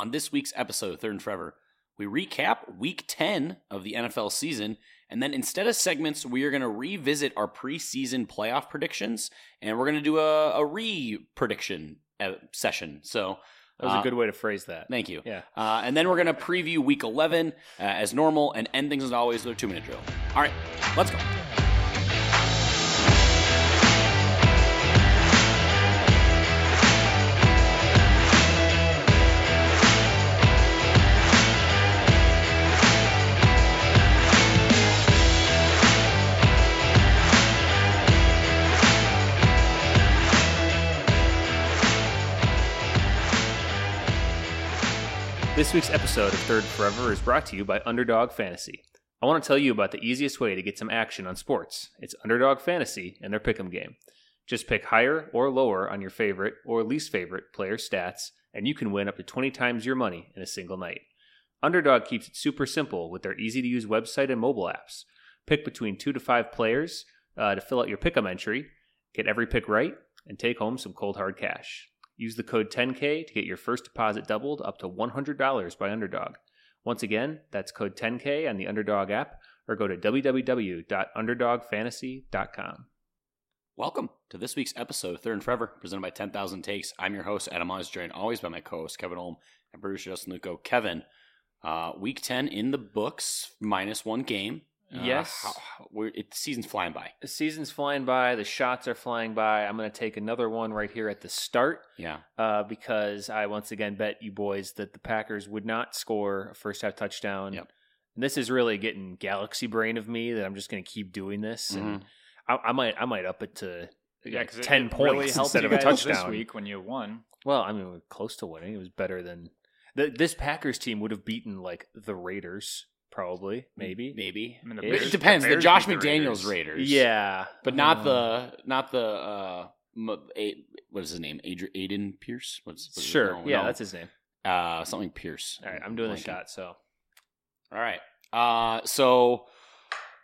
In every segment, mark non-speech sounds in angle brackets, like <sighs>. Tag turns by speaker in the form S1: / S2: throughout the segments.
S1: On this week's episode of Third and Forever, we recap week 10 of the NFL season, and then instead of segments, we are going to revisit our preseason playoff predictions, and we're going to do a, a re prediction session. So,
S2: That was
S1: Uh,
S2: a good way to phrase that.
S1: thank you.
S2: Yeah.
S1: Uh, and then we're going to preview week 11 uh, as normal and end things as always with a two minute drill. All right, let's go.
S2: This week's episode of Third Forever is brought to you by Underdog Fantasy. I want to tell you about the easiest way to get some action on sports. It's Underdog Fantasy and their pick'em game. Just pick higher or lower on your favorite or least favorite player stats, and you can win up to 20 times your money in a single night. Underdog keeps it super simple with their easy to use website and mobile apps. Pick between two to five players uh, to fill out your pick'em entry, get every pick right, and take home some cold hard cash. Use the code 10K to get your first deposit doubled up to $100 by Underdog. Once again, that's code 10K on the Underdog app or go to www.underdogfantasy.com.
S1: Welcome to this week's episode of Third and Forever, presented by 10,000 Takes. I'm your host, Adam Oz, joined always by my co host, Kevin Holm, and producer Justin Luco. Kevin, uh, week 10 in the books, minus one game. Uh,
S2: Yes.
S1: how- how- we're, it, the season's flying by.
S2: The season's flying by, the shots are flying by. I'm going to take another one right here at the start
S1: Yeah.
S2: uh, because I once again bet you boys that the Packers would not score a first half touchdown.
S1: Yep.
S2: And this is really getting galaxy brain of me that I'm just going to keep doing this.
S1: uh,
S2: And I, I might I might up it to
S3: Mm-hmm. Yeah,
S2: like,
S3: 'cause it-
S2: 10
S3: it
S2: points
S3: really helped
S2: instead
S3: you
S2: of a
S3: guys
S2: touchdown.
S3: this week when you won.
S2: Well, I mean, we were close to winning. It was better than th- this Packers team would have beaten like the Raiders,
S1: Mm,
S2: probably, maybe.
S1: Maybe.
S3: I mean, the
S1: it
S2: Bears-
S1: it depends.
S3: the
S1: The,
S3: Bears
S1: Josh
S3: beat the
S1: McDaniels Raiders.
S3: Raiders. Mm-hmm.
S2: Yeah,
S1: But not
S2: Uh,
S1: the, not the, uh, M- a, what is his name? Adri- Aiden Pierce? What's, what's his-
S2: Sure,
S1: no,
S2: yeah,
S1: no.
S2: that's his name.
S1: uh, something Pierce.
S2: All right, I'm doing the
S1: Blanking.
S2: shot. So
S1: All right. Uh, so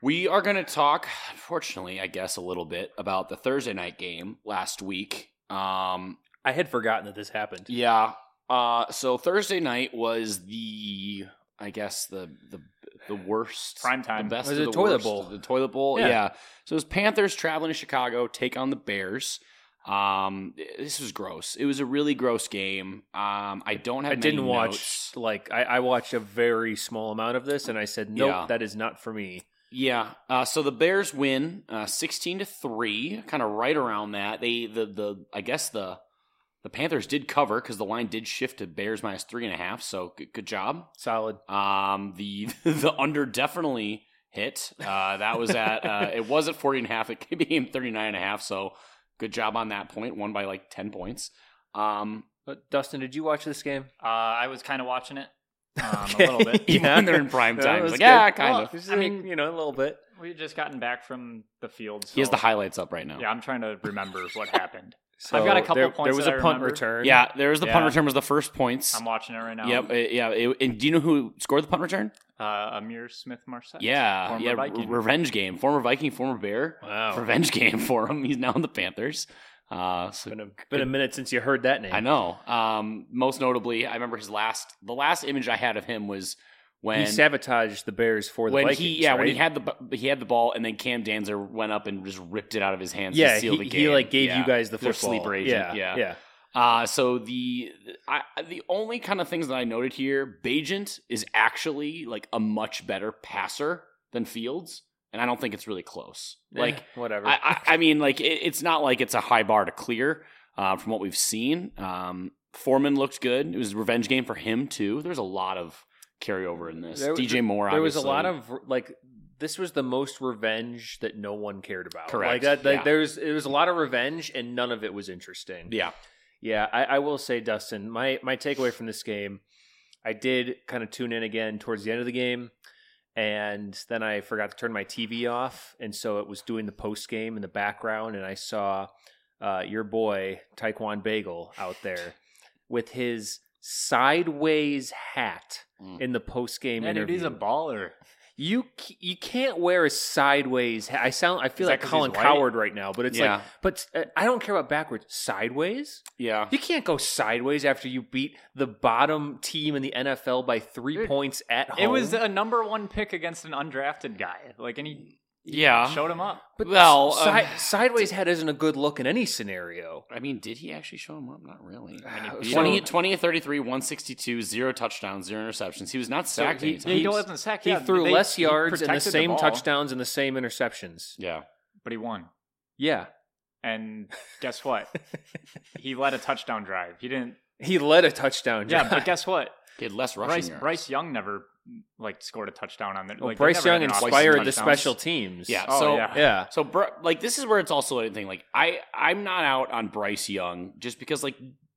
S1: we are going to talk, fortunately, I guess, a little bit about the Thursday night game last week. Um,
S2: I had forgotten that this happened.
S1: yeah. Uh, so Thursday night was the, I guess the the the worst
S3: Prime time.
S1: the best
S2: Was
S1: of
S2: it
S1: the
S2: toilet
S1: worst,
S2: bowl?
S1: the toilet bowl. Yeah.
S2: Yeah.
S1: So it was Panthers traveling to Chicago, take on the Bears. Um, this was gross. It was a really gross game. Um, I don't have.
S2: I
S1: many
S2: didn't watch
S1: notes.
S2: like I, I watched a very small amount of this, and I said, nope,
S1: Yeah.
S2: that is not for me.
S1: Yeah. Uh, so the Bears win uh, sixteen to three, kind of right around that. They the the I guess the the Panthers did cover because the line did shift to Bears minus three and a half. So good, good job.
S2: Solid.
S1: Um, the <laughs> the under definitely hit. Uh, that was at
S2: <laughs>
S1: uh, it was at forty and a half. It became thirty nine and a half. So good job on that point. Won by like ten points. Um, <laughs>
S2: But Dustin, did you watch this game?
S3: Uh, I was kind of watching it um,
S2: <laughs>
S3: a little bit.
S1: even
S2: Yeah.
S1: when they're in prime
S2: <laughs> No,
S1: time,
S2: it
S1: it's
S2: was
S1: like
S2: good.
S1: yeah, kind
S2: Well,
S1: of.
S2: I mean, you know, a little bit.
S3: We had just gotten back from the field. So
S1: He has the highlights up right now.
S3: Yeah, I'm trying to remember
S2: <laughs>
S3: what happened.
S2: So
S3: I've got a couple
S2: there,
S3: points
S2: There was
S3: that
S2: a
S3: I
S2: punt
S3: remember.
S2: return.
S1: Yeah, there's the punt
S3: Yeah.
S1: return was the first points.
S3: I'm watching it right now.
S1: Yep. uh, yeah. it- and do you know who scored the punt return?
S3: Uh, Amir Smith Marset.
S1: yeah.
S3: former
S1: yeah. re-
S3: Viking.
S1: Revenge game. Former Viking, former Bear.
S2: Wow.
S1: Revenge game <laughs> for him. He's now in the Panthers. Uh, so
S2: Been a, been a minute since you heard that name.
S1: I know. Um, most notably, I remember his last. The last image I had of him was when
S2: he sabotaged the Bears for the
S1: when
S2: Vikings.
S1: he yeah when he
S2: right?
S1: had the bu- he had the ball and then Cam Danzer went up and just ripped it out of his hands.
S2: yeah
S1: to seal
S2: he,
S1: the
S2: he,
S1: game.
S2: like gave
S1: Yeah.
S2: you guys the
S1: Their
S2: football.
S1: sleeper agent, yeah.
S2: yeah, yeah.
S1: Uh, so the I, the only kind of things that I noted here, Bajent is actually like a much better passer than Fields, and I don't think it's really close. <laughs> Like
S2: Eh, whatever.
S1: I, I, I mean, like it, it's not like it's a high bar to clear uh, from what we've seen. Um, Foreman looked good. It was a revenge game for him too. There's a lot of carryover in this.
S2: There-
S1: DJ Moore.
S2: there was a
S1: obviously.
S2: lot of like this was the most revenge that no one cared about.
S1: Correct,
S2: Like that, like,
S1: yeah.
S2: there's it was a lot of revenge and none of it was interesting.
S1: yeah.
S2: Yeah, I, I will say, Dustin, my my takeaway from this game, I did kind of tune in again towards the end of the game, and then I forgot to turn my TV off, and so it was doing the post game in the background, and I saw uh, your boy Taekwon Bagel out
S3: <laughs>
S2: there with his sideways hat
S1: Mm.
S2: in the post game
S3: Yeah, Mm. dude,
S2: interview.
S3: he's a baller.
S2: You c- you can't wear a sideways. ha- I sound. I feel
S3: Is that
S2: like
S3: 'cause
S2: Colin
S3: he's white?
S2: Coward right now, but it's
S1: yeah,
S2: like. But uh, I don't care about backwards. Sideways.
S1: yeah.
S2: You can't go sideways after you beat the bottom team in the NFL by three
S3: Dude,
S2: points at home.
S3: It was a number one pick against an undrafted guy. Like, and he
S1: Yeah.
S3: showed him up.
S2: but
S1: well,
S2: si-
S1: um,
S2: sideways head isn't a good look in any scenario.
S1: I mean, did he actually show him up? Not really. <sighs>
S2: Ah,
S1: I mean,
S2: so-
S1: 20, 20 of 33, 162, zero touchdowns, zero interceptions. He was not sacked
S2: he-
S1: any
S3: He,
S1: times.
S3: wasn't sacked.
S2: He
S3: yeah,
S2: threw
S3: they-
S2: less
S3: he
S2: yards and the
S3: protected
S2: same
S3: ball,
S2: touchdowns and the same interceptions.
S1: yeah.
S3: but he won.
S2: Yeah.
S3: And
S2: <laughs>
S3: guess what? he led a touchdown drive. He didn't.
S2: He led a touchdown.
S3: Yeah, but
S2: drive.
S3: guess what?
S1: He had less rushing
S3: Bryce
S1: yards.
S3: Bryce Young never like scored a touchdown on that.
S2: Well,
S3: like, they
S2: Bryce
S3: never
S2: Young
S3: had an off-
S2: inspired the
S3: touchdowns.
S2: special teams.
S1: Yeah.
S3: Oh,
S1: so,
S3: yeah.
S2: Yeah.
S1: So, bro, like, this is where it's also a thing. Like, I, I'm not out on Bryce Young just because, like,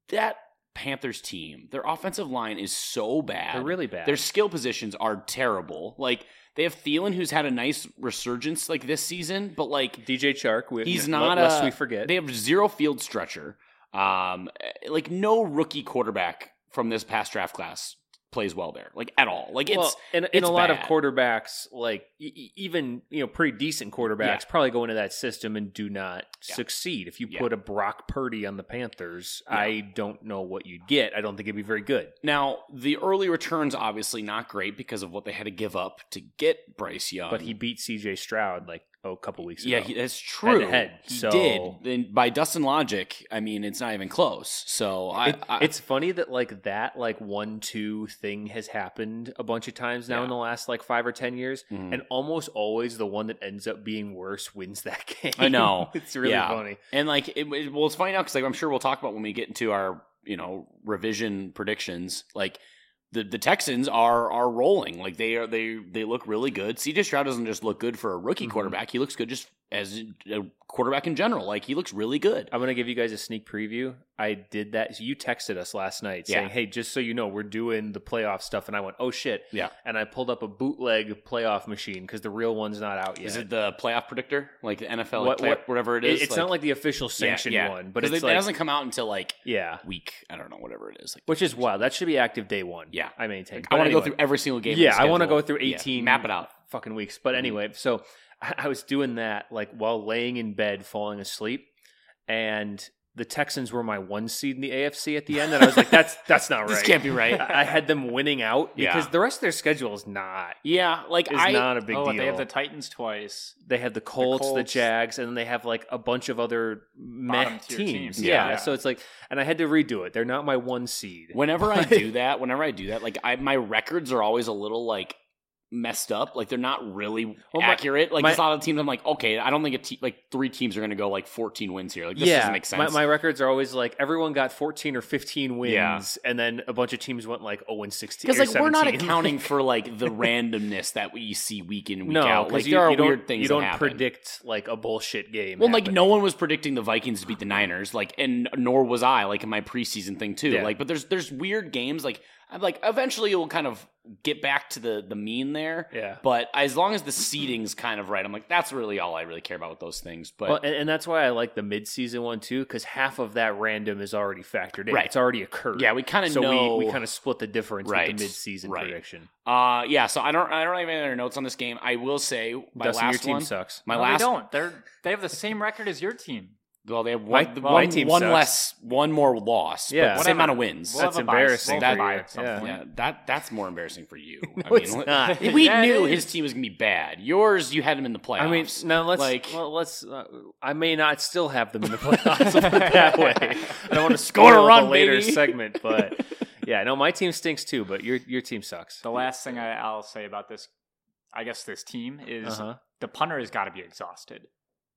S1: that Panthers team, their offensive line is so bad.
S2: They're really bad.
S1: Their skill positions are terrible. Like, they have Thielen, who's had a nice resurgence, like, this season, but, like,
S2: DJ Chark. We,
S1: He's
S2: l-
S1: not
S2: Lest
S1: a-
S2: we forget.
S1: They have zero field stretcher. Um, eh, like no rookie quarterback from this past draft class plays well there, like at all. Like it's
S2: well, and, and
S1: it's
S2: a lot of
S1: bad.
S2: quarterbacks, like e- e- even you know, pretty decent quarterbacks, probably go into that system and do not
S1: Yeah.
S2: succeed. If you
S1: Yeah.
S2: put a Brock Purdy on the Panthers,
S1: Yeah.
S2: I don't know what you'd get. I don't think it'd be very good.
S1: now the early returns obviously not great because of what they had to give up to get Bryce Young.
S2: but he beat C.J. Stroud like oh, a couple weeks
S1: Um, yeah,
S2: ago.
S1: he, that's true.
S2: head,
S1: he
S2: so-
S1: did. Then by Dustin logic, I mean it's not even close. So I,
S2: It-
S1: I
S2: it's funny that like that like one two thing has happened a bunch of times now
S1: Yeah.
S2: in the last like five or ten years,
S1: Mhm.
S2: and almost always the one that ends up being worse wins that <laughs> game.
S1: I know.
S2: it's really
S1: Yeah.
S2: funny.
S1: And like, it, it, well, it's funny now because like I'm sure we'll talk about when we get into our you know revision predictions. Like the the Texans are are rolling. Like they are they they look really good. CJ Stroud doesn't just look good for a rookie
S2: Mhm.
S1: quarterback. He looks good just as a quarterback in general. Like he looks really good.
S2: I'm gonna give you guys a sneak preview. I did that. You texted us last night
S1: Yeah.
S2: saying, "Hey, just so you know, we're doing the playoff stuff," and I went, "Oh shit!"
S1: Yeah.
S2: and I pulled up a bootleg playoff machine because the real one's not out yet.
S1: Is it the playoff predictor? Like the NFL, like,
S2: What-
S1: playoff-
S2: what-
S1: whatever it
S2: It-
S1: is.
S2: it's not like the official sanctioned
S1: yeah.
S2: one, but
S1: but
S2: it's
S1: it,
S2: like
S1: doesn't come out until like
S2: yeah,
S1: week. I don't know whatever it is. Like
S2: which is wild. That should be active day one.
S1: Yeah.
S2: I maintain.
S1: I
S2: But
S1: want to
S2: anyway.
S1: go through every single game. on
S2: Yeah,
S1: the
S2: I want to
S1: schedule.
S2: go through
S1: Yeah.
S2: 18
S1: Map it out.
S2: fucking weeks. But
S1: Mhm.
S2: anyway, so I, I was doing that like while laying in bed, falling asleep, and the Texans were my one seed in the AFC at the end, and I was like, that's that's not right.
S1: This can't be right.
S2: I I had them winning out because
S1: Yeah.
S2: the rest of their schedule is not
S1: yeah, like
S2: is
S1: I
S2: not a big
S3: oh,
S2: deal.
S3: they have the Titans twice.
S2: They have the Colts, the,
S3: Colts.
S2: Jags, and then they have like a bunch of other meh
S3: tier
S2: teams.
S3: teams.
S2: Yeah.
S3: Yeah.
S2: so it's like, and I had to redo it. They're not my one <laughs> seed.
S1: Whenever I do that, whenever I do that, like I my records are always a little like messed up. Like they're not really
S2: Well, my-
S1: accurate. Like
S2: my-
S1: there's a lot of teams I'm like, okay, I don't think a te- like three teams are gonna go like 14 wins here. Like this doesn't make sense.
S2: My, my records are always like everyone got 14 or 15 wins,
S1: Yeah.
S2: and then a bunch of teams went like 0 and 16.
S1: because
S2: or
S1: like we're not
S2: 17. <laughs>
S1: accounting for like the randomness that we see week in week
S2: no,
S1: out.
S2: because
S1: Like
S2: you,
S1: there are
S2: you don't,
S1: weird things.
S2: You
S1: that
S2: don't
S1: happen.
S2: predict like a bullshit game.
S1: Well, like
S2: happening.
S1: no one was predicting the Vikings to beat the Niners, like, and nor was I, like in my preseason thing too.
S2: Yeah.
S1: Like, but there's there's weird games. Like, I'm like eventually it will kind of get back to the the mean there.
S2: Yeah.
S1: But as long as the seating's kind of right, I'm like, that's really all I really care about with those things. But
S2: Well, and, and that's why I like the midseason one too, because half of that random is already factored in.
S1: Right.
S2: It's already occurred.
S1: yeah, we kind of
S2: so
S1: know.
S2: we, we kind of split the difference
S1: Right.
S2: with the midseason
S1: Right.
S2: prediction.
S1: uh, yeah. So I don't I don't have any other notes on this game. I will say my
S2: Dustin,
S1: last
S2: your team
S1: one.
S2: sucks.
S1: My
S3: no,
S1: last
S3: they don't. They're they have the same record as your team.
S1: well, they have one
S2: My-
S1: the-
S2: well, my
S1: one,
S2: team
S1: one
S2: sucks.
S1: less one more loss.
S2: Yeah.
S1: Yeah, but same
S3: Whatever.
S1: amount of wins.
S3: We'll have
S2: That's
S3: a bias.
S2: embarrassing
S3: We'll
S1: for
S3: have
S1: you.
S3: a bias at some
S2: Yeah.
S3: point.
S2: <laughs>
S1: Yeah, that that's more embarrassing for you. I
S2: No,
S1: mean,
S2: it's
S1: let-
S2: not.
S1: <laughs> we
S3: Yeah, it
S1: knew
S3: is.
S1: his team was gonna be bad. Yours, you had him in the playoffs.
S2: I mean, <laughs> now let's
S1: like-
S2: well, let's. Uh, I may not still have them in <laughs> the playoffs put it that way. <laughs> I don't want to
S1: Score a
S2: spoil
S1: run,
S2: the later
S1: baby.
S2: segment, <laughs> but yeah, no, my team stinks too. But your your team
S1: <laughs>
S2: sucks.
S3: The last thing I, I'll say about this, I guess this team is
S2: Uh-huh.
S3: the punter has got to be exhausted.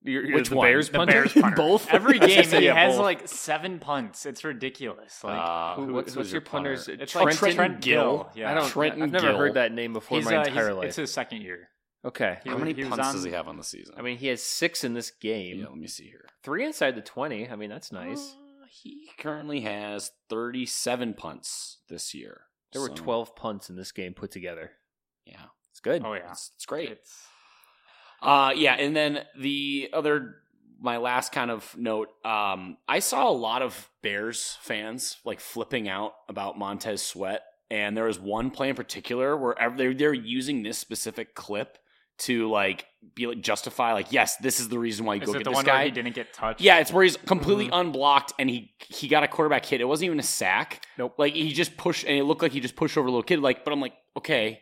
S2: Your, your,
S1: Which
S2: the
S1: one?
S2: Bears
S1: The
S2: punter?
S1: Bears punter. Both?
S3: Every
S1: <laughs> I was
S3: game
S1: gonna say,
S3: he
S1: yeah,
S3: has
S1: both.
S3: like seven punts. It's ridiculous. Like
S1: Uh,
S2: <laughs> Who-
S1: who-
S2: what's,
S1: who's
S2: what's your
S1: punter?
S2: punter's?
S3: it's
S2: Trenton?
S3: like Trent, Gill. Yeah,
S2: I don't.
S1: Trenton
S2: I've never
S1: Gill.
S2: heard that name before in
S3: He's,
S2: my
S3: uh,
S2: entire
S3: he's-
S2: life.
S3: It's his second year.
S2: okay.
S1: How many
S3: He was
S1: punts
S3: on-
S1: does he have on the season?
S2: I mean, he has six in this game.
S1: yeah, let me see here.
S2: Three inside the twenty. I mean, that's nice.
S1: Uh, he currently has 37 punts this year.
S2: There were
S1: So,
S2: twelve punts in this game put together.
S1: Yeah,
S2: It's good.
S3: Oh yeah,
S1: it's, it's great.
S3: it's
S1: Uh, yeah, and then the other, my last kind of note, um, I saw a lot of Bears fans like flipping out about Montez Sweat and there was one play in particular where ev- they're, they're using this specific clip to like be like justify like yes this is the reason why you
S3: Is
S1: go
S3: it
S1: get
S3: the
S1: this
S3: one
S1: guy
S3: where he didn't get touched?
S1: yeah, it's where he's completely unblocked and he he got a quarterback hit. It wasn't even a sack.
S3: Nope.
S1: Like he just pushed and it looked like he just pushed over a little kid. Like, but I'm like, okay.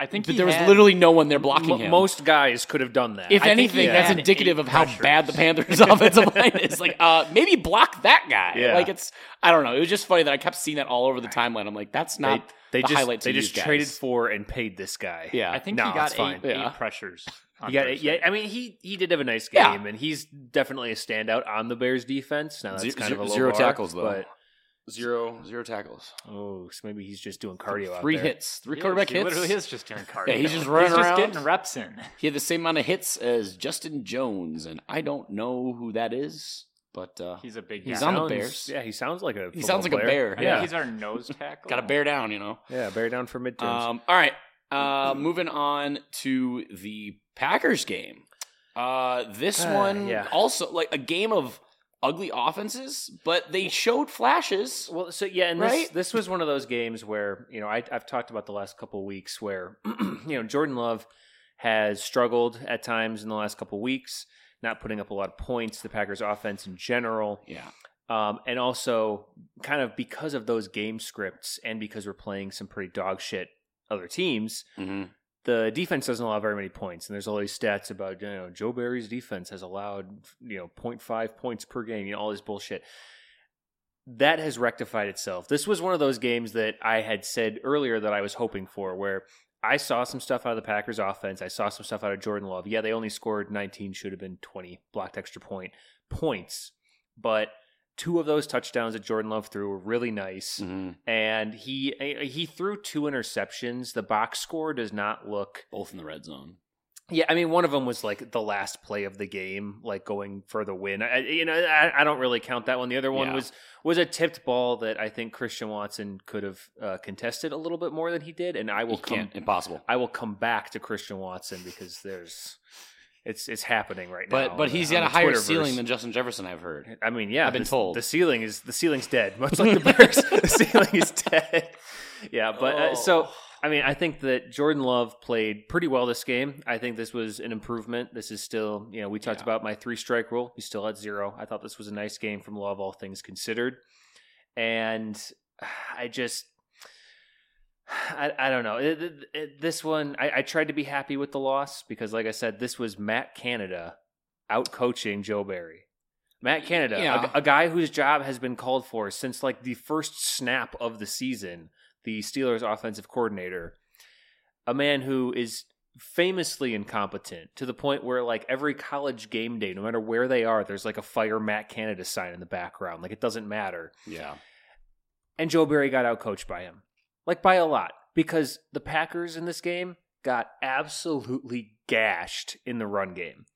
S3: I think
S1: But
S3: he
S1: there was
S3: had-
S1: literally no one there blocking
S2: Mo-
S1: him.
S2: Most guys could have done that.
S1: if
S3: I think he
S1: anything, that's
S3: had
S1: indicative
S3: eight
S1: of how
S3: pressures.
S1: bad the Panthers <laughs> offensive line is. Like, uh, maybe block that guy.
S2: Yeah.
S1: Like it's I don't know. It was just funny that I kept seeing that all over the timeline. I'm like, that's
S2: they,
S1: not
S2: they
S1: the
S2: just
S1: highlight to
S2: they just
S1: these guys.
S2: traded for and paid this guy.
S1: yeah.
S3: I think
S2: No,
S3: he
S2: it's
S3: got
S2: fine.
S3: eight, eight
S1: Yeah. <laughs>
S3: pressures. on
S2: He got
S3: Thursday.
S2: yeah. I mean, he he did have a nice game,
S1: Yeah.
S2: and he's definitely a standout on the Bears defense. Now that's
S1: Ze-
S2: kind
S1: ze-
S2: of a low
S1: zero
S2: bar,
S1: tackles, though.
S2: But,
S1: zero zero tackles.
S2: oh, so maybe he's just doing cardio.
S1: Three
S2: out there.
S1: hits. Three
S3: He is.
S1: quarterback
S3: he
S1: hits.
S3: literally is just doing cardio.
S1: Yeah, he's just running around.
S3: getting reps in.
S1: He had the same amount of hits as Justin Jones, and I don't know who that is, but uh,
S3: He's a big guy.
S1: He's on the
S2: Sounds-
S1: Bears.
S2: Yeah, he sounds like a.
S1: He
S2: football
S1: sounds like a
S2: player.
S1: bear.
S3: I
S2: Yeah,
S3: think he's our nose tackle.
S1: got to bear down, you know.
S2: yeah, bear down for midterms.
S1: Um, all right, uh, moving on to the Packers game. Uh, this
S2: Ah,
S1: one
S2: yeah.
S1: also like a game of ugly offenses, but they showed flashes.
S2: Well, so yeah, and this
S1: Right?
S2: this was one of those games where you know I, I've talked about the last couple weeks where <clears throat> you know Jordan Love has struggled at times in the last couple weeks, not putting up a lot of points. The Packers' offense in general,
S1: Yeah,
S2: um, and also kind of because of those game scripts and because we're playing some pretty dog shit other teams,
S1: mm-hmm.
S2: the defense doesn't allow very many points, and there's all these stats about you know Joe Barry's defense has allowed you know 0.5 points per game, you know all this bullshit. That has rectified itself. This was one of those games that I had said earlier that I was hoping for, where I saw some stuff out of the Packers offense. I saw some stuff out of Jordan Love. Yeah, they only scored 19, should have been 20 blocked extra point points, but two of those touchdowns that Jordan Love threw were really
S1: Mm-hmm.
S2: nice and he he threw two interceptions. The box score does not look.
S1: both in the red zone.
S2: Yeah, I mean, one of them was like the last play of the game, like going for the win. I, you know, I, I don't really count that one. The other one
S1: Yeah.
S2: was was a tipped ball that I think Christian Watson could have uh, contested a little bit more than he did, and I will
S1: You
S2: come.
S1: can't, impossible.
S2: I will come back to Christian Watson because there's it's it's happening right now.
S1: But but he's
S2: he's
S1: got a higher ceiling than Justin Jefferson. I've heard.
S2: I mean, yeah,
S1: I've been
S2: the,
S1: told.
S2: the ceiling is the ceiling's dead, <laughs> much like the Bears. the ceiling is dead. <laughs> Yeah, but uh, so I mean, I think that Jordan Love played pretty well this game. I think this was an improvement. This is still, you know, we talked
S1: Yeah.
S2: about my three strike rule. He's still at zero. I thought this was a nice game from Love, all things considered, and <sighs> I just. <sighs> I, I don't know. It- it- it- this one, I, I tried to be happy with the loss because, like I said, this was Matt Canada out coaching Joe Barry. Matt Canada, a-
S1: Yeah.
S2: a, guy whose job has been called for since like the first snap of the season, the Steelers offensive coordinator, a man who is famously incompetent to the point where like every college game day, no matter where they are, there's like a fire Matt Canada sign in the background. Like it doesn't matter.
S1: Yeah,
S2: And Joe Barry got outcoached by him, like by a lot, because the Packers in this game got absolutely gashed in the run game.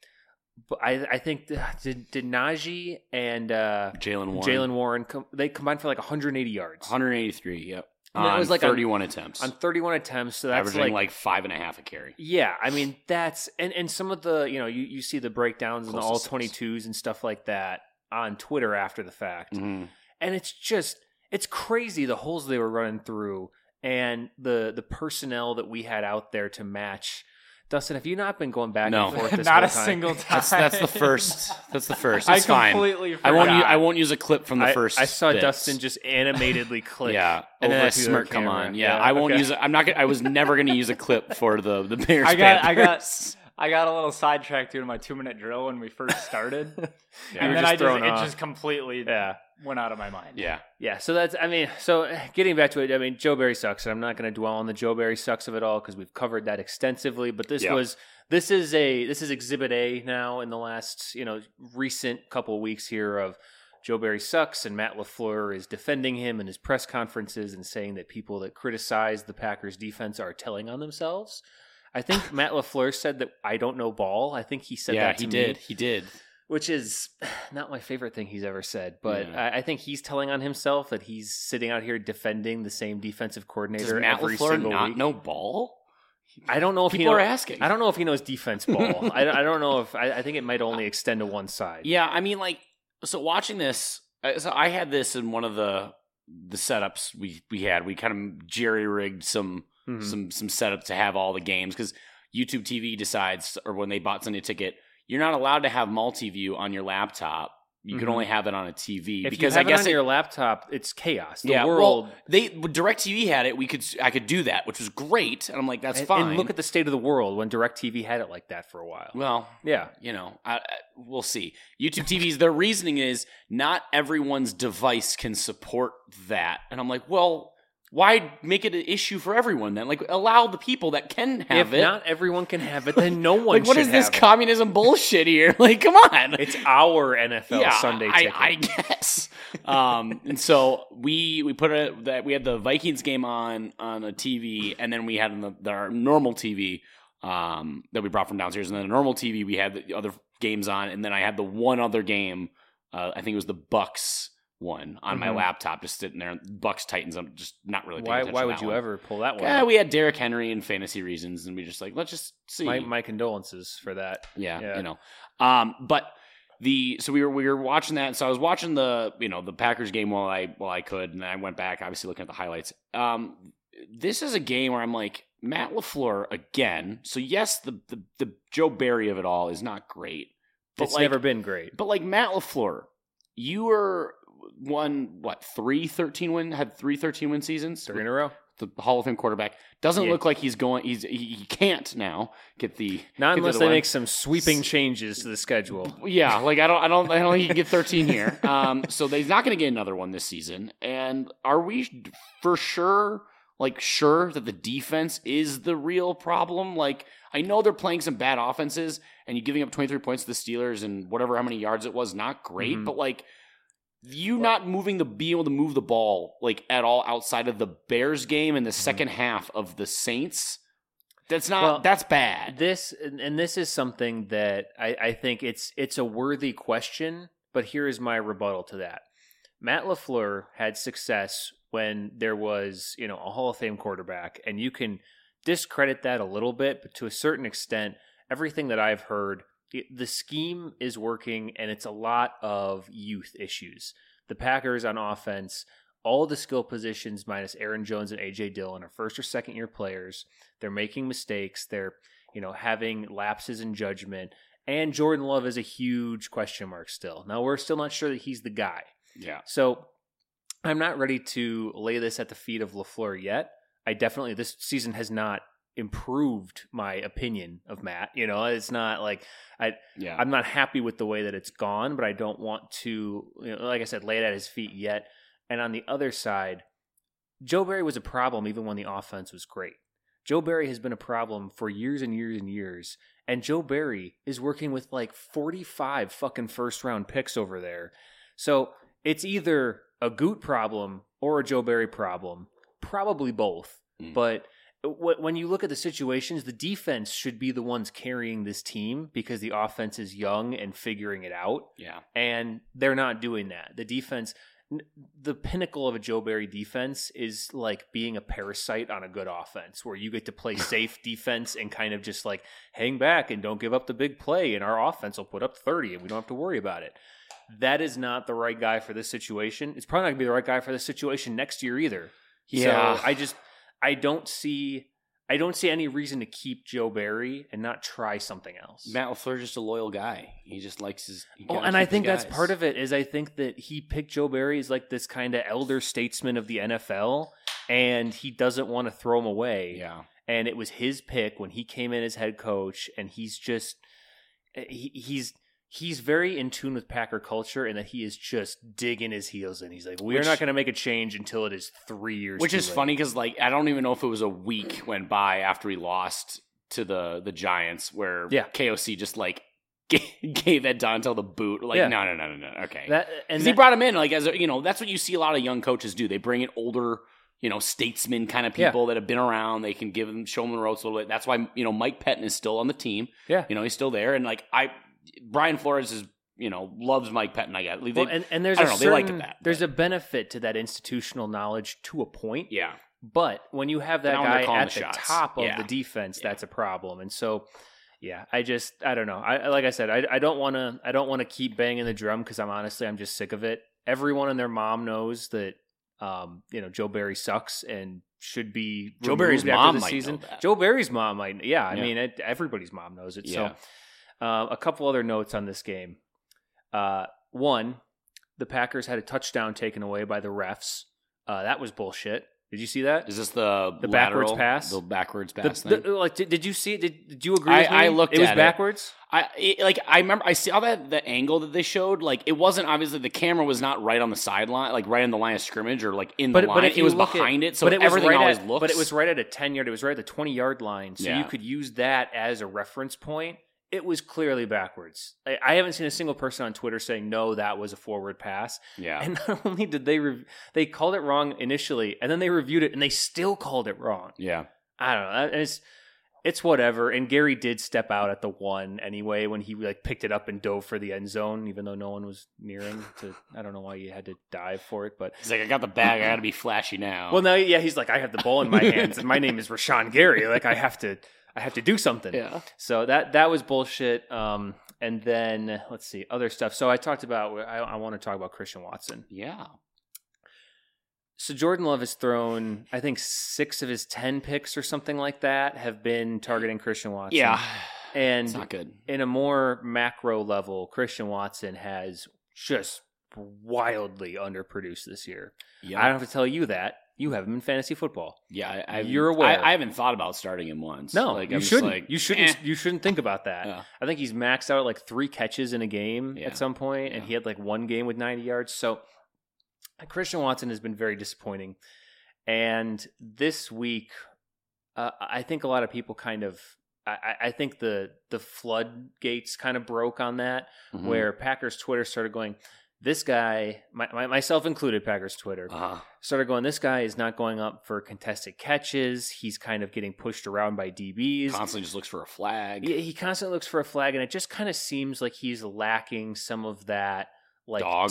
S2: But I, I think that- did, did Najee and uh,
S1: Jalen Warren.
S2: Jalen Warren com- they combined for like 180 yards
S1: 183. Yep.
S2: And that
S1: On
S2: was like a-
S1: 31 attempts,
S2: on 31 attempts. So that's
S1: averaging
S2: like,
S1: like, five and a half a carry.
S2: yeah, I mean that's and and some of the you know you, you see the breakdowns and the
S1: Close to
S2: all
S1: six.
S2: 22s and stuff like that on Twitter after the fact.
S1: Mhm.
S2: and it's just it's crazy the holes they were running through and the the personnel that we had out there to match. Dustin, have you not been going back
S1: No.
S2: and
S1: <laughs>
S2: forth? This
S3: Not
S2: whole
S3: a
S2: time?
S3: single time.
S1: <laughs> That's that's the
S3: <laughs>
S1: first. That's the first.
S3: I
S1: It's fine.
S3: completely forgot.
S1: I won't. u- I won't use a clip from the
S2: I-
S1: first.
S2: I, saw
S1: bits.
S2: Dustin just animatedly click.
S1: Yeah, and then
S2: over
S1: a
S2: to the
S1: smirk come
S2: camera.
S1: on. Yeah,
S2: Yeah,
S1: I won't
S2: okay.
S1: use. it. I'm not. Gonna, I was never going to use a clip for the the
S2: <laughs>
S1: Bears.
S3: I got- I got-
S1: Panthers.
S3: I got a little sidetracked doing my two minute drill when we first started,
S2: You were
S3: and then
S2: just
S3: I just
S2: thrown
S3: it
S2: off.
S3: just completely
S2: Yeah,
S3: went out of my mind.
S1: Yeah,
S2: yeah. So that's I mean, so <sighs> eh, getting back to it, I mean, Joe Barry sucks, and I'm not going to dwell on the Joe Barry sucks of it all because we've covered that extensively. But this
S1: Yeah.
S2: was this is a this is Exhibit A now in the last you know recent couple weeks here of Joe Barry sucks, and Matt LaFleur is defending him in his press conferences and saying that people that criticize the Packers defense are telling on themselves.
S1: <laughs>
S2: I think Matt LaFleur said that I don't know ball. I think he said
S1: yeah.
S2: that to
S1: He
S2: me,
S1: did. He did.
S2: which is <sighs> not my favorite thing he's ever said, but
S1: Yeah.
S2: I, I think he's telling on himself that he's sitting out here defending the same defensive
S1: Does
S2: coordinator
S1: Matt
S2: every
S1: Lafleur
S2: single
S1: not
S2: week.
S1: know ball?
S2: I don't know if he
S1: People are
S2: know-
S1: asking.
S2: <laughs> I don't know if he knows defense ball.
S1: <laughs>
S2: I, I don't know if I, I think it might only extend to one side.
S1: Yeah, I mean, like, so watching this, uh, so I had this in one of the the setups we we had. We kind of jerry rigged some
S2: Mhm.
S1: some some setup to have all the games because YouTube TV decides, or when they bought Sunday Ticket, you're not allowed to have multi-view on your laptop. You can
S2: Mhm.
S1: only have it on a TV
S2: If
S1: because
S2: you
S1: I
S2: have it
S1: guess
S2: on
S1: it,
S2: your laptop, it's chaos. The
S1: Yeah, well,
S2: world.
S1: they Directv had it. We could I could do that, which was great, and I'm like, that's
S2: and,
S1: fine.
S2: And look at the state of the world when DirecTV had it like that for a while.
S1: well,
S2: yeah.
S1: you know, I, I, we'll see. YouTube TV's their reasoning is not everyone's device can support that, and I'm like, well, why make it an issue for everyone then? Like, allow the people that can have
S2: if
S1: it.
S2: not everyone can have it, then no one
S1: <laughs> like, what
S2: should
S1: is this
S2: have it.
S1: communism bullshit here? <laughs> Like, come on.
S2: It's
S1: <laughs>
S2: our NFL Sunday
S1: I,
S2: ticket.
S1: I guess. um, and so we we put a that we had the Vikings game on on a TV, and then we had the, the- our normal TV um, that we brought from downstairs, and then the normal TV we had the other games on, and then I had the one other game. Uh, I think it was the Bucks one on my
S2: Mhm.
S1: laptop, just sitting there. Bucks Titans. I'm just not really. Paying
S2: why
S1: attention
S2: why
S1: to
S2: would
S1: that
S2: you
S1: one.
S2: ever pull that one?
S1: Yeah,
S2: out?
S1: we had Derrick Henry and fantasy reasons, and we just like let's just see.
S2: my, my condolences for that.
S1: Yeah,
S2: Yeah.
S1: you know. Um, but the so we were we were watching that. So I was watching the you know the Packers game while I while I could, and then I went back obviously looking at the highlights. Um, this is a game where I'm like Matt Lafleur again. So yes, the the, the Joe Barry of it all is not great, but
S2: it's
S1: like
S2: never been great.
S1: but like Matt Lafleur, you were won what three 13 win had three 13 win seasons
S2: Three in a row.
S1: the Hall of Fame quarterback doesn't
S2: Yeah.
S1: look like he's going he's he, he can't now get the
S2: Not
S1: get
S2: unless
S1: the
S2: they
S1: one.
S2: make some sweeping changes to the schedule.
S1: Yeah, like I don't, I don't, I don't think he can get 13 here. Um, so they're not going to get another one this season. And are we for sure, like sure that the defense is the real problem? Like I know they're playing some bad offenses, and you giving up 23 points to the Steelers and whatever how many yards it was, not great.
S2: Mhm.
S1: But like you not moving the being able to move the ball like at all outside of the Bears game
S2: Mm-hmm.
S1: in the 2nd half of the Saints. That's not.
S2: Well,
S1: that's bad.
S2: This and and this is something that I, I think it's it's a worthy question, but here is my rebuttal to that. Matt LaFleur had success when there was, you know, a Hall of Fame quarterback, and you can discredit that a little bit, but to a certain extent, everything that I've heard, it, the scheme is working and it's a lot of youth issues. The Packers on offense, all the skill positions minus Aaron Jones and AJ Dillon are first or second year players. They're making mistakes. They're you know, having lapses in judgment. And Jordan Love is a huge question mark still. Now, we're still not sure that he's the guy.
S1: yeah.
S2: So I'm not ready to lay this at the feet of LaFleur yet. I definitely, this season has not improved my opinion of Matt. You know, it's not like
S1: Yeah.
S2: I'm not happy with the way that it's gone, but I don't want to, you know, like I said, lay it at his feet yet. And on the other side, Joe Barry was a problem even when the offense was great. Joe Barry has been a problem for years and years and years. And Joe Barry is working with like 45 fucking first round picks over there. So it's either a Goot problem or a Joe Barry problem, probably both.
S1: Mm.
S2: But wh- when you look at the situations, the defense should be the ones carrying this team because the offense is young and figuring it out
S1: yeah.
S2: and they're not doing that. The defense, n- the pinnacle of a Joe Barry defense is like being a parasite on a good offense, where you get to play safe defense and kind of just like hang back and don't give up the big play, and our offense will put up thirty, and we don't have to worry about it. That is not the right guy for this situation. It's probably not going to be the right guy for this situation next year either.
S1: Yeah.
S2: So I just I don't see I don't see any reason to keep Joe Barry and not try something else.
S1: Matt Lafleur's just a loyal guy. He just likes his. he
S2: Well,
S1: gotta
S2: Oh, and I
S1: keep his
S2: think that's
S1: guys.
S2: part of it is I think that he picked Joe Barry as like this kind of elder statesman of the NFL, and he doesn't want to throw him away.
S1: Yeah,
S2: And it was his pick when he came in as head coach, and he's just eh, he, he's he's very in tune with Packer culture, and that he is just digging his heels in. He's like, we're
S1: Which-
S2: not going to make a change until it is three years,
S1: which
S2: too
S1: is
S2: late."
S1: funny because like I don't even know if it was a week went by after he lost to the the Giants where
S2: Yeah.
S1: KOC just like <laughs> gave, gave Ed Dontel the boot. Like
S2: Yeah.
S1: no no no no no okay.
S2: That and
S1: because
S2: that,
S1: he brought him in like as a, you know that's what you see a lot of young coaches do. They bring in older you know statesmen kind of
S2: Yeah.
S1: people that have been around. They can give them show them the ropes a little bit. That's why you know Mike Pettin is still on the team.
S2: Yeah.
S1: you know he's still there. And like I, Brian Flores is you know loves Mike Pettin. I guess They-
S2: well, and, and there's
S1: I
S2: a
S1: don't know,
S2: certain,
S1: they liked it that,
S2: there's a benefit to that institutional knowledge to a point.
S1: yeah.
S2: But when you have that
S1: Now they're
S2: guy
S1: calling
S2: at
S1: the
S2: the,
S1: shots.
S2: top of
S1: Yeah.
S2: the defense,
S1: Yeah.
S2: that's a problem. And so, yeah, I just I don't know. I I- like I said, I, I don't want to I don't want to keep banging the drum because I'm honestly I'm just sick of it. Everyone and their mom knows that Um, you know, Joe Barry sucks and should be
S1: Joe Barry's
S2: removed after
S1: mom
S2: this
S1: might
S2: season.
S1: know that.
S2: Joe Barry's mom might. Yeah, I
S1: Yeah.
S2: mean, it, everybody's mom knows it.
S1: Yeah.
S2: So, um, a couple other notes on this game. Uh, one, the Packers had a touchdown taken away by the refs. Uh, that was bullshit. Did you see that?
S1: Is this the
S2: The backwards
S1: lateral,
S2: pass?
S1: The backwards
S2: The-
S1: pass
S2: the-
S1: thing.
S2: like, did, did you see it? Did, did you agree?
S1: I-
S2: with me?
S1: I looked
S2: It was
S1: at it.
S2: backwards.
S1: I it, like I remember I saw that the angle that they showed like it wasn't obviously the camera was not right on the sideline like right on the line of scrimmage or like in the line
S2: if
S1: it
S2: you
S1: was
S2: look at-
S1: behind it so
S2: but it was
S1: everything
S2: right
S1: always
S2: at,
S1: looks
S2: But it was right at a ten yard. It was right at the twenty yard line, so
S1: Yeah.
S2: you could use that as a reference point. It was clearly backwards. I, I haven't seen a single person on Twitter saying no, that was a forward pass. <laughs>
S1: yeah
S2: And not only did they rev they called it wrong initially, and then they reviewed it and they still called it wrong.
S1: yeah
S2: I don't know. that- It's it's whatever. And Gary did step out at the one anyway when he like picked it up and dove for the end zone, even though no one was near
S1: <laughs>
S2: him. To I don't know why he had to dive for it, but
S1: he's like I got the bag I got to be flashy now
S2: well, now, yeah, he's like, I have the ball
S1: <laughs>
S2: in my hands, and my name is Rashawn Gary. Like, I have to, I have to do something.
S1: yeah
S2: So that that was bullshit. Um, and then let's see other stuff. So I talked about. I, I want to talk about Christian Watson.
S1: yeah
S2: So Jordan Love has thrown, I think, six of his ten picks or something like that have been targeting Christian Watson.
S1: yeah it's
S2: and
S1: not good
S2: in a more macro level, Christian Watson has just wildly underproduced this year. I
S1: yeah
S2: don't have to tell you that. You have him in fantasy football.
S1: yeah I, I
S2: You're
S1: haven't-
S2: aware.
S1: I, I haven't thought about starting him once
S2: No,
S1: like
S2: you
S1: I'm just
S2: shouldn't.
S1: like,
S2: you shouldn't.
S1: eh.
S2: You shouldn't think about that.
S1: Yeah.
S2: I think he's maxed out at like three catches in a game
S1: Yeah.
S2: at some point, and
S1: Yeah.
S2: he had like one game with ninety yards. So uh, Christian Watson has been very disappointing, and this week, uh, I think a lot of people kind of. I- I, I think the the floodgates kind of broke on that,
S1: Mhm.
S2: where Packers Twitter started going. This guy, my, my, myself included, Packers Twitter,
S1: uh-huh.
S2: started going, this guy is not going up for contested catches. He's kind of getting pushed around by DBs.
S1: constantly just looks for a flag
S2: Yeah, he constantly looks for a flag, and it just kind of seems like he's lacking some of that like
S1: Dog.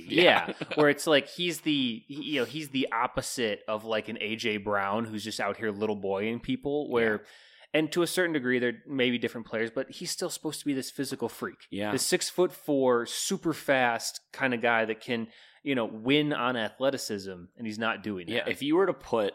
S1: <laughs> <laughs> Yeah.
S2: Yeah. Where it's like he's the he- you know, he's the opposite of like an AJ Brown who's just out here little boying people where and to a certain degree they're maybe different players, but he's still supposed to be this physical freak.
S1: yeah
S2: The six foot four, super fast kind of guy that can, you know, win on athleticism, and he's not doing
S1: Yeah,
S2: that.
S1: if you were to put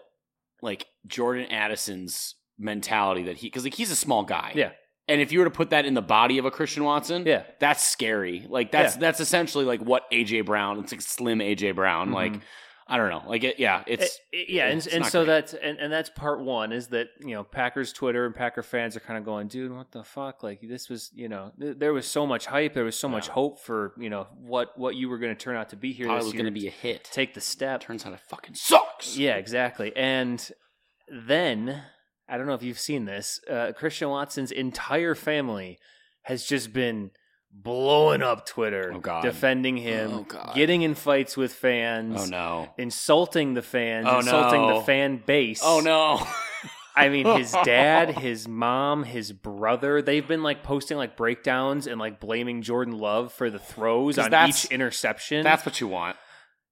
S1: like Jordan Addison's mentality that he because like he's a small guy.
S2: Yeah.
S1: And if you were to put that in the body of a Christian Watson,
S2: yeah,
S1: that's scary. Like that's
S2: Yeah.
S1: that's essentially like what AJ Brown, it's like slim AJ Brown. Like
S2: Mhm.
S1: I don't know. Like it, yeah, it's
S2: Uh, yeah, and,
S1: it's
S2: and
S1: not
S2: so
S1: great.
S2: that's and, and that's part one is that you know Packers Twitter and Packer fans are kind of going, dude, what the fuck? Like this was you know th- there was so much hype, there was so much
S1: Yeah.
S2: hope for you know what what you were going to turn out to be here.
S1: probably
S2: this
S1: was
S2: year.
S1: gonna be a hit.
S2: take the step.
S1: Turns out it fucking sucks.
S2: Yeah, exactly. And then I don't know if you've seen this. Uh, Christian Watson's entire family has just been blowing up Twitter,
S1: Oh, God.
S2: defending him,
S1: Oh, God.
S2: getting in fights with fans.
S1: Oh no.
S2: Insulting the fans,
S1: Oh,
S2: insulting
S1: no.
S2: the fan base.
S1: Oh
S2: <laughs>
S1: no.
S2: I mean, his
S1: <laughs>
S2: dad, his mom, his brother—they've been like posting like breakdowns and like blaming Jordan Love for the throws
S1: 'Cause
S2: on
S1: that's-
S2: each interception.
S1: that's what you want.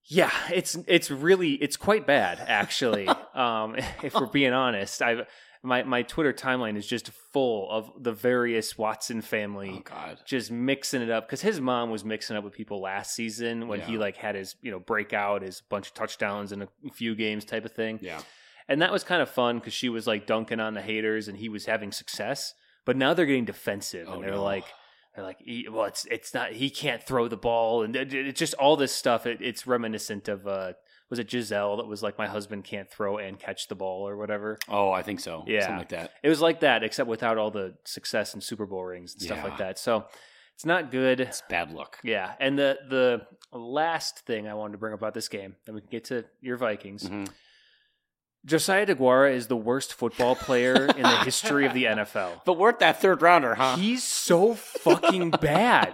S2: Yeah, it's it's really it's quite bad
S1: <laughs>
S2: actually. um, if we're being honest, I my my Twitter timeline is just full of the various Watson
S1: Oh
S2: family
S1: god.
S2: just mixing it up because his mom was mixing up with people last season when he
S1: Yeah.
S2: like had his you know breakout, his bunch of touchdowns in a few games type of thing,
S1: Yeah.
S2: and that was kind of fun because she was like dunking on the haters and he was having success. But now they're getting defensive
S1: Oh,
S2: and they're
S1: no.
S2: like. They're like, "He- well, it's it's not he can't throw the ball, and it- it- it's just all this stuff. It, it's reminiscent of uh, was it Giselle that was like, my husband can't throw and catch the ball or whatever.
S1: Oh, I think so.
S2: Yeah.
S1: Something like that.
S2: It was like that, except without all the success and Super Bowl rings and stuff
S1: Yeah.
S2: like that. So it's not good.
S1: It's bad luck.
S2: Yeah, and the the last thing I wanted to bring up about this game, and we can get to your Vikings.
S1: Mhm.
S2: Josiah DeGuara is the worst football player in the history of the NFL.
S1: But we're at that third rounder, huh?
S2: He's so fucking bad.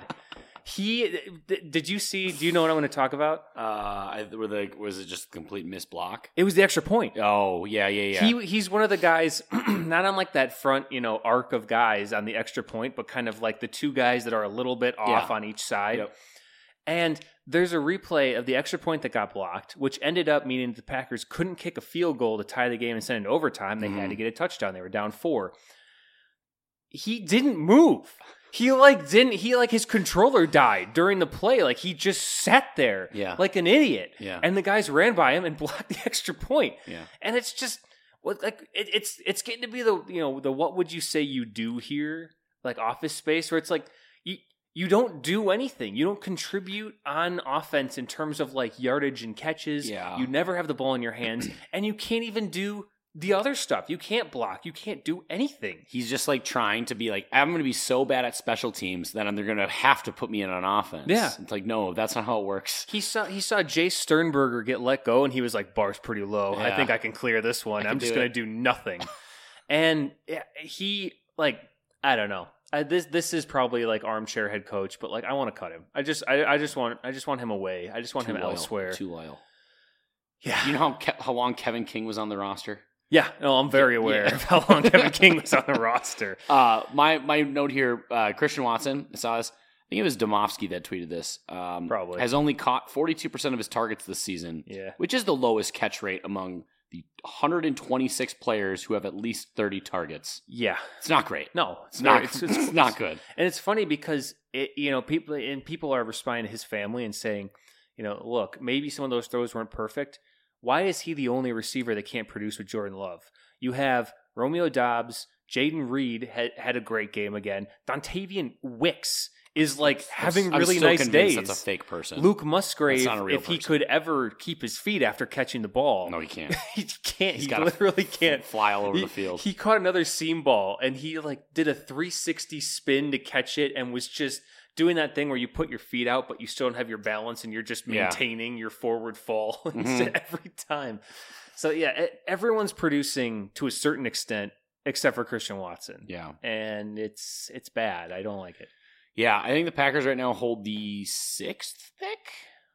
S2: He th- did you see? Do you know what I'm going to talk about?
S1: Uh, I, were the was it just complete misblock?
S2: It was the extra point.
S1: Oh yeah, yeah, yeah.
S2: He he's one of the guys, <clears throat> not on like that front, you know, arc of guys on the extra point, but kind of like the two guys that are a little bit off
S1: Yeah.
S2: on each side.
S1: Yep.
S2: And there's a replay of the extra point that got blocked, which ended up meaning the Packers couldn't kick a field goal to tie the game and send it to overtime. They
S1: Mhm.
S2: had to get a touchdown. They were down four. He didn't move. He like didn't he like his controller died during the play. Like he just sat there
S1: Yeah.
S2: like an idiot.
S1: Yeah.
S2: And the guys ran by him and <laughs> blocked the extra point.
S1: Yeah.
S2: And it's just what like it, it's it's getting to be the you know, the what would you say you do here? Like office space where it's like you you don't do anything. You don't contribute on offense in terms of like yardage and catches.
S1: Yeah.
S2: You never have the ball in your hands and you can't even do the other stuff. You can't block. You can't do anything.
S1: He's just like trying to be like, I'm going to be so bad at special teams that they're going to have to put me in on offense.
S2: Yeah.
S1: It's like, no, that's not how it works.
S2: He saw he saw Jay Sternberger get let go, and he was like, "Bar's pretty low. I
S1: Yeah.
S2: think I can clear this one.
S1: I
S2: I'm
S1: can
S2: just
S1: do
S2: gonna
S1: it."
S2: do nothing." and yeah, he like I don't know. I, this this is probably like armchair head coach, but like I want to cut him. I just I, I just want I just want him away. I just want
S1: Too
S2: him
S1: loyal.
S2: elsewhere.
S1: Too loyal.
S2: yeah,
S1: You know how, Ke- how long Kevin King was on the roster?
S2: yeah. No, I'm very
S1: Yeah.
S2: aware of how
S1: <laughs>
S2: long Kevin King was on the roster.
S1: Uh, my my note here, uh, Christian Watson, I saw this. I think it was Domofsky that tweeted this. Um,
S2: Probably.
S1: has only caught 42 percent of his targets this season,
S2: Yeah,
S1: which is the lowest catch rate among the 126 players who have at least 30 targets.
S2: yeah.
S1: It's not great.
S2: No,
S1: It's not. <laughs>
S2: very-
S1: It's, not good.
S2: And it's funny because it, you know, people and people are responding to his family and saying, you know, look, maybe some of those throws weren't perfect. Why is he the only receiver that can't produce with Jordan Love? You have Romeo Dobbs, Jaden Reed had, had a great game again. Dontavian Wicks is like <laughs> having
S1: I'm
S2: really
S1: still
S2: nice
S1: convinced
S2: days.
S1: That's a fake person.
S2: Luke Musgrave,
S1: That's not a real
S2: if he
S1: person.
S2: could ever keep his feet after catching the ball,
S1: No, he can't.
S2: <laughs> he can't.
S1: He's
S2: he
S1: gotta <laughs>
S2: literally can't
S1: fly all over
S2: he,
S1: the field.
S2: he caught another seam ball and he like did a 360 spin to catch it and was just doing that thing where you put your feet out but you still don't have your balance and you're just
S1: Yeah.
S2: maintaining your forward fall <laughs>
S1: Mhm.
S2: every time. So yeah, e- everyone's producing to a certain extent except for Christian Watson.
S1: yeah,
S2: And it's it's bad. I don't like it.
S1: yeah. I think the Packers right now hold the sixth pick.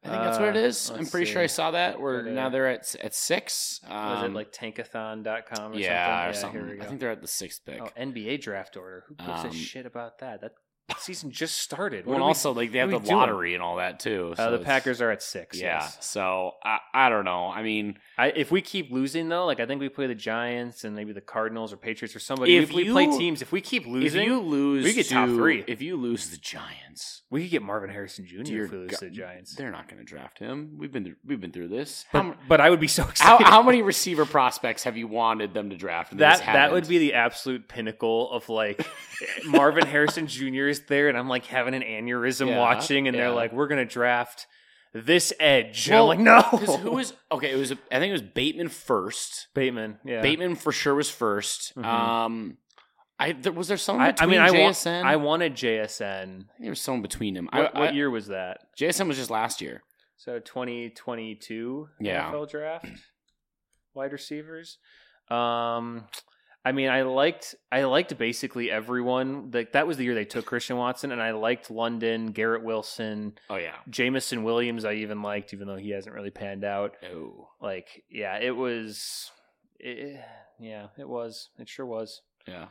S1: I think that's what it
S2: Uh,
S1: is. I'm
S2: let's
S1: pretty sure I
S2: see.
S1: saw that. We're
S2: What, uh,
S1: now they're at s- at six.
S2: Was
S1: Um,
S2: it like tankathon.com or
S1: yeah,
S2: something?
S1: or
S2: Here
S1: something?
S2: we go.
S1: I think they're at the sixth pick.
S2: oh, NBA draft order. Who gives
S1: Um,
S2: a shit about that? That season just started.
S1: well,
S2: What
S1: and
S2: are we
S1: also like they have the
S2: what are we doing?
S1: lottery and all that too.
S2: Uh,
S1: so
S2: the
S1: it's-
S2: Packers are at six.
S1: Yeah.
S2: yes.
S1: So I, I don't know. I mean,
S2: I, if we keep losing though, like I think we play the Giants and maybe the Cardinals or Patriots or somebody.
S1: If
S2: If, we play
S1: you-
S2: teams, if we keep
S1: if
S2: losing,
S1: you lose,
S2: we get top
S1: to-
S2: three.
S1: If you lose the Giants,
S2: we could get Marvin Harrison Jr.
S1: dear
S2: if we lose
S1: God,
S2: to the Giants.
S1: they're not going to draft him. We've been we've been through this. How
S2: <laughs> But, but I would be so
S1: How,
S2: excited.
S1: how many receiver prospects have you wanted them to draft? and they
S2: <laughs> that
S1: just
S2: that would
S1: haven't?
S2: be the absolute pinnacle of like Marvin Harrison Jr. is there, and I'm like having an aneurysm
S1: Yeah,
S2: watching, and
S1: yeah.
S2: they're like, "We're gonna draft this edge." And
S1: Well,
S2: I'm like, "No,
S1: 'Cause who
S2: <laughs>
S1: was okay? It was I think it was Bateman first.
S2: Bateman?" Yeah,
S1: Bateman for sure was 1st
S2: Mhm.
S1: Um, I there, was there someone
S2: I, I
S1: between
S2: mean, I, wa-
S1: JSN?
S2: I wanted JSN.
S1: think there was someone between them.
S2: What,
S1: I,
S2: what
S1: I-
S2: year was that?
S1: JSN was just last year.
S2: So 2022
S1: Yeah.
S2: NFL draft <clears throat> wide receivers. Um I mean, I liked I liked basically everyone. Like that was the year they took Christian Watson and I liked London, Garrett Wilson,
S1: Oh yeah.
S2: Jamison Williams I even liked even though he hasn't really panned out.
S1: Oh
S2: Like yeah, it was it, yeah, it was. It sure was.
S1: yeah.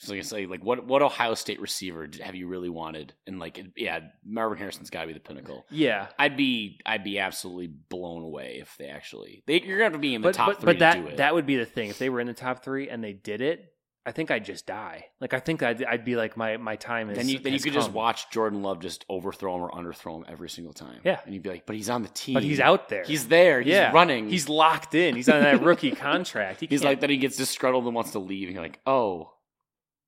S1: Just like I say, like what what Ohio State receiver d- have you really wanted? And like it- yeah, Marvin Harrison's got to be the pinnacle.
S2: Yeah.
S1: I'd be I'd be absolutely blown away if they actually they you're gonna have to be in the
S2: but
S1: top
S2: but,
S1: three
S2: but
S1: to
S2: that
S1: do it.
S2: that would be the thing if they were in the top three and they did it i think i'd just die like i think i'd, I'd be like my my time is
S1: then you then you
S2: has
S1: could just
S2: come.
S1: watch Jordan Love just overthrow him or underthrow him every single time.
S2: Yeah.
S1: and you'd be like, but he's on the team.
S2: but he's out there
S1: He's there. He's
S2: Yeah.
S1: running.
S2: he's locked in he's on that <laughs> rookie contract he
S1: he's
S2: can't-
S1: like then he gets disgruntled and wants to leave. And you're like, oh,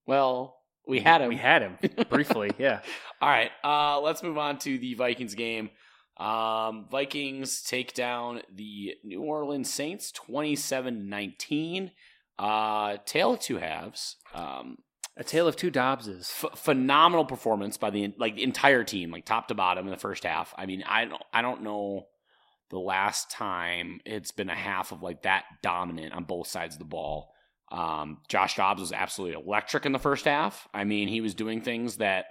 S1: well, we had him.
S2: we had him <laughs> briefly yeah
S1: All right, uh, let's move on to the Vikings game. Um, Vikings take down the New Orleans Saints 27-19. Uh, tale of two halves. Um,
S2: a tale of two dobbses
S1: ph phenomenal performance by the like the entire team, like top to bottom in the first half. I mean, I don't I don't know the last time it's been a half of like that dominant on both sides of the ball. Um, Josh Dobbs was absolutely electric in the first half. I mean, he was doing things that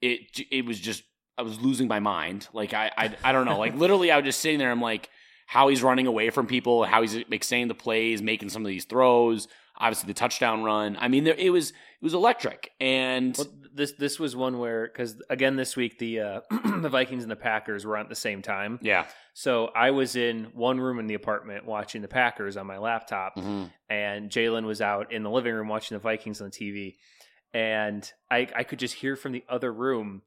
S1: it it was just I was losing my mind. Like I I, I don't know. Like literally, I was just sitting there. I'm like how he's running away from people, how he's like, saying the plays, making some of these throws. Obviously, the touchdown run. I mean, there it was. It was electric, and
S2: well, this this was one where because again this week the uh, <clears throat> the Vikings and the Packers were on at the same time,
S1: yeah,
S2: so I was in one room in the apartment watching the Packers on my laptop,
S1: Mhm.
S2: and Jalen was out in the living room watching the Vikings on the TV. and I I could just hear from the other room.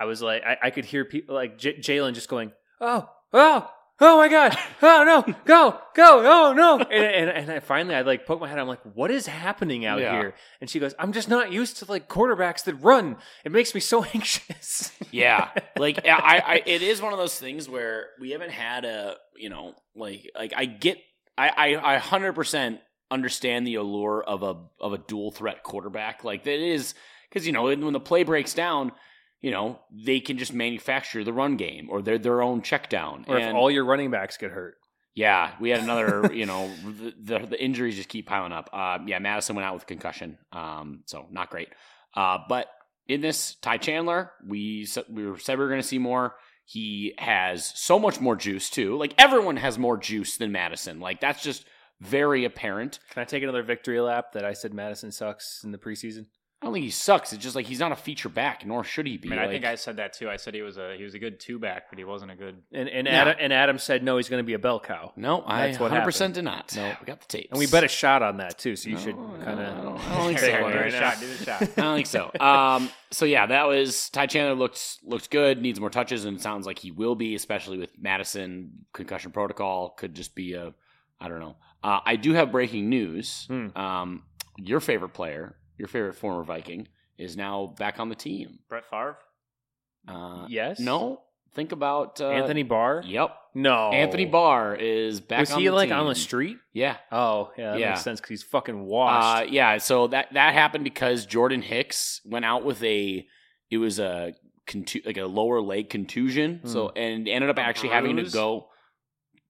S2: I was like, I, I could hear people like J- Jalen just going, oh, oh, oh my <laughs> god, oh no, go, go, oh no, and and, and I finally I like poke my head. I'm like, what is happening out
S1: Yeah.
S2: here? And she goes, I'm just not used to like quarterbacks that run. It makes me so <laughs> anxious.
S1: Yeah,
S2: <laughs>
S1: like I, I, it is one of those things where we haven't had a, you know, like, like I get, I, I, I hundred percent understand the allure of a of a dual threat quarterback. Like that is because you know when the play breaks down, you know they can just manufacture the run game or their their own check down.
S2: or if
S1: And-
S2: all your running backs get hurt.
S1: yeah, we had another. <laughs> you know, the, the the injuries just keep piling up. Uh, yeah, Madison went out with concussion, um, so not great. Uh, but in this, Ty Chandler, we s- we were- said we were going to see more. He has so much more juice too. Like everyone has more juice than Madison. Like that's just very apparent.
S2: Can I take another victory lap that I said Madison sucks in the preseason?
S1: I don't think he sucks. It's just like he's not a feature back, nor should he
S3: I
S1: be.
S3: mean, I
S1: Like,
S3: think I said that too. I said he was a he was a good two back, but he wasn't a good.
S2: And and,
S1: No.
S2: Adam, and Adam said no, he's going to be a bell cow.
S1: no, I
S2: That's what
S1: 100 percent did not.
S2: No.
S1: we got the tapes,
S2: And we bet a shot on that too, so you
S1: No,
S2: should
S1: no,
S2: kind
S1: I don't-
S2: of. <laughs>
S1: I don't think
S3: Here,
S1: so.
S3: do
S2: Right
S3: the
S2: now.
S3: shot. Do the
S1: <laughs>
S3: shot.
S1: I don't think
S2: <laughs>
S1: so. Um, so yeah, that was Ty Chandler looked looked good, needs more touches, and it sounds like he will be, especially with Madison concussion protocol. Could just be a, I don't know. Uh, I do have breaking news.
S2: Hmm.
S1: Um, your favorite player, your favorite former Viking, is now back on the team.
S3: Brett Favre.
S1: Uh,
S2: Yes.
S1: No, think about uh,
S2: Anthony Barr.
S1: Yep,
S2: No.
S1: Anthony Barr is back.
S2: Was
S1: on
S2: he
S1: the
S2: like
S1: team.
S2: on the street?
S1: Yeah,
S2: Oh yeah, that
S1: Yeah.
S2: makes sense because he's fucking washed.
S1: Uh, yeah, so that that happened because Jordan Hicks went out with a it was a contu- like a lower leg contusion,
S2: Hmm.
S1: so and ended up
S3: A
S1: actually having to
S3: bruise?
S1: go.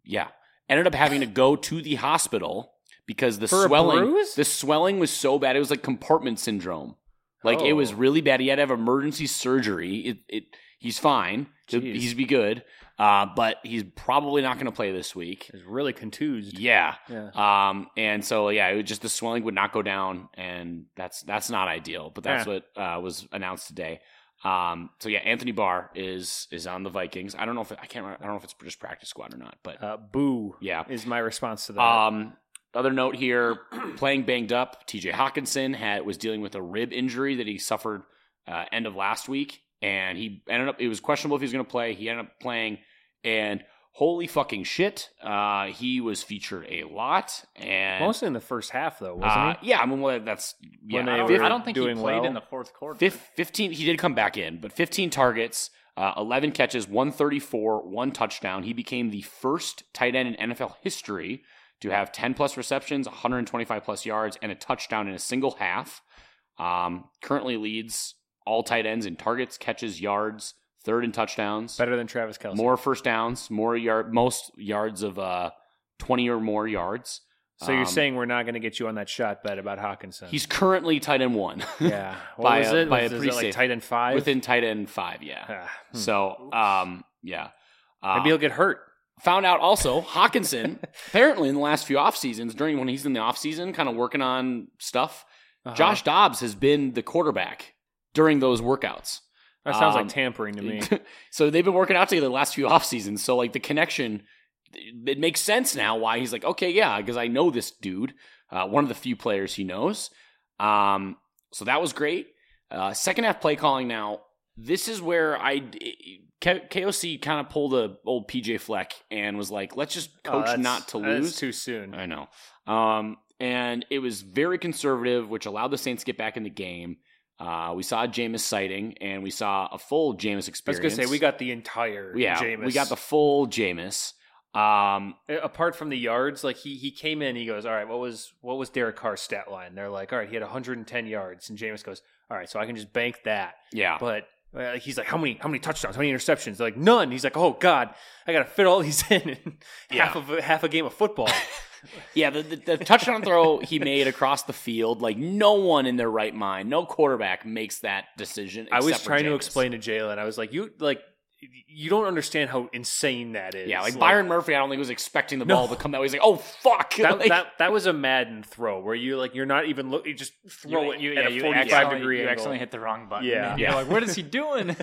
S1: Yeah, ended up having to go to the hospital because the
S2: For a
S1: Uh, swelling
S2: bruise?
S1: the swelling was so bad it was like compartment syndrome. Like it was
S2: Oh.
S1: really bad. He had to have emergency surgery. It it he's fine. He'll-
S2: Jeez.
S1: He's be good. Uh, but he's probably not going to play this week.
S2: He's really contused.
S1: Yeah.
S2: Yeah.
S1: Um, and so yeah, it was just the swelling would not go down, and that's that's not ideal. But that's what uh, was announced today. Um, so yeah, Anthony Barr is is on the Vikings. I don't know if I can't. Remember, I don't know if it's just practice squad or not, but
S2: Uh, boo
S1: yeah.
S2: is my response to that.
S1: Um, other note here, <clears throat> playing banged up. T.J. Hawkinson had was dealing with a rib injury that he suffered uh, end of last week, and he ended up. It was questionable if he was going to play. He ended up playing, and holy fucking shit, uh, he was featured a lot. And
S2: Mostly in the first half though, wasn't
S1: uh,
S2: he?
S1: yeah, I mean, well, that's yeah.
S2: When they
S3: I don't,
S2: were
S3: I don't think he
S2: doing
S3: played
S2: well.
S3: in the fourth quarter.
S1: Fif- 15 he did come back in but 15 targets uh, 11 catches 134 one touchdown he became the first tight end in nfl history to have 10 plus receptions 125 plus yards and a touchdown in a single half um, currently leads all tight ends in targets catches yards third in touchdowns
S2: Better than Travis Kelsey.
S1: more first downs more yard most yards of uh, 20 or more yards
S2: So you're
S1: Um,
S2: saying we're not going to get you on that shot bet about Hawkinson?
S1: he's currently tight end one <laughs>
S2: yeah. What
S1: by
S2: was
S1: a-
S2: it?
S1: by
S2: was,
S1: a
S2: is it like
S1: pre-safe.
S2: tight end
S1: <laughs>
S2: five?
S1: within tight end five yeah
S2: Ah, hmm.
S1: So,
S3: Oops.
S1: um, yeah. Uh,
S2: maybe he'll get hurt.
S1: found out also Hawkinson apparently in the last few off seasons during when he's in the off season kind of working on stuff
S2: Uh-huh.
S1: Josh Dobbs has been the quarterback during those workouts
S2: that sounds
S1: um,
S2: like tampering
S1: <laughs>
S2: to me.
S1: so they've been working out together the last few off seasons so like the connection it makes sense now why he's like okay yeah because I know this dude uh, one of the few players he knows um, so that was great uh, second half play calling now this is where I K- KOC kind of pulled a old PJ Fleck and was like, let's just
S2: Oh,
S1: coach
S2: that's-
S1: not to
S2: that's
S1: lose.
S2: too soon.
S1: I know. Um, and it was very conservative, which allowed the Saints to get back in the game. Uh, we saw a Jameis sighting and we saw a full Jameis
S2: I was
S1: experience.
S2: gonna say we got the entire
S1: yeah,
S2: Jameis.
S1: we got the full Jameis. Um,
S2: apart from the yards. Like he he came in, he goes, all right, what was what was Derek Carr's stat line? They're like, all right, he had 110 yards, and Jameis goes, all right, so I can just bank that.
S1: yeah,
S2: But uh, he's like, how many how many touchdowns, how many interceptions? They're like none. He's like, oh god, I gotta fit all these <laughs> in, in
S1: Yeah.
S2: half of a, half a game
S1: <laughs>
S2: of football.
S1: yeah. The, the, the touchdown throw he
S2: <laughs>
S1: made across the field, like no one in their right mind, no quarterback makes that decision.
S2: I was
S1: except for
S2: trying to
S1: Jameis.
S2: explain to Jalen. I was like, you like you don't understand how insane that is.
S1: Yeah, like Byron Murphy, I don't think was expecting the
S2: No.
S1: ball to come that way. He's like, oh fuck. <laughs>
S2: that,
S1: Like-
S2: that that was a Madden throw where you like you're not even look you just throw
S3: You,
S2: it
S3: you,
S2: at
S3: yeah,
S2: a
S3: you
S2: 45
S3: accidentally-
S2: degree
S3: You
S2: angle.
S3: accidentally hit the wrong button.
S2: Yeah.
S3: and you're
S1: Yeah.
S3: like, what is he doing?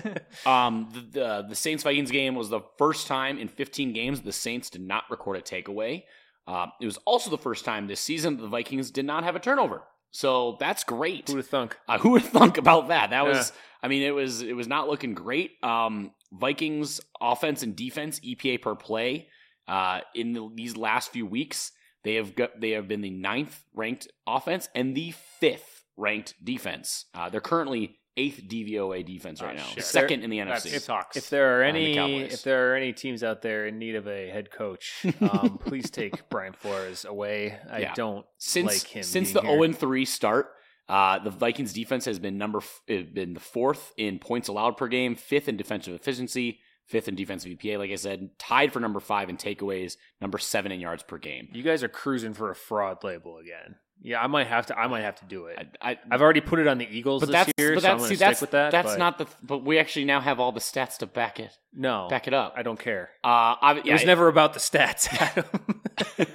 S1: Um, the the, the Saints Vikings game was the first time in 15 games the Saints did Um, not record a takeaway. Uh, it was also the first time this season that the Vikings did not have a turnover. So that's great.
S2: Who'd have thunk?
S1: Uh, who would have thunk about that? That was,
S2: Yeah.
S1: I mean, it was it was not looking great. Um, Vikings offense and defense EPA per play uh, in the, these last few weeks they have got, they have been the ninth ranked offense and the fifth ranked defense. Uh, they're currently eighth DVOA defense
S3: Oh,
S1: right now,
S3: shit.
S1: second in the
S3: That
S1: NFC.
S3: sucks.
S2: If there are
S1: Uh, the
S2: any,
S1: Cowboys.
S2: if there are any teams out there in need of a head coach,
S1: <laughs>
S2: um, please take Brian Flores away. I
S1: Yeah.
S2: don't
S1: since
S2: like him
S1: since the
S2: being here.
S1: zero three start. Uh, the Vikings defense has been number f- uh, been the fourth in points allowed per game, fifth in defensive efficiency, fifth in defensive EPA. Like I said, tied for number five in takeaways, number seven in yards per game.
S2: You guys are cruising for a fraud label again. Yeah, I might have to. I might have to do it.
S1: I, I,
S2: I've already put it on the Eagles
S1: but
S2: this
S1: that's
S2: year,
S1: but
S2: so I'm
S1: that's
S2: going
S1: see,
S2: to
S1: that's
S2: stick with that.
S1: that's
S2: but
S1: not the but we actually now have all the stats to back it
S2: no.
S1: back it up.
S2: I don't care.
S1: Uh, I,
S2: it was
S1: yeah,
S2: never about the stats, <laughs> Adam.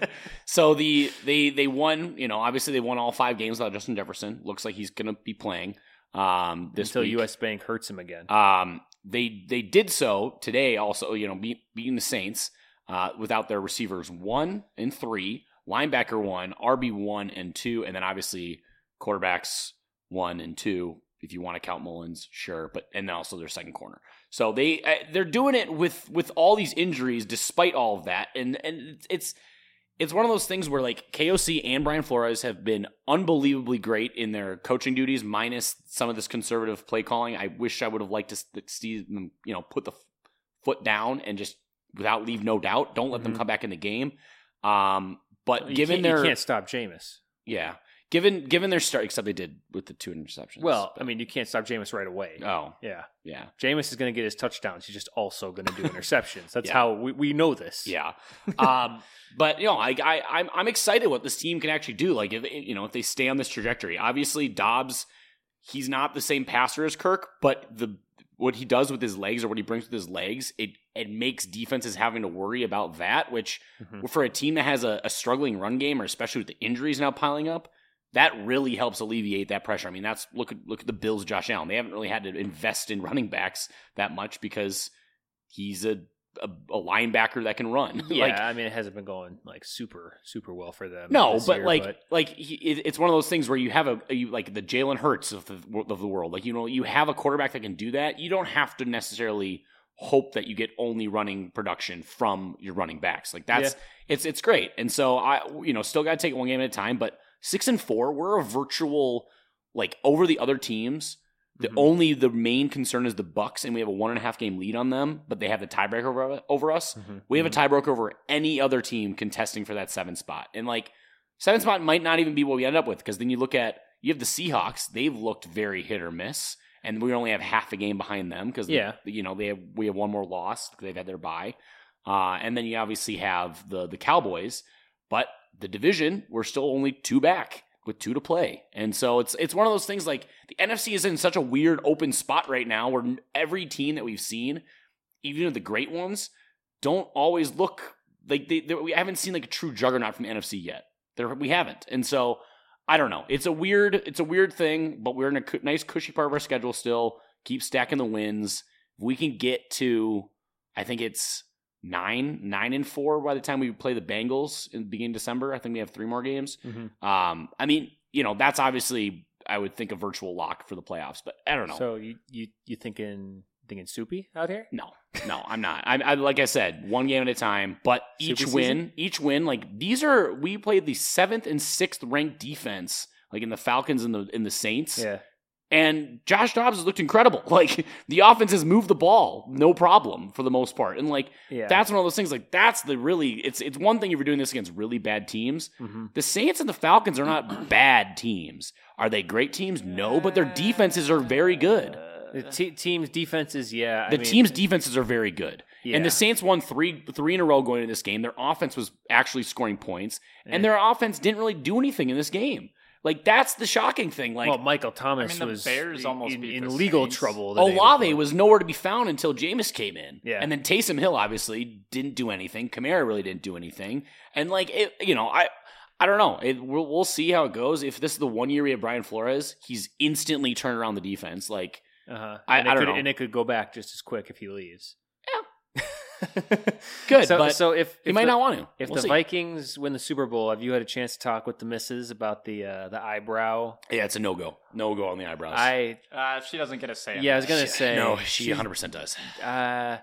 S1: so the they they won. You know, obviously they won all five games without Justin Jefferson. Looks like he's gonna be playing. Um, <laughs> this
S2: Until
S1: week.
S2: U.S. Bank hurts him again.
S1: Um, they they did so today. Also, you know, beat, beating the Saints uh, without their receivers one and three, linebacker one, RB one and two, and then obviously quarterbacks one and two. If you want to count Mullins, sure, but and then also their second corner. So they uh, they're doing it with with all these injuries, despite all of that, and and it's it's one of those things where like KOC and Brian Flores have been unbelievably great in their coaching duties, minus some of this conservative play calling. I wish I would have liked to s- see them, you know, put the f- foot down and just without leave no doubt. Don't let them
S2: Mhm.
S1: come back in the game. Um, but
S2: You
S1: given
S2: can't- you
S1: their
S2: can't stop Jameis.
S1: yeah, given given their start, except they did with the two interceptions.
S2: Well, I mean, you can't stop Jameis right away.
S1: oh
S2: yeah,
S1: yeah,
S2: Jameis is going to get his touchdowns. He's just also
S1: <laughs>
S2: going to do interceptions. That's
S1: Yeah.
S2: how we, we know this.
S1: yeah. Um, but you know, I, I I'm I'm excited what this team can actually do. Like if you know if they stay on this trajectory, obviously Dobbs, he's not the same passer as Kirk, but the what he does with his legs or what he brings with his legs, it it makes defenses having to worry about that, which
S2: Mhm.
S1: Well, for a team that has a, a struggling run game, or especially with the injuries now piling up, that really helps alleviate that pressure. I mean, that's look at look at the Bills, Josh Allen. They haven't really had to invest in <laughs> running backs that much because he's a a, a linebacker that can run. <laughs>
S2: Yeah,
S1: like,
S2: I mean, it hasn't been going like super, super well for them.
S1: no,
S2: this
S1: but
S2: year,
S1: like, like he, it, it's one of those things where you have a you, like the Jalen Hurts of the of the world. Like you know, you have a quarterback that can do that. You don't have to necessarily hope that you get only running production from your running backs. Like that's it's it's great. And so I you know still got to take it one game at a time. But six and four, we're a virtual like over the other teams. The
S2: Mhm.
S1: only the main concern is the Bucks, and we have a one and a half game lead on them. But they have the tiebreaker over, over us.
S2: Mhm.
S1: We have a
S2: Mhm.
S1: tiebreaker over any other team contesting for that seven spot. And like seven spot might not even be what we end up with because then you look at you have the Seahawks. They've looked very hit or miss, and we only have half a game behind them because
S2: Yeah.
S1: you know they have we have one more loss. They've had their bye, uh, and then you obviously have the the Cowboys. But the division, we're still only two back with two to play, and so it's it's one of those things like the NFC is in such a weird open spot right now where n- every team that we've seen, even the great ones, don't always look like they, they we haven't seen like a true juggernaut from the NFC yet. There we haven't, and so I don't know. It's a weird it's a weird thing, but we're in a cu- nice cushy part of our schedule still. Keep stacking the wins. If we can get to, I think it's nine nine and four by the time we play the Bengals in the beginning of December. I think we have three more games.
S2: Mhm.
S1: Um, I mean, you know, that's obviously I would think a virtual lock for the playoffs, but I don't know.
S2: So you you you thinking thinking soupy out here?
S1: No, no, I'm not. I, I like I said, one game at a time. But each
S2: Super
S1: win, each win, like these are we played the seventh and sixth ranked defense, like in the Falcons and the in the Saints.
S2: Yeah.
S1: And Josh Dobbs has looked incredible. <laughs> Like the offense has moved the ball, no problem for the most part. And like
S2: Yeah.
S1: that's one of those things. Like that's the really it's it's one thing if you're doing this against really bad teams.
S2: Mhm.
S1: The Saints and the Falcons are
S2: <clears throat>
S1: not bad teams. Are they great teams? No, but their defenses are very good.
S2: the te- team's defenses. Yeah. I
S1: uh, The
S2: mean,
S1: team's defenses are very good.
S2: Yeah.
S1: And the Saints won three three in a row going into this game. Their offense was actually scoring points,
S2: Eh.
S1: and their offense didn't really do anything in this game. Like that's the shocking thing. Like
S2: well, Michael Thomas
S3: I mean, the
S2: was
S3: Bears almost
S2: in,
S3: beat
S2: in
S3: the
S2: legal
S3: Saints.
S2: trouble. the day
S1: Olave
S2: before.
S1: was nowhere to be found until Jameis came in.
S2: Yeah.
S1: And then Taysom Hill obviously didn't do anything. Kamara really didn't do anything. And like it, you know, I I don't know. It, we'll, we'll see how it goes. If this is the one year we have Brian Flores, he's instantly turned around the defense. Like
S2: Uh-huh.
S1: I-
S2: and it
S1: I don't
S2: could,
S1: know.
S2: And it could go back just as quick if he leaves.
S1: <laughs> Good,
S2: so,
S1: but
S2: so if,
S1: he
S2: if
S1: might
S2: the,
S1: not want to.
S2: if
S1: We'll
S2: the
S1: see.
S2: Vikings win the Super Bowl, have you had a chance to talk with the missus about the uh, the eyebrow?
S1: yeah, it's a no go, no go on the eyebrows.
S2: I
S3: Uh, she doesn't get a say. in
S2: yeah, I was
S3: that.
S2: gonna
S1: She-
S2: say
S1: no. She 100 percent does.
S2: Uh,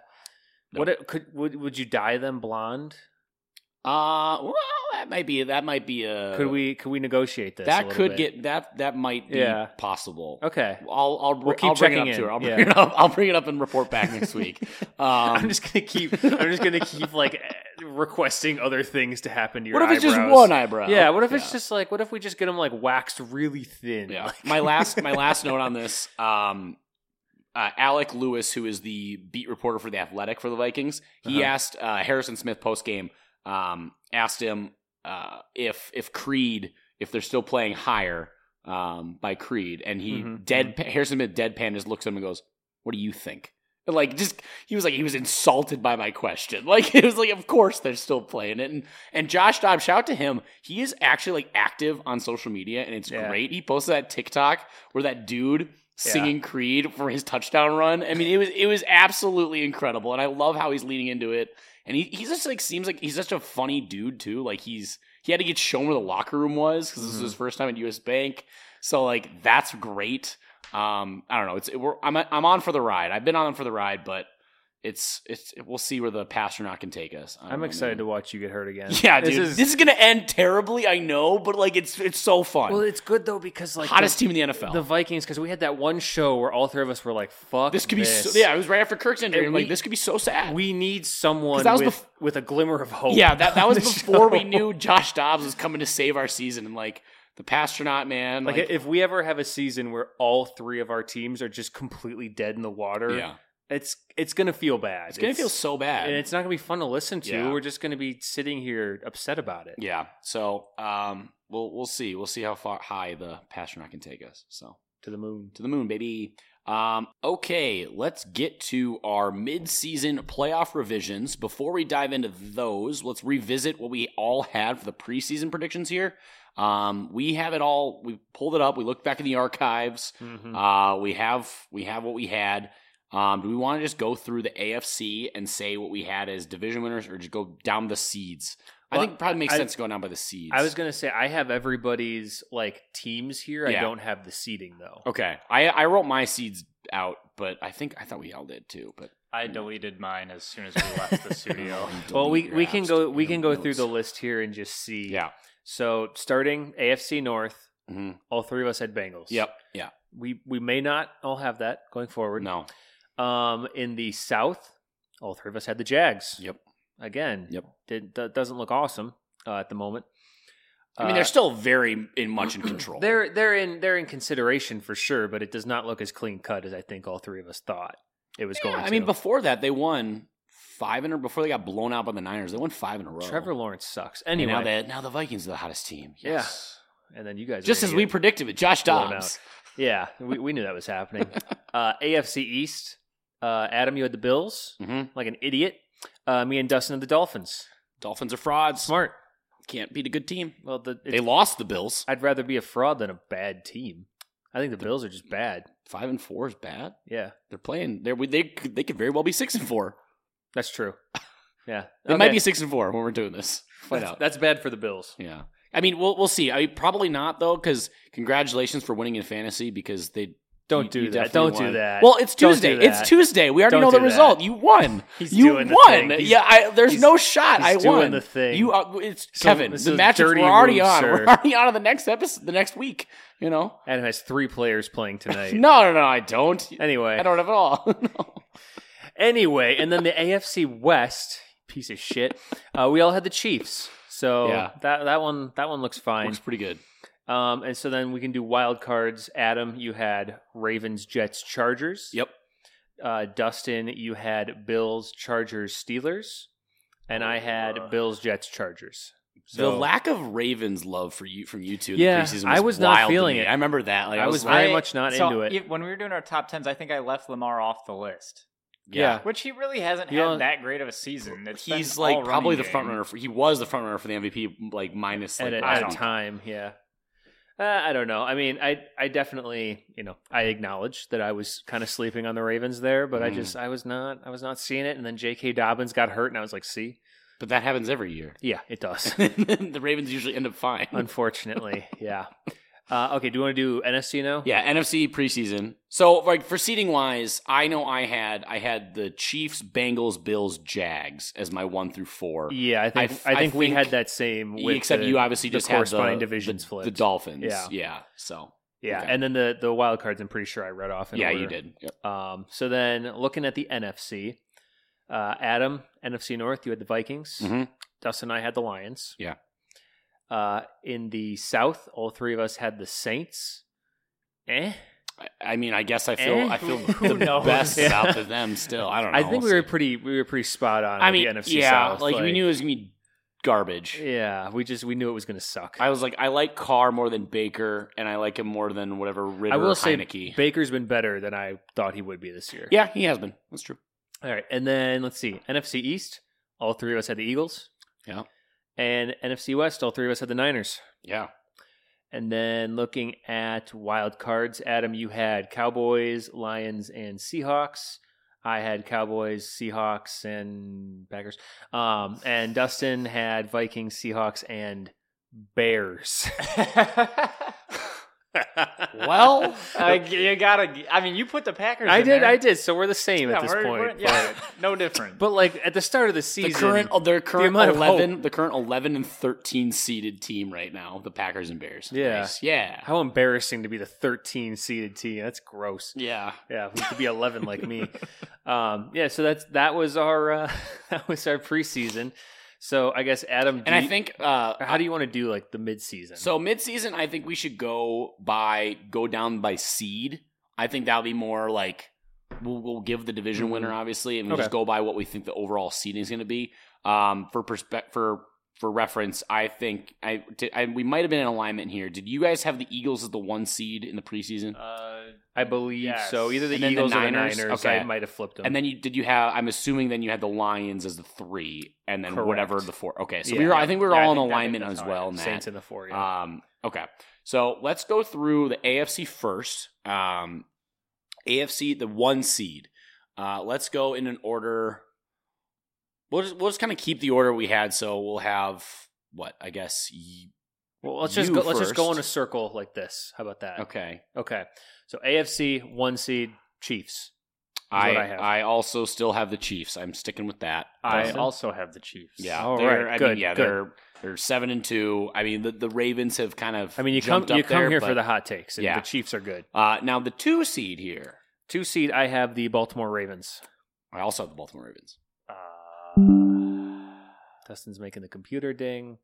S1: No.
S2: What it, could would would you dye them blonde?
S1: Uh well, that might be that might be a
S2: could we could we negotiate this? a
S1: that
S2: little
S1: could
S2: bit?
S1: get that that might be
S2: Yeah.
S1: possible.
S2: okay.
S1: I'll I'll, br-
S2: We'll keep
S1: I'll bring it up
S2: checking
S1: to
S2: in,
S1: her. I'll bring
S2: yeah.
S1: it up. I'll bring it up and report back <laughs>
S2: <laughs>
S1: next week. Um,
S2: I'm just gonna keep. I'm just gonna keep like <laughs> eh, requesting other things to happen to your.
S1: what if it's just
S2: eyebrows.
S1: one eyebrow?
S2: Yeah. What if it's just like? What if we just get them like waxed really thin?
S1: Yeah. <laughs>
S2: Like-
S1: my last my last note on this. Um, uh, Alec Lewis, who is the beat reporter for the Athletic for the Vikings, he
S2: Uh-huh.
S1: asked uh, Harrison Smith post game. Um, asked him uh, if if Creed if they're still playing higher um, by Creed, and he
S2: Mhm.
S1: dead Harrison Smith deadpan just looks at him and goes, "What do you think?" And, Like just he was like he was insulted by my question. <laughs> Like it was like of course they're still playing it. And and Josh Dobbs, shout out to him. He is actually like active on social media and it's
S2: Yeah.
S1: great. He posted that TikTok where that dude singing Creed for his touchdown run. I mean it was it was absolutely incredible. And I love how he's leading into it. And he he's just like seems like he's such a funny dude too. Like he's he had to get shown where the locker room was because this was
S2: Mhm.
S1: his first time at US Bank. So like that's great. Um, I don't know. It's it, we're, I'm I'm on for the ride. I've been on for the ride, but it's it's we'll see where the not can take us. I don't
S2: I'm
S1: know,
S2: excited to
S1: Oh, man.
S2: watch you get hurt again.
S1: Yeah,
S2: This
S1: dude,
S2: is-
S1: this is gonna end terribly. I know, but like it's it's so fun.
S2: well, it's good though because like
S1: Hottest
S2: the,
S1: team in the NFL.
S2: the Vikings because we had that one show where all three of us were like, "Fuck,
S1: this could be so, yeah. It was right after Kirk's injury.
S2: And
S1: I'm
S2: we-
S1: like this could be so sad.
S2: We need someone
S1: 'Cause that was
S2: with, with a glimmer of hope.
S1: yeah, that that
S2: on <laughs>
S1: was
S2: the
S1: before we
S2: show.
S1: knew Josh Dobbs was coming to save our season and like the Pastronaut man.
S2: Like,
S1: Like,
S2: if we ever have a season where all three of our teams are just completely dead in the water,
S1: yeah,
S2: it's it's gonna feel bad.
S1: it's gonna feel so bad.
S2: and it's not gonna be fun to listen to.
S1: Yeah.
S2: We're just gonna be sitting here upset about it.
S1: Yeah. So um, we'll we'll see. We'll see how far high the passion I can take us. So
S2: To the moon.
S1: to the moon, baby. Um, okay, let's get to our mid-season playoff revisions. Before we dive into those, let's revisit what we all had for the preseason predictions here. Um, we have it all. We pulled it up. We looked back in the archives.
S2: Mhm.
S1: Uh, we have we have what we had. Um, do we want to just go through the AFC and say what we had as division winners, or just go down the seeds? I
S2: Well,
S1: think it probably makes
S2: I-
S1: sense to go down by the seeds.
S2: I was gonna say I have everybody's like teams here.
S1: Yeah.
S2: I don't have the seating though.
S1: okay. I I wrote my seeds out, but I think I thought we all did too. But
S3: I deleted mine as soon as we
S2: <laughs>
S3: left
S1: <laughs>
S3: the studio.
S2: Well, we, we can go we can go through the
S1: list.
S2: list here and just see.
S1: yeah.
S2: So starting AFC North,
S1: Mhm.
S2: all three of us had Bengals.
S1: Yep. Yeah.
S2: We we may not all have that going forward.
S1: No.
S2: Um, in the South, all three of us had the Jags.
S1: Yep.
S2: Again.
S1: Yep.
S2: Did, that doesn't look awesome uh, at the moment.
S1: I mean,
S2: Uh,
S1: they're still very in much <clears throat> in control.
S2: they're they're in they're in consideration for sure, but it does not look as clean cut as I think all three of us thought it was
S1: Yeah,
S2: going.
S1: I mean,
S2: to.
S1: before that, they won five in a before they got blown out by the Niners. They won five in a row.
S2: Trevor Lawrence sucks.
S1: And
S2: Anyway,
S1: now that now the Vikings are the hottest team.
S2: Yeah.
S1: Yes.
S2: and then you guys,
S1: Just
S2: are
S1: as
S2: gonna
S1: we
S2: get-
S1: predicted with Josh
S2: blown
S1: Dobbs.
S2: yeah, we, we knew that was happening.
S1: <laughs>
S2: uh, AFC East, uh, Adam, you had the Bills,
S1: hmm
S2: like an idiot. Uh, me and Dustin had the Dolphins.
S1: Dolphins are frauds.
S2: Smart.
S1: Can't beat a good team.
S2: Well, the, it's-
S1: They lost the Bills.
S2: I'd rather be a fraud than a bad team. I think the Bills are just bad.
S1: Five and four is bad.
S2: Yeah,
S1: They're playing. They're, they could- they could very well be six and four.
S2: that's
S1: <laughs>
S2: true. Yeah,
S1: They might be six and four when we're doing this. Find
S2: That's,
S1: out.
S2: that's bad for the Bills.
S1: Yeah. I mean, we'll we'll see. I mean, probably not though, because congratulations for winning in fantasy because they
S2: Don't
S1: you-
S2: do
S1: you
S2: that.
S1: definitely
S2: Don't
S1: won.
S2: do that.
S1: Well, it's
S2: Don't do
S1: Tuesday.
S2: that.
S1: It's Tuesday. We already
S2: Don't
S1: know the
S2: do that.
S1: result. You won.
S2: <laughs> He's
S1: you
S2: doing the
S1: won.
S2: thing. He's-
S1: yeah, I, there's
S2: he's-
S1: no shot.
S2: he's
S1: I
S2: doing
S1: won.
S2: the thing.
S1: You are, it's
S2: So-
S1: Kevin.
S2: so
S1: the matchup we're
S2: dirty
S1: already
S2: move,
S1: on.
S2: sir.
S1: We're already on to the next episode, the next week. You know?
S2: Adam has three
S1: <laughs>
S2: players playing tonight.
S1: No, no, no. I don't.
S2: Anyway,
S1: I don't have it all. <laughs> no.
S2: anyway, and then the AFC West piece of shit. Uh, we all had the Chiefs, so
S1: Yeah.
S2: that that one that one looks fine.
S1: Looks pretty good.
S2: Um, and so then we can do wild cards. Adam, you had Ravens, Jets, Chargers.
S1: Yep.
S2: Uh, Dustin, you had Bills, Chargers, Steelers, and I
S3: Uh.
S2: had Bills, Jets, Chargers.
S1: the lack of Ravens love for you from you two. in
S2: Yeah,
S1: the preseason was
S2: I was not
S1: wild to
S2: feeling
S1: me.
S2: it.
S1: I remember that. Like,
S2: I was
S1: like,
S2: very much not
S3: so
S2: into it.
S3: if- when we were doing our top tens, I think I left Lamar off the list,
S2: yeah.
S3: which he really hasn't
S2: You know,
S3: had that great of a season. It's been
S1: he's
S3: all
S1: like
S3: running
S1: probably the
S3: game.
S1: front runner. For, he was the front runner for the MVP, like minus like
S2: at, a,
S1: last
S2: at a
S1: week.
S2: time. Yeah. Uh, I don't know. I mean, I I definitely you know I acknowledge that I was kind of sleeping on the Ravens there, but I
S1: Mm.
S2: just I was not I was not seeing it. And then J.K. Dobbins got hurt, and I was like, see,
S1: But that happens every year. <laughs>
S2: yeah, it does.
S1: the Ravens usually end up fine.
S2: Unfortunately, yeah. Uh, okay, do you want to do NFC now?
S1: Yeah, NFC preseason. So like for seeding wise, I know I had I had the Chiefs, Bengals, Bills, Jags as my one through four.
S2: Yeah, I think I
S1: I f-
S2: think,
S1: I
S2: we
S1: think-
S2: had that same. With
S1: except
S2: the-
S1: you obviously
S2: the
S1: just had the
S2: corresponding divisions
S1: the,
S2: flipped.
S1: the Dolphins.
S2: Yeah.
S1: yeah. So
S2: yeah,
S1: okay.
S2: and then the the wild cards. I'm pretty sure I read off. In
S1: yeah, you
S2: order.
S1: did. Yep.
S2: Um, so then looking at the NFC, uh, Adam NFC North, you had the Vikings.
S1: Mhm.
S2: Dustin and I had the Lions.
S1: Yeah.
S2: Uh, in the South, all three of us had the Saints. Eh.
S1: I, I mean, I guess I feel
S2: Eh?
S1: I feel
S3: Who
S1: the
S3: knows?
S1: best
S2: Yeah.
S1: about the them still. I don't know.
S2: I think
S1: We'll
S2: we were
S1: see.
S2: pretty we were pretty spot on.
S1: I
S2: with
S1: mean,
S2: the NFC
S1: yeah,
S2: South.
S1: like, we knew it was gonna be garbage.
S2: Yeah, we just we knew it was gonna suck.
S1: I was like, I like Carr more than Baker, and I like him more than whatever Ritter
S2: I will
S1: or
S2: say
S1: Heineke.
S2: Baker's been better than I thought he would be this year.
S1: yeah, he has been. That's true.
S2: All right, and then let's see. NFC East, all three of us had the Eagles.
S1: Yeah.
S2: And NFC West, all three of us had the Niners.
S1: Yeah.
S2: And then looking at wild cards, Adam, you had Cowboys, Lions, and Seahawks. I had Cowboys, Seahawks, and Packers. Um, and Dustin had Vikings, Seahawks, and <laughs> Bears.
S1: Well,
S3: Uh, you gotta. I mean, you put the Packers.
S2: I
S3: in
S2: did,
S3: there.
S2: I did. So we're the same
S3: Yeah,
S2: at this
S3: we're-
S2: point.
S3: we're- yeah, <laughs> no different.
S2: But like at the start of the
S1: the
S2: season,
S1: current their current
S2: amount of
S1: eleven, the current eleven and thirteen seeded team right now, the Packers and Bears.
S2: Yeah.
S1: Nice. yeah,
S2: how embarrassing to be the 13 seeded team. That's gross.
S1: yeah.
S2: Yeah, we could be 11
S1: <laughs>
S2: like me. Um, yeah, so that's that was our uh, <laughs> that was our preseason. So I guess Adam, do
S1: And I
S2: you-
S1: think uh,
S2: how do you want to do like the midseason?
S1: So midseason, I think we should go by go down by seed. I think that'll be more like we'll, we'll give the division
S2: Mhm.
S3: Mm-hmm.
S1: winner obviously, and we
S2: Okay.
S1: just go by what we think the overall seeding is going to be. Um, for perspective, for for reference, I think I, did, I we might have been in alignment here. Did you guys have the Eagles as the one seed in the preseason?
S3: uh,
S2: I believe
S3: Yes.
S2: so. Either the
S1: And then the
S2: Eagles or the
S1: Niners?
S2: Niners.
S1: Okay.
S2: I might have flipped them.
S1: and then you did you have? I'm assuming then you had the Lions as the three, and then
S2: Correct.
S1: whatever the four. Okay, so
S2: Yeah.
S1: we were. I think we were
S3: Yeah, I
S1: all in
S3: think that-
S1: alignment
S3: that's
S1: as
S3: how I
S1: well. in that.
S2: Saints in the four. Yeah.
S1: Um, okay. So let's go through the AFC first. Um, AFC, the one seed. Uh, let's go in an order. We'll just, we'll just kind of keep the order we had. So we'll have what I guess. y-
S2: well, let's just
S1: you
S2: go, let's just go
S1: first.
S2: in a circle like this. How about that?
S1: Okay.
S2: Okay. So AFC one seed Chiefs.
S1: I
S2: what
S1: I,
S2: I have.
S1: also still have the Chiefs. I'm sticking with that.
S3: I
S1: Um,
S3: also have the Chiefs.
S1: yeah.
S2: All
S1: they're-
S2: right,
S1: I mean,
S2: good,
S1: yeah,
S2: good.
S1: they're they're seven and two. I mean, the, the Ravens have kind of.
S2: I mean, you come
S1: jumped up
S2: you come
S1: there,
S2: here
S1: but-
S2: for the hot takes, and
S1: Yeah.
S2: the Chiefs are good.
S1: Uh, now the two seed here.
S2: Two seed, I have the Baltimore Ravens.
S1: I also have the Baltimore Ravens.
S3: Uh,
S2: Dustin's making the computer ding.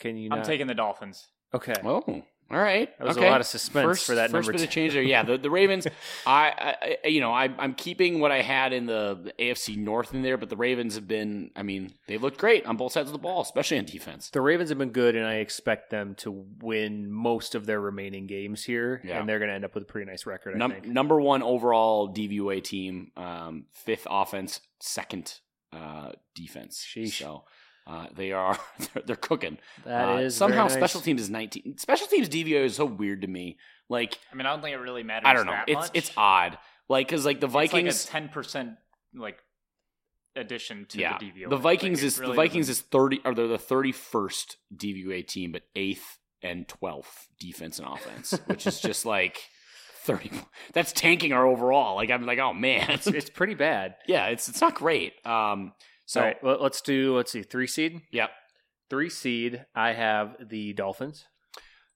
S2: Can you?
S3: I'm
S2: not-
S3: taking the Dolphins.
S2: Okay.
S1: Oh, all right.
S2: That was a
S1: okay.
S2: lot of suspense
S1: first,
S2: for that
S1: first
S2: number
S1: bit
S2: two.
S1: of change there. Yeah, the, the Ravens. I, I- I, you know, I, I'm keeping what I had in the AFC North in there, but the Ravens have been. I mean, they've looked great on both sides of the ball, especially on defense.
S2: <laughs> The Ravens have been good, and I expect them to win most of their remaining games here,
S1: Yeah.
S2: and they're going to end up with a pretty nice record. I
S1: Num-
S2: think.
S1: number one overall DVOA team, um, fifth offense, second uh, defense.
S2: Sheesh.
S1: So uh, they are <laughs> they're, they're cooking.
S2: That
S1: Uh,
S2: is very
S1: somehow
S2: nice.
S1: special teams is 19. Special teams DVOA is so weird to me. Like
S3: I mean, I don't think it really matters.
S1: I don't know,
S3: that
S1: it's
S3: much.
S1: it's odd. Like because like the
S3: It's like
S1: Vikings.
S3: a ten percent like addition to
S1: Yeah.
S3: the DVOA.
S1: The Vikings
S3: Like, it
S1: is
S3: really
S1: the Vikings
S3: doesn't-
S1: is thirty or they're the thirty first DVOA team, but eighth and twelfth defense and offense, which is
S3: <laughs>
S1: just like thirty. That's tanking our overall. Like I'm like, oh man,
S2: It's, it's pretty bad.
S1: <laughs> yeah, it's it's not great. Um, so
S2: So All right, well, let's do. Let's see, three seed.
S1: Yep.
S2: Three seed. I have the Dolphins.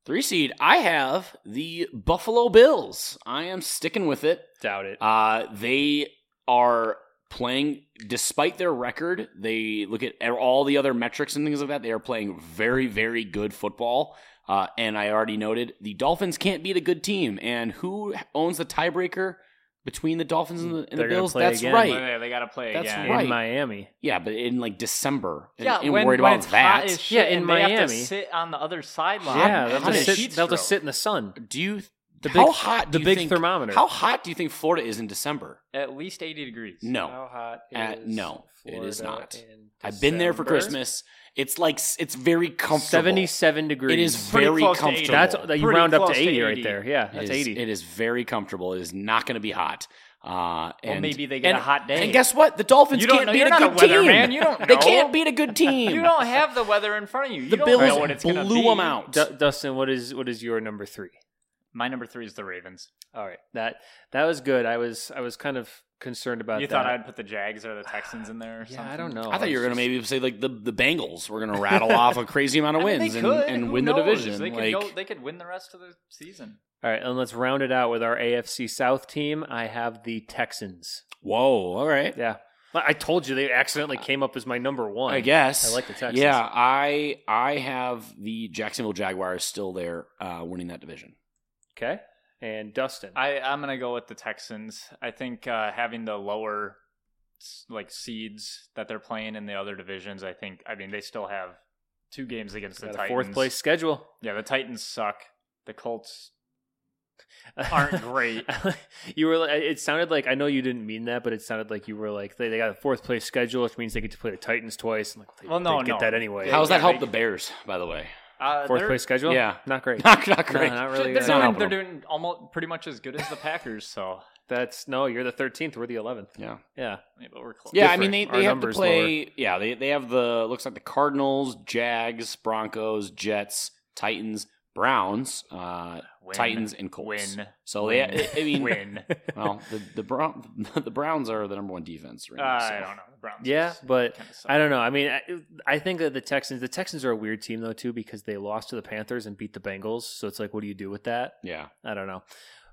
S1: three seed, I have the Buffalo Bills. I am sticking with it.
S2: Doubt it.
S1: Uh, they are playing, despite their record, they look at e-, all the other metrics and things like that. They are playing very, very good football. Uh, and I already noted the Dolphins can't beat a good team. And who owns the tiebreaker between the Dolphins and the, and the
S2: They're gonna
S1: Bills?
S2: play
S1: That's
S2: again.
S1: right.
S3: Well, They got to play
S1: That's
S3: again.
S2: in
S1: right.
S2: Miami.
S1: Yeah, but in like December. And- and
S3: when,
S1: worried
S3: when
S1: about
S3: it's
S1: that.
S3: hot as shit
S2: Yeah, in
S3: and they have to
S2: Miami.
S3: sit on the other sideline.
S2: yeah,
S1: how
S2: they'll
S1: did
S2: just,
S1: she
S2: sit, they'll just
S3: stroke.
S2: sit in the sun.
S1: do you
S2: The
S1: how
S2: big-
S1: hot do
S2: the
S1: you
S2: big
S1: think,
S2: thermometer.
S1: How hot do you think Florida is in December?
S3: At least 80 degrees.
S1: No.
S4: How hot
S1: Uh,
S4: is
S1: no, it is
S4: Florida
S1: not.
S4: in
S1: I've been there for
S4: December?
S1: Christmas. It's like s- it's very comfortable.
S2: Seventy-seven degrees.
S1: It is
S3: Pretty
S1: very
S3: close to
S1: comfortable.
S3: 80.
S2: That's
S1: It
S2: that you
S3: Pretty
S2: round up to
S3: close to
S2: 80, right
S3: 80.
S2: there. Yeah, that's
S1: is-
S2: eighty.
S1: It is very comfortable. It is not going to be hot. Uh, and
S3: Well, maybe they get
S1: and-
S3: a hot day.
S1: And guess what? The Dolphins
S3: You don't
S1: can't
S3: know-
S1: beat
S3: you're
S1: a
S3: not a
S1: good team.
S3: weatherman. You don't
S1: They
S3: know.
S1: can't beat a good team.
S3: <laughs> you don't have the weather in front of you. You
S1: the
S3: don't
S1: Bills
S3: know what it's gonna
S1: blew
S3: be.
S1: them out.
S2: Du- Dustin, what is what is your number three?
S3: My number three is the Ravens.
S2: All right, that that was good. I was I was kind of concerned about.
S3: you
S2: that.
S3: thought I'd put the
S1: <sighs>
S3: Jags or the Texans in there or
S2: Yeah,
S3: something?
S2: I don't know.
S1: I thought you were
S2: It's
S1: going to
S2: just-
S1: maybe say like the the Bengals were going to rattle off a crazy
S3: <laughs>
S1: amount of
S3: I mean,
S1: wins
S3: they
S1: and,
S3: could.
S1: and
S3: Who
S1: win the
S3: knows?
S1: division.
S3: They could,
S1: like,
S3: go, they could win the rest of the season.
S2: All right, and let's round it out with our AFC South team. I have the Texans.
S1: whoa, all right.
S2: Yeah, I I told you they accidentally came up as my number one.
S1: Uh, I guess.
S2: I like the Texans.
S1: Yeah, I I have the Jacksonville Jaguars still there, uh, winning that division.
S2: Okay. And Dustin.
S3: I, I'm going to go with the Texans. I think uh, having the lower s- like seeds that they're playing in the other divisions, I think, I mean, they still have two games against the
S2: got a
S3: Titans.
S2: fourth place schedule. <laughs>
S3: Yeah, the Titans suck. The Colts aren't great.
S2: <laughs> you were. like- It sounded like I know you didn't mean that, but it sounded like you were like they, they got a fourth place schedule, which means they get to play the Titans twice. i like, they,
S3: Well, no,
S2: they get
S3: no.
S2: that anyway.
S3: Yeah,
S1: How's that
S3: yeah,
S1: help
S3: they-
S1: the Bears, by the way?
S3: Uh,
S2: fourth
S3: they're-
S2: place schedule?
S1: Yeah. <laughs>
S2: not <laughs> great.
S1: Not not great.
S2: No, not
S3: They're,
S2: really.
S3: they're
S1: not
S2: good.
S3: doing,
S1: helping
S3: they're
S1: them.
S3: doing almost pretty much as good as the Packers, so
S2: That's no. You're the thirteenth. We're the eleventh.
S1: yeah.
S2: Yeah.
S3: <laughs> yeah, but we're close.
S1: Yeah, I
S2: different.
S1: mean they,
S2: Our
S1: they have to
S2: numbers
S1: play. Yeah, they they have the looks like the Cardinals, Jags, Broncos, Jets, Titans, Browns, uh,
S3: Win,
S1: Titans, and Colts.
S3: Win.
S1: So
S3: win,
S1: they, I mean,
S2: <laughs>
S3: <laughs> win.
S1: well, the the, Brown, <laughs> the Browns are the number one defense right
S3: Uh,
S1: now. so.
S3: I don't know. The Browns.
S2: Yeah, but
S3: kinda suck.
S2: I don't know. I mean, I, I think that the Texans. The Texans are a weird team though too because they lost to the Panthers and beat the Bengals. So it's like, what do you do with that?
S1: Yeah,
S2: I don't know.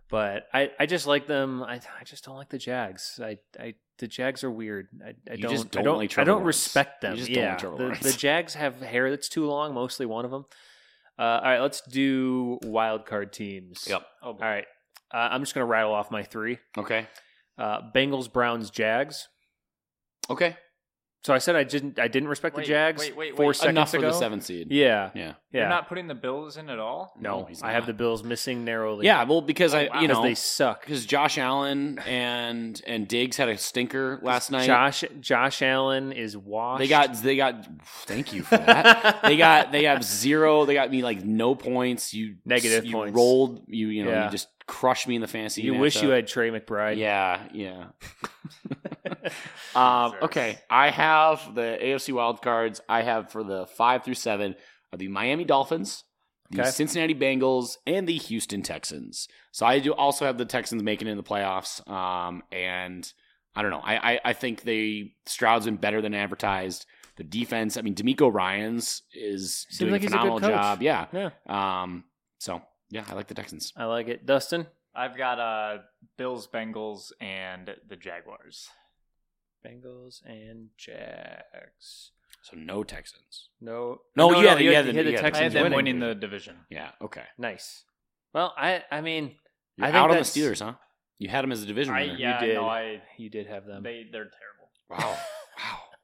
S2: But I, I just like them. I, I just don't like the Jags. I, I the Jags are weird. I, I
S1: You
S2: don't,
S1: just
S2: I
S1: don't
S2: don't
S1: like
S2: I
S1: Trevor
S2: don't
S1: Lawrence.
S2: respect them.
S1: You just don't
S2: yeah,
S1: like Trevor
S2: the,
S1: Lawrence.
S2: the Jags have hair that's too long. Mostly one of them. Uh, all right, let's do wild card teams.
S1: Yep.
S3: Oh,
S2: All right, uh, I'm just gonna rattle off my three:
S1: Okay.
S2: uh, Bengals, Browns, Jags.
S1: Okay.
S2: So I said I didn't I didn't respect
S3: Wait,
S2: the Jags
S3: wait, wait,
S2: four
S3: wait.
S2: seconds
S1: Enough for
S2: ago.
S1: the seven seed.
S2: Yeah,
S1: Yeah.
S2: yeah.
S3: You're not putting the Bills in at all.
S2: no,
S1: he's
S2: I have
S1: not.
S2: the Bills missing narrowly.
S1: Yeah. Well, because
S3: Oh,
S1: I,
S3: wow.
S1: you
S2: because
S1: know,
S2: they suck.
S1: because Josh Allen and and Diggs had a stinker last night.
S2: Josh Josh Allen is washed.
S1: They
S2: <laughs>
S1: got they got. Thank you for that. they got they have zero. They got me like no points. You
S2: Negative
S1: you
S2: points.
S1: Rolled you you know
S2: Yeah.
S1: you just crushed me in the fantasy.
S2: You wish you
S1: matchup.
S2: had Trey McBride.
S1: Yeah,
S2: <laughs>
S1: yeah. um,
S3: Jesus.
S1: okay, I have the AFC wild cards. I have for the five through seven are the Miami Dolphins, the
S2: Okay.
S1: Cincinnati Bengals, and the Houston Texans. So I do also have the Texans making it in the playoffs. Um, and I don't know. I I, I think they Stroud's been better than advertised. The defense. I mean, D'Amico Ryan's is
S2: Seems
S1: doing
S2: like
S1: a
S2: he's a good
S1: phenomenal
S2: coach.
S1: job. Yeah.
S2: Yeah.
S1: Um. So yeah, I like the Texans.
S2: I like it. Dustin?
S3: I've got uh, Bills, Bengals, and the Jaguars.
S2: Bengals and Jags.
S1: So no Texans.
S2: No.
S1: No, you had it, you had it,
S2: the
S1: you had it.
S2: Texans
S3: I had them
S2: winning.
S3: winning the division.
S1: Yeah. Okay.
S2: Nice. Well, I I mean,
S1: You're
S2: I think
S1: out on the
S2: that's-
S1: Steelers, huh? You Oh. had them as a division
S3: I,
S1: winner.
S3: yeah,
S2: did.
S3: no, I
S2: you did have them.
S3: they they're terrible.
S1: Wow. <laughs>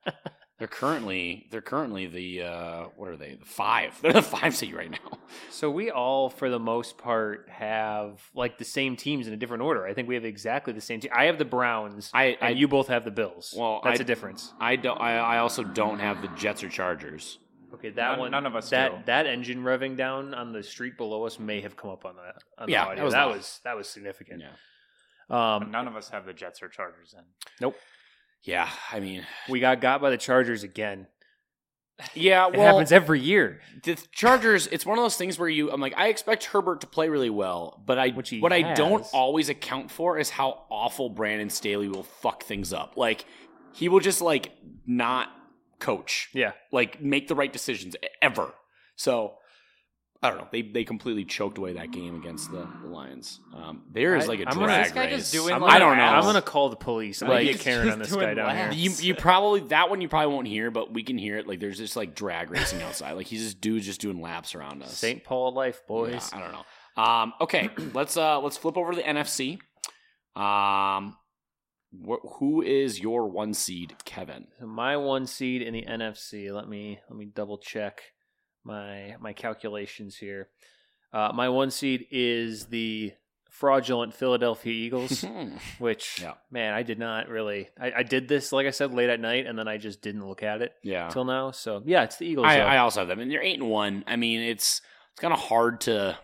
S1: Wow. they're currently they're currently the uh what are they? The five. They're the five seed right now.
S2: <laughs> So we all, for the most part, have like the same teams in a different order. I think we have exactly the same team. I have the Browns,
S1: I I
S2: and you both have the Bills.
S1: Well,
S2: that's
S1: I-
S2: a difference.
S1: I don't I, I also don't have the Jets or Chargers.
S2: Okay, that
S3: None-
S2: one.
S3: none of us
S2: That
S3: do.
S2: that engine revving down on the street below us may have come up on that. On the
S1: Yeah,
S2: audio.
S1: that was
S2: that
S1: loud.
S2: was that was significant.
S1: Yeah.
S3: But
S2: Um,
S3: none of us have the Jets or Chargers in.
S1: Yeah, I mean
S2: we got got by the Chargers again.
S1: Yeah,
S2: It happens every year.
S1: the Chargers, it's one of those things where you, I'm like, I expect Herbert to play really well, but I,
S2: Which he
S1: what I
S2: has.
S1: don't always account for is how awful Brandon Staley will fuck things up. Like, he will just like not coach,
S2: Yeah.
S1: like make the right decisions e- ever. So I don't know. They they completely choked away that game against the, the Lions. Um, there is
S2: I-
S1: like a
S2: I'm gonna-
S1: drag
S2: this
S3: guy
S1: race.
S3: just doing,
S1: I'm-
S3: like,
S1: I don't know.
S2: I'm
S3: laps.
S2: gonna call the police. I'm
S1: Like,
S2: gonna be a Karen
S3: just
S2: on this
S3: doing
S2: guy down here.
S3: laps.
S1: You you probably that one you probably won't hear, but we can hear it. Like there's just like drag racing outside. Like he's just dudes just doing laps around us.
S2: St. Paul life, boys.
S1: Yeah, I don't know. Um,
S2: <clears throat>
S1: okay, let's uh, let's flip over to the NFC. Um, wh- who is your one seed,
S2: <laughs>
S1: Kevin?
S2: So my one seed in the NFC. Let me let me double check my my calculations here. Uh, my one seed is the fraudulent Philadelphia Eagles,
S1: Hmm.
S2: which,
S1: Yeah.
S2: man, I did not really. I, I did this, like I said, late at night, and then I just didn't look at it
S1: yeah.
S2: till now. So, yeah, it's the Eagles.
S1: I,
S2: though.
S1: I also have them, and they're eight and one. I mean, it's it's kind of hard to.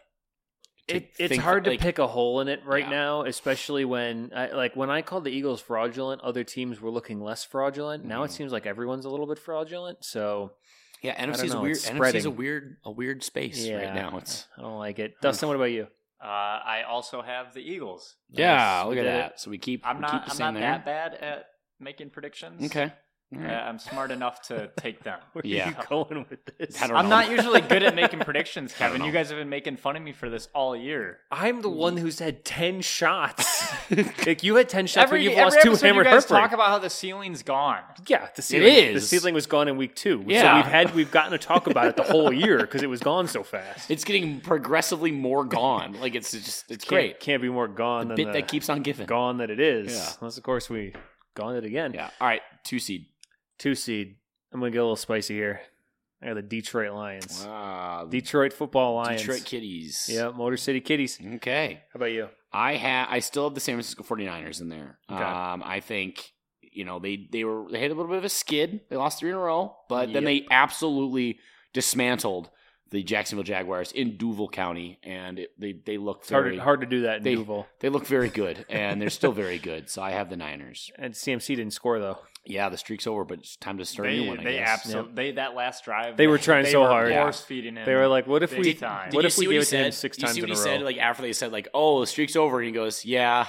S1: to
S2: it, it's
S1: think-
S2: hard to
S1: like,
S2: pick a hole in it right
S1: Yeah.
S2: now, especially when, I, like, when I called the Eagles fraudulent, other teams were looking less fraudulent. Now it
S1: Mhm.
S2: seems like everyone's a little bit fraudulent. So,
S1: Yeah,
S2: don't
S1: NFC's
S2: know,
S1: weird.
S2: it's
S1: NFC's a
S2: spreading.
S1: weird a weird space
S2: yeah,
S1: right now. It's
S2: I don't like it. Dustin, what about you? <laughs>
S3: Uh, I also have the Eagles.
S1: yeah.
S2: Nice.
S1: Look
S2: We
S1: at
S2: did
S1: that. So we keep.
S3: I'm
S1: we
S3: not.
S1: keep the
S3: I'm
S1: same
S3: not
S1: there.
S3: that bad at making predictions.
S1: Okay. All
S3: Uh,
S1: right.
S3: I'm smart enough
S2: <laughs>
S3: to take them.
S2: Where
S1: Yeah.
S2: are you going with this?
S1: I don't
S3: I'm
S1: know.
S2: <laughs>
S3: not usually good at making predictions,
S1: I don't
S3: Kevin. You
S1: know.
S3: guys have been making fun of me for this all year.
S2: I'm the
S1: Mm.
S2: one who's had ten
S1: <laughs>
S2: shots. like you had ten shots,
S3: every
S2: but you've
S3: every
S2: lost two
S3: episode you
S2: hammered
S3: guys
S2: Herford.
S3: talk about how the ceiling's gone.
S2: yeah, the ceiling.
S1: is.
S2: The ceiling was gone in week two. So
S1: Yeah.
S2: we've had we've gotten to talk about it the whole <laughs> year because it was gone so fast.
S1: It's getting progressively more gone. Like it's just it's
S2: Can't-
S1: great.
S2: Can't, be more gone than
S1: Bit
S2: the
S1: that keeps on giving.
S2: gone that it is.
S1: Yeah.
S2: Unless of course we gone it again.
S1: Yeah. All right. Two seed.
S2: Two seed. I'm gonna get a little spicy here. I got the Detroit Lions.
S1: Ah, the
S2: Detroit football Lions.
S1: Detroit Kitties.
S2: Yeah, Motor City Kitties. How
S1: Okay.
S2: about you?
S1: I ha- I still have the San Francisco 49ers in there.
S2: Okay.
S1: Um, I think you know they they were they had a little bit of a skid. They lost three in a row, but then they absolutely dismantled the Jacksonville Jaguars in Duval County, and it, they they look
S2: It's hard
S1: very
S2: to, hard to do that in
S1: They-
S2: Duval.
S1: they look very good, and they're still very good. So I have the Niners.
S2: And CMC didn't score though.
S1: Yeah, the streak's over, but it's time to start a
S3: They,
S1: new one. I
S3: they
S1: guess.
S3: absolutely they that last drive.
S2: They were trying so hard.
S1: Yeah.
S3: Force feeding him.
S2: They were like, "What if
S3: Big
S2: we?
S3: time. Did
S2: What
S1: you
S2: if
S1: see
S2: we
S1: what he
S2: gave it to him
S1: said?
S2: six
S1: Did you
S2: times
S1: see
S2: in
S1: what
S2: a
S1: he
S2: row?"
S1: said like after they said like oh the streak's over and he goes yeah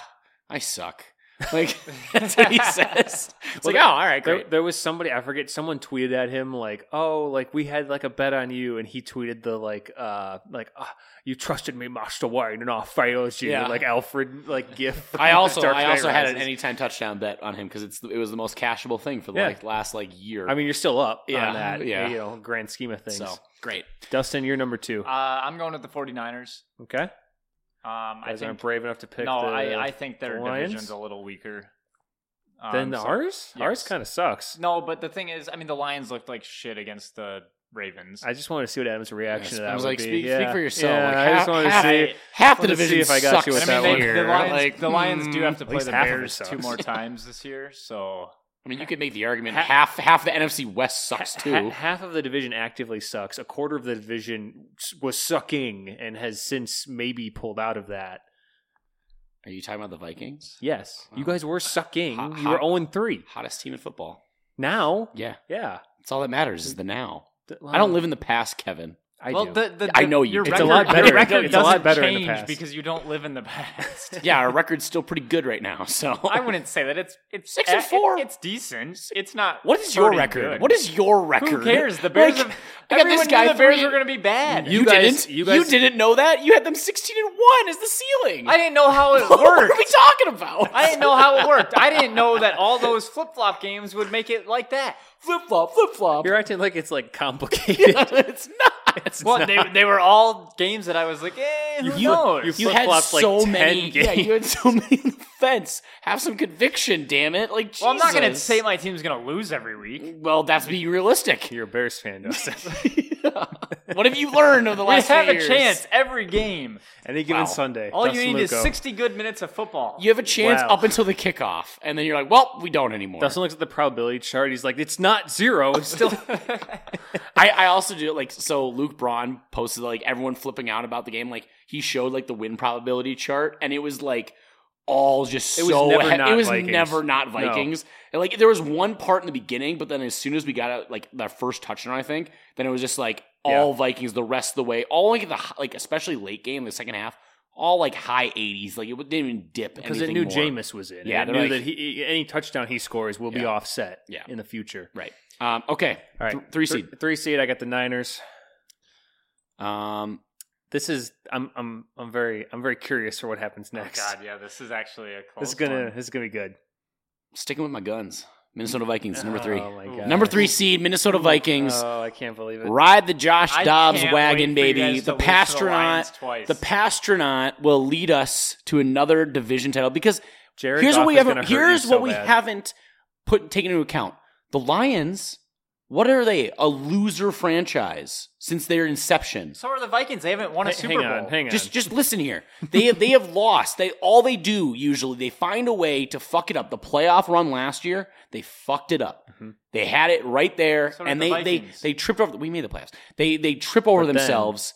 S1: i
S2: <laughs>
S1: suck like <laughs> that's what he says it's
S2: Well,
S1: like oh all right
S2: there,
S1: great
S2: there was somebody I forget. Someone tweeted at him like, "Oh, like we had like a bet on you," and he tweeted the like, uh, like "Ah, you trusted me, Master Wayne, and I failed you.
S1: Yeah.
S2: Like Alfred, like gif.
S1: <laughs> i also
S2: Dark
S1: i
S2: Knight
S1: also had an
S2: Rises.
S1: anytime touchdown bet on him because it's the- it was the most cashable thing for the
S2: Yeah.
S1: like, last like year
S2: I mean, you're still up
S1: Yeah,
S2: on
S1: <laughs>
S2: that.
S1: yeah.
S2: You know, grand scheme of things.
S1: so great
S2: Dustin, you're number two.
S3: uh, "I'm going with the 49ers."
S2: okay,
S3: Um, I
S2: guys
S3: think
S2: aren't brave enough to pick.
S3: no,
S2: the,
S3: I, I think their
S2: the Lions?
S3: division's a little weaker. Um,
S2: then the
S3: so-
S2: ours. Ours
S3: yes.
S2: kind of sucks.
S3: No, but the thing is, I mean, the Lions looked like shit against the Ravens.
S2: I just want to see what Adam's reaction
S1: Yes.
S2: to that
S1: I was
S2: would
S1: like,
S2: be.
S1: speak- speak
S2: Yeah.
S1: for yourself.
S2: Yeah,
S1: Like,
S2: I just
S1: half-
S2: wanted to
S1: half-
S2: see.
S1: half the
S2: Wanted to see
S1: division
S2: if I got
S1: sucks
S2: you with
S1: this
S2: that
S3: I mean,
S1: year.
S3: they, the Lions,
S1: like,
S3: the Lions do have to
S2: mm, at
S3: play
S2: least
S3: the
S2: half of it
S3: Bears
S2: sucks. <laughs>
S3: two more times this year, so
S1: I mean, you could make the argument
S2: Ha-
S1: half half the NFC West sucks
S2: Ha-
S1: too.
S2: ha- half of the division actively sucks. A quarter of the division s- was sucking and has since maybe pulled out of that.
S1: Are you talking about the Vikings?
S2: Yes, you
S1: Wow.
S2: guys were sucking.
S1: Hot-
S2: you were
S1: hot-
S2: zero and three.
S1: Hottest team in football.
S2: Now,
S1: Yeah,
S2: yeah,
S1: that's all that matters is the now.
S2: Th-
S1: I
S3: Um,
S1: don't live in the past, Kevin.
S2: I
S3: well,
S2: do.
S3: the, the,
S1: I know you
S3: Your
S1: do.
S2: It's a
S3: record,
S2: lot better.
S3: Your record
S2: It's a lot
S3: doesn't
S2: better in the
S3: change
S2: past.
S3: because you don't live in
S2: <laughs>
S3: the past.
S1: Yeah, our record's still pretty good right now. So
S3: <laughs> I wouldn't say that. It's it's eh,
S1: Six and
S3: it-
S1: four.
S3: it's decent. It's not.
S1: What is your
S3: pretty
S1: record?
S3: good.
S1: What is your record?
S3: Who cares? The Bears.
S1: Like,
S3: have,
S1: I got
S3: everyone
S1: this
S3: knew
S1: guy.
S3: The Bears
S1: very-
S3: were going to be bad.
S1: You,
S2: You guys-
S1: didn't.
S2: you
S1: You,
S2: guys-
S1: didn't know that. You had them sixteen and one as the ceiling.
S3: I didn't know
S2: <laughs>
S3: how
S1: <laughs>
S3: it
S1: what are
S3: worked.
S1: we talking about?
S3: I didn't know how it worked. I didn't know that all those flip flop games would make it like that.
S1: flip flop, flip flop.
S2: You're acting like it's like <laughs> complicated.
S1: it's
S2: <laughs>
S1: not.
S3: Well, they, they were all games that I was like, eh, who
S2: You-
S3: knows?
S2: you-
S1: you had
S2: flip-flopped, like,
S1: so
S2: 10 <laughs>
S1: many. Yeah, you had so many on the fence. Have some conviction, damn it! Like,
S3: well, I'm not going to
S1: Jesus.
S3: say my team's going to lose every week.
S1: Well, that's being realistic.
S2: You're a Bears fan, <laughs> Dustin.
S1: What have you learned over the
S3: We
S1: last? few
S3: have a
S1: years?
S3: chance every game.
S2: Any given
S1: Wow.
S2: Sunday,
S3: All
S2: Dustin
S3: you need
S2: Luco.
S3: is 60 good minutes of football.
S1: You have a chance
S2: Wow.
S1: up until the kickoff, and then you're like, "Well, we don't anymore."
S2: Dustin looks at the probability chart. He's like, it's not zero.
S1: <laughs>
S2: It's still.
S1: I, I also do it like so. Luke Braun posted like everyone flipping out about the game. Like he showed like the win probability chart, and it was like all just
S2: It was
S1: so
S2: never
S1: he-
S2: not
S1: it was
S2: Vikings.
S1: never not
S2: No.
S1: Vikings. And like there was one part in the beginning, but then as soon as we got out like that first touchdown, I think then it was just like all Vikings the rest of the way. All like the hi- like especially late game, the second half, all like high eighties. Like it didn't even dip
S2: Because it
S1: anything
S2: knew
S1: more.
S2: Jameis was in.
S1: Yeah,
S2: Yeah, it
S1: they're
S2: knew
S1: like-
S2: that he, any touchdown he scores will be
S1: Yeah.
S2: offset
S1: Yeah.
S2: in the future.
S1: Right. Um, okay.
S2: All right,
S1: Th- three
S2: Th-
S1: seed.
S2: three seed. I got the Niners.
S1: Um,
S2: This is I'm I'm I'm very I'm very curious for what happens
S3: Oh,
S2: next.
S3: God, yeah, this is actually a close
S2: this is gonna
S3: one.
S2: this is gonna be good.
S1: sticking with my guns. Minnesota Vikings number three.
S2: Oh my
S3: Ooh.
S2: God.
S1: Number three seed, Minnesota Vikings.
S2: Oh, I can't believe it.
S1: Ride the Josh
S3: I
S1: Dobbs
S3: can't
S1: wagon,
S3: wait for you
S1: baby.
S3: guys to
S1: The
S3: lose to Lions
S1: Pastronaut.
S3: twice.
S1: The Pastronaut will lead us to another division title because
S2: Jared
S1: here's what
S2: Goff
S1: we
S2: is gonna
S1: haven't
S2: hurt you
S1: here's
S2: so
S1: what we
S2: bad.
S1: haven't put taken into account. The Lions What are they? A loser franchise since their inception.
S3: So are the Vikings. They haven't won a
S2: Hang-
S3: Super
S2: hang
S3: Bowl.
S2: on, hang on.
S1: Just just listen here. They have they have lost. They all they do usually they find a way to fuck it up. The playoff run last year, they fucked it up.
S2: Mhm.
S1: They had it right there,
S3: So did
S1: and
S3: the
S1: they, they
S3: Vikings.
S1: they tripped over. We made the playoffs. They they trip over
S2: But then-
S1: themselves,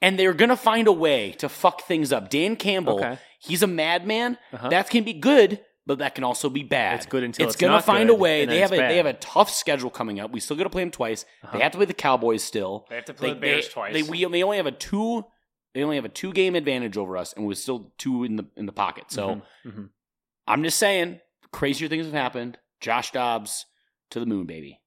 S1: and they're gonna find a way to fuck things up. Dan Campbell,
S2: Okay.
S1: he's a madman.
S2: Uh-huh.
S1: That can be good, but that can also be bad.
S2: It's good until it's
S1: gonna
S2: not
S1: find
S2: good,
S1: a way.
S2: and
S1: They
S2: then
S1: have a
S2: it's
S1: they
S2: bad. Uh-huh.
S1: have a tough schedule coming up. We still got to play them twice. They have to play the Cowboys still.
S3: They have to play the Bears twice.
S1: They, we, they only have a two. They only have a two game advantage over us, and we're still two in the in the pocket. So
S2: Mhm, mhm.
S1: I'm just saying, crazier things have happened. Josh Dobbs to the moon, baby.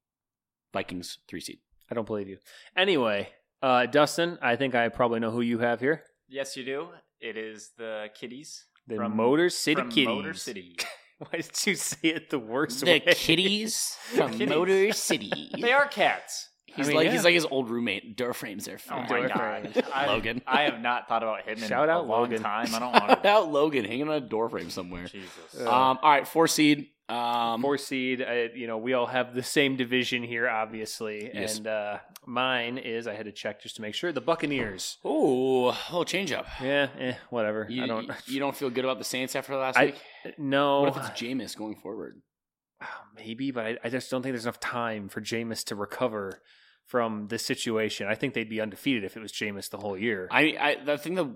S1: Vikings three seed.
S2: I don't believe you. Anyway, uh, Dustin, I think I probably know who you have here.
S3: yes, you do. It is the Kitties.
S2: The
S3: From-
S2: Motor City
S3: from
S2: Kitties.
S3: Motor City.
S2: <laughs> Why did you say it the worst
S1: The
S2: <laughs> way?
S1: kitties from
S3: Kitties.
S1: Motor City.
S3: they are cats.
S1: He's
S2: I mean,
S1: like
S2: yeah.
S1: he's like his old roommate. Door frames are
S3: Oh
S1: fine.
S3: my
S2: Door
S3: god,
S2: frame.
S3: I,
S1: <laughs> Logan.
S3: I have not thought about him in
S2: Shout
S3: a
S2: out
S3: long
S2: Logan.
S3: time.
S2: <laughs>
S3: I don't want to.
S1: <laughs> Without Logan hanging on a door frame somewhere.
S3: Jesus.
S2: Uh,
S1: Um, all right, four seed. Um,
S2: Four seed. I, you know, we all have the same division here, obviously.
S1: Yes.
S2: And uh, mine is. I had to check just to make sure. The Buccaneers.
S1: Ooh, a little change up.
S2: Yeah. Eh, whatever.
S1: You
S2: I
S1: don't,
S2: <laughs> don't.
S1: you don't feel good about the Saints after last
S2: I- eh, Oh.
S1: week?
S2: No.
S1: What if it's Jameis going forward?
S2: <sighs> Maybe, but I, I just don't think there's enough time for Jameis to recover from this situation. I think they'd be undefeated if it was Jameis the whole year.
S1: I, I, I think the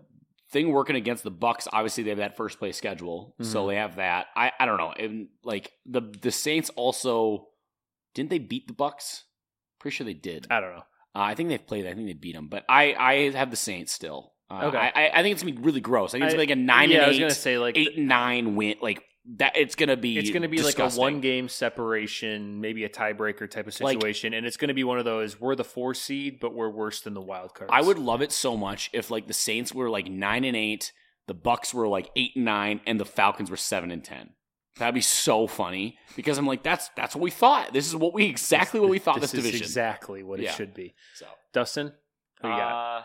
S1: thing working against the Bucks, obviously they have that first place schedule, so
S2: Mhm.
S1: they have that. I, I don't know. And like the the Saints also didn't they beat the Bucks? Pretty sure they did. Uh,
S2: I don't know.
S1: I think they've played. I think they beat them, but I, I have the Saints still. Uh,
S2: Okay.
S1: I, I- I think it's gonna be really gross. I think it's
S2: I-
S1: gonna be like a nine
S2: yeah, I
S1: and
S2: was
S1: eight,
S2: gonna say like
S1: eight and nine win. Like that, it's gonna be.
S2: it's going to be
S1: disgusting.
S2: like a one game separation, maybe a tiebreaker type of
S1: Like-
S2: situation, and it's going to be one of those we're the four seed, but we're worse than the wild cards.
S1: I would love it so much if like the Saints were like nine and eight, the Bucks were like eight and nine, and the Falcons were seven and ten. That'd be so funny because I'm like, that's that's what we thought. This is what we exactly what we thought this,
S2: is
S1: division.
S2: exactly what
S1: Yeah.
S2: it should be.
S1: so
S2: Dustin, who you got?
S3: Uh,